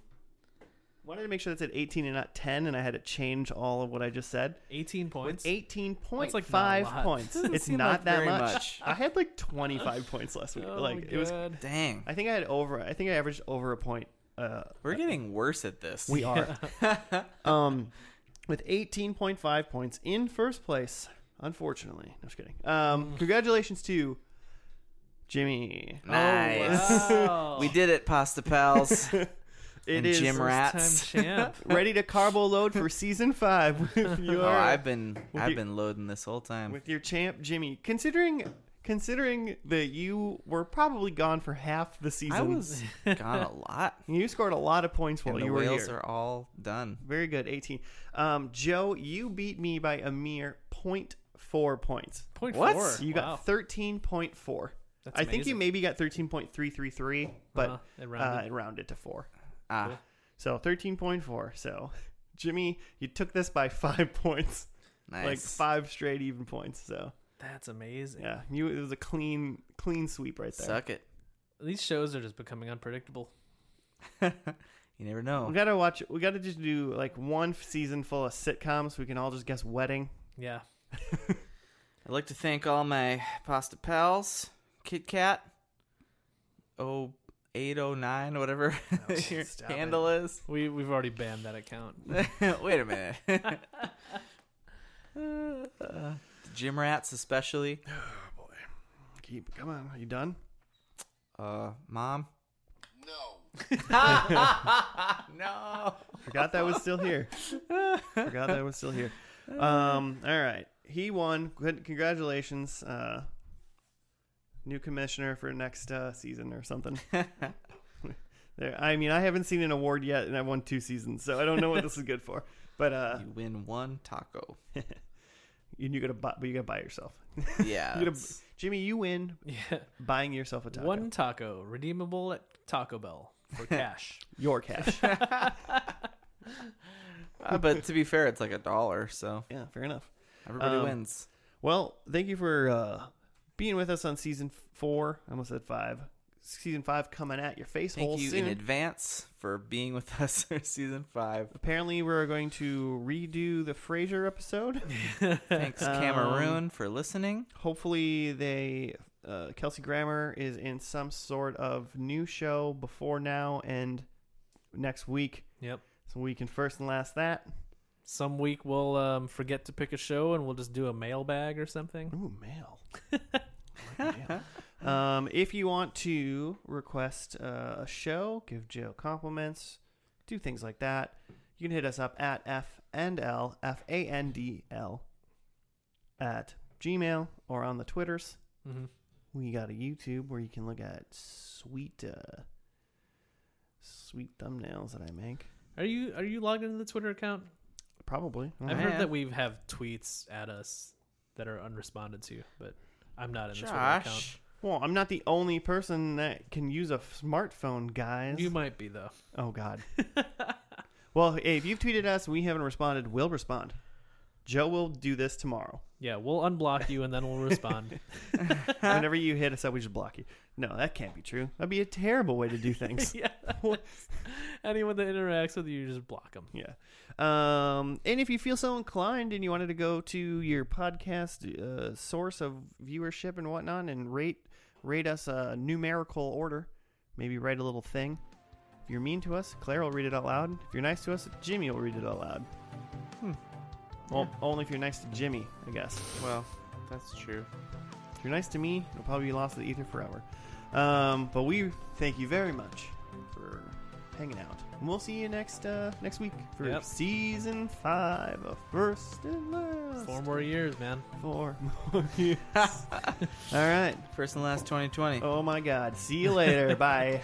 Speaker 1: Wanted to make sure that said 18 and not 10, and I had to change all of what I just said.
Speaker 2: 18 points.
Speaker 1: 18.5
Speaker 2: That's, like, not a lot.
Speaker 1: points.
Speaker 2: Doesn't
Speaker 1: It's
Speaker 3: seem
Speaker 1: not
Speaker 3: like
Speaker 1: that
Speaker 3: very
Speaker 1: much.
Speaker 3: much.
Speaker 1: I had like 25 points last week.
Speaker 2: Oh
Speaker 1: like
Speaker 2: my
Speaker 1: it was.
Speaker 2: God.
Speaker 3: Dang.
Speaker 1: I think I had over. I think I averaged over a point. Uh,
Speaker 3: We're getting worse at this.
Speaker 1: we are. um, with 18.5 points in first place. Unfortunately, no, just kidding. Um,
Speaker 2: Mm.
Speaker 1: congratulations to Jimmy.
Speaker 3: nice.
Speaker 2: Oh, wow.
Speaker 3: We did it, Pasta Pals.
Speaker 1: It
Speaker 3: And
Speaker 1: is
Speaker 3: Jim Ra- Rats.
Speaker 2: First-time champ.
Speaker 1: ready to carbo load for season five with your
Speaker 3: oh, I've been
Speaker 1: With
Speaker 3: I've
Speaker 1: you-
Speaker 3: been loading this whole time.
Speaker 1: with your champ Jimmy. Considering considering that you were probably gone for half the season,
Speaker 3: I was gone a lot.
Speaker 1: you scored a lot of points while
Speaker 3: and the
Speaker 1: you were
Speaker 3: whales
Speaker 1: here.
Speaker 3: are all done.
Speaker 1: Very good, eighteen. Um, Joe, you beat me by a mere 0.4 points.
Speaker 2: Point
Speaker 3: What?
Speaker 2: four.
Speaker 1: You
Speaker 2: Wow.
Speaker 1: got thirteen point four.
Speaker 2: That's
Speaker 1: I think you
Speaker 2: amazing.
Speaker 1: maybe got thirteen point three three three, but
Speaker 2: Uh-huh, it
Speaker 1: it, rounded.
Speaker 2: rounded.
Speaker 1: Uh, it rounded to four.
Speaker 3: Ah,
Speaker 1: So thirteen point four. So Jimmy, you took this by five points,
Speaker 3: nice.
Speaker 1: like five straight even points. So
Speaker 2: That's amazing.
Speaker 1: yeah, you it was a clean clean sweep right there.
Speaker 3: Suck it.
Speaker 2: These shows are just becoming unpredictable.
Speaker 3: you never know.
Speaker 1: We gotta watch. We gotta just do like one season full of sitcoms. We can all just guess wedding.
Speaker 2: Yeah.
Speaker 3: I'd like to thank all my pasta pals, Kit Kat, oh eight oh nine, whatever your
Speaker 1: stop
Speaker 3: handle is.
Speaker 2: We we've already banned that account.
Speaker 3: Wait a minute. uh, gym rats, especially.
Speaker 1: Keep come on. Are you done?
Speaker 3: Uh, mom. No.
Speaker 1: Forgot that was still here. Forgot that was still here. Um. All right. He won. Good. Congratulations. Uh, new commissioner for next uh, season or something.
Speaker 3: no.
Speaker 1: There. I mean, I haven't seen an award yet, and I won two seasons, so I don't know what this is good for. But uh,
Speaker 3: you win one taco.
Speaker 1: you, you gotta buy. But you gotta buy yourself.
Speaker 3: Yeah.
Speaker 1: You gotta-
Speaker 3: that's-
Speaker 1: Jimmy, you win
Speaker 2: Yeah.
Speaker 1: buying yourself a taco.
Speaker 2: One taco redeemable at Taco Bell for cash.
Speaker 1: your cash.
Speaker 3: Uh, but to be fair, it's like a dollar, so
Speaker 1: yeah. Fair enough.
Speaker 3: everybody
Speaker 1: Um,
Speaker 3: wins.
Speaker 1: Well, thank you for uh, being with us on season f- four. I almost said five. Season five coming at your face hole
Speaker 3: Thank you
Speaker 1: soon.
Speaker 3: in advance for being with us for season five.
Speaker 1: Apparently, we're going to redo the Frasier episode.
Speaker 3: Thanks, Cameroon, for listening.
Speaker 1: Hopefully, they uh, Kelsey Grammer is in some sort of new show before now and next week,
Speaker 2: Yep.
Speaker 1: so we can first and last that.
Speaker 2: Some week we'll um, forget to pick a show and we'll just do a mailbag or something.
Speaker 1: Ooh, mail. I like mail. um, if you want to request uh, a show, give Joe compliments, do things like that, you can hit us up at F and L F A N D L at Gmail or on the Twitters.
Speaker 2: Mm-hmm.
Speaker 1: We got a YouTube where you can look at sweet, uh, sweet thumbnails that I make.
Speaker 2: Are you are you logged into the Twitter account?
Speaker 1: Probably. I don't
Speaker 2: I've
Speaker 1: know.
Speaker 3: I
Speaker 2: heard
Speaker 3: am.
Speaker 2: that we have tweets at us that are unresponded to, but I'm not in the Twitter account.
Speaker 3: Josh.
Speaker 1: Well, I'm not the only person that can use a smartphone, guys.
Speaker 2: You might be though.
Speaker 1: Oh God. well, hey, if you've tweeted us, and we haven't responded. We'll respond. Joe will do this tomorrow.
Speaker 2: Yeah, we'll unblock you and then we'll respond.
Speaker 1: Whenever you hit us up, we just block you. No, that can't be true. That'd be a terrible way to do things.
Speaker 2: yeah. Anyone that interacts with you, you just block them.
Speaker 1: yeah. Um, and if you feel so inclined and you wanted to go to your podcast uh, source of viewership and whatnot and rate rate us a numerical order, maybe write a little thing. If you're mean to us, Claire will read it out loud. If you're nice to us, Jimmy will read it out loud. Well, only if you're nice to Jimmy, I guess.
Speaker 3: Well, that's true.
Speaker 1: If you're nice to me, you'll probably be lost to the ether forever. Um, but we thank you very much for hanging out. And we'll see you next uh, next week for
Speaker 2: Yep.
Speaker 1: season five of First and Last.
Speaker 2: Four more years, man.
Speaker 1: Four more years. All right.
Speaker 3: First and last 2020.
Speaker 1: Oh my God. See you later. Bye.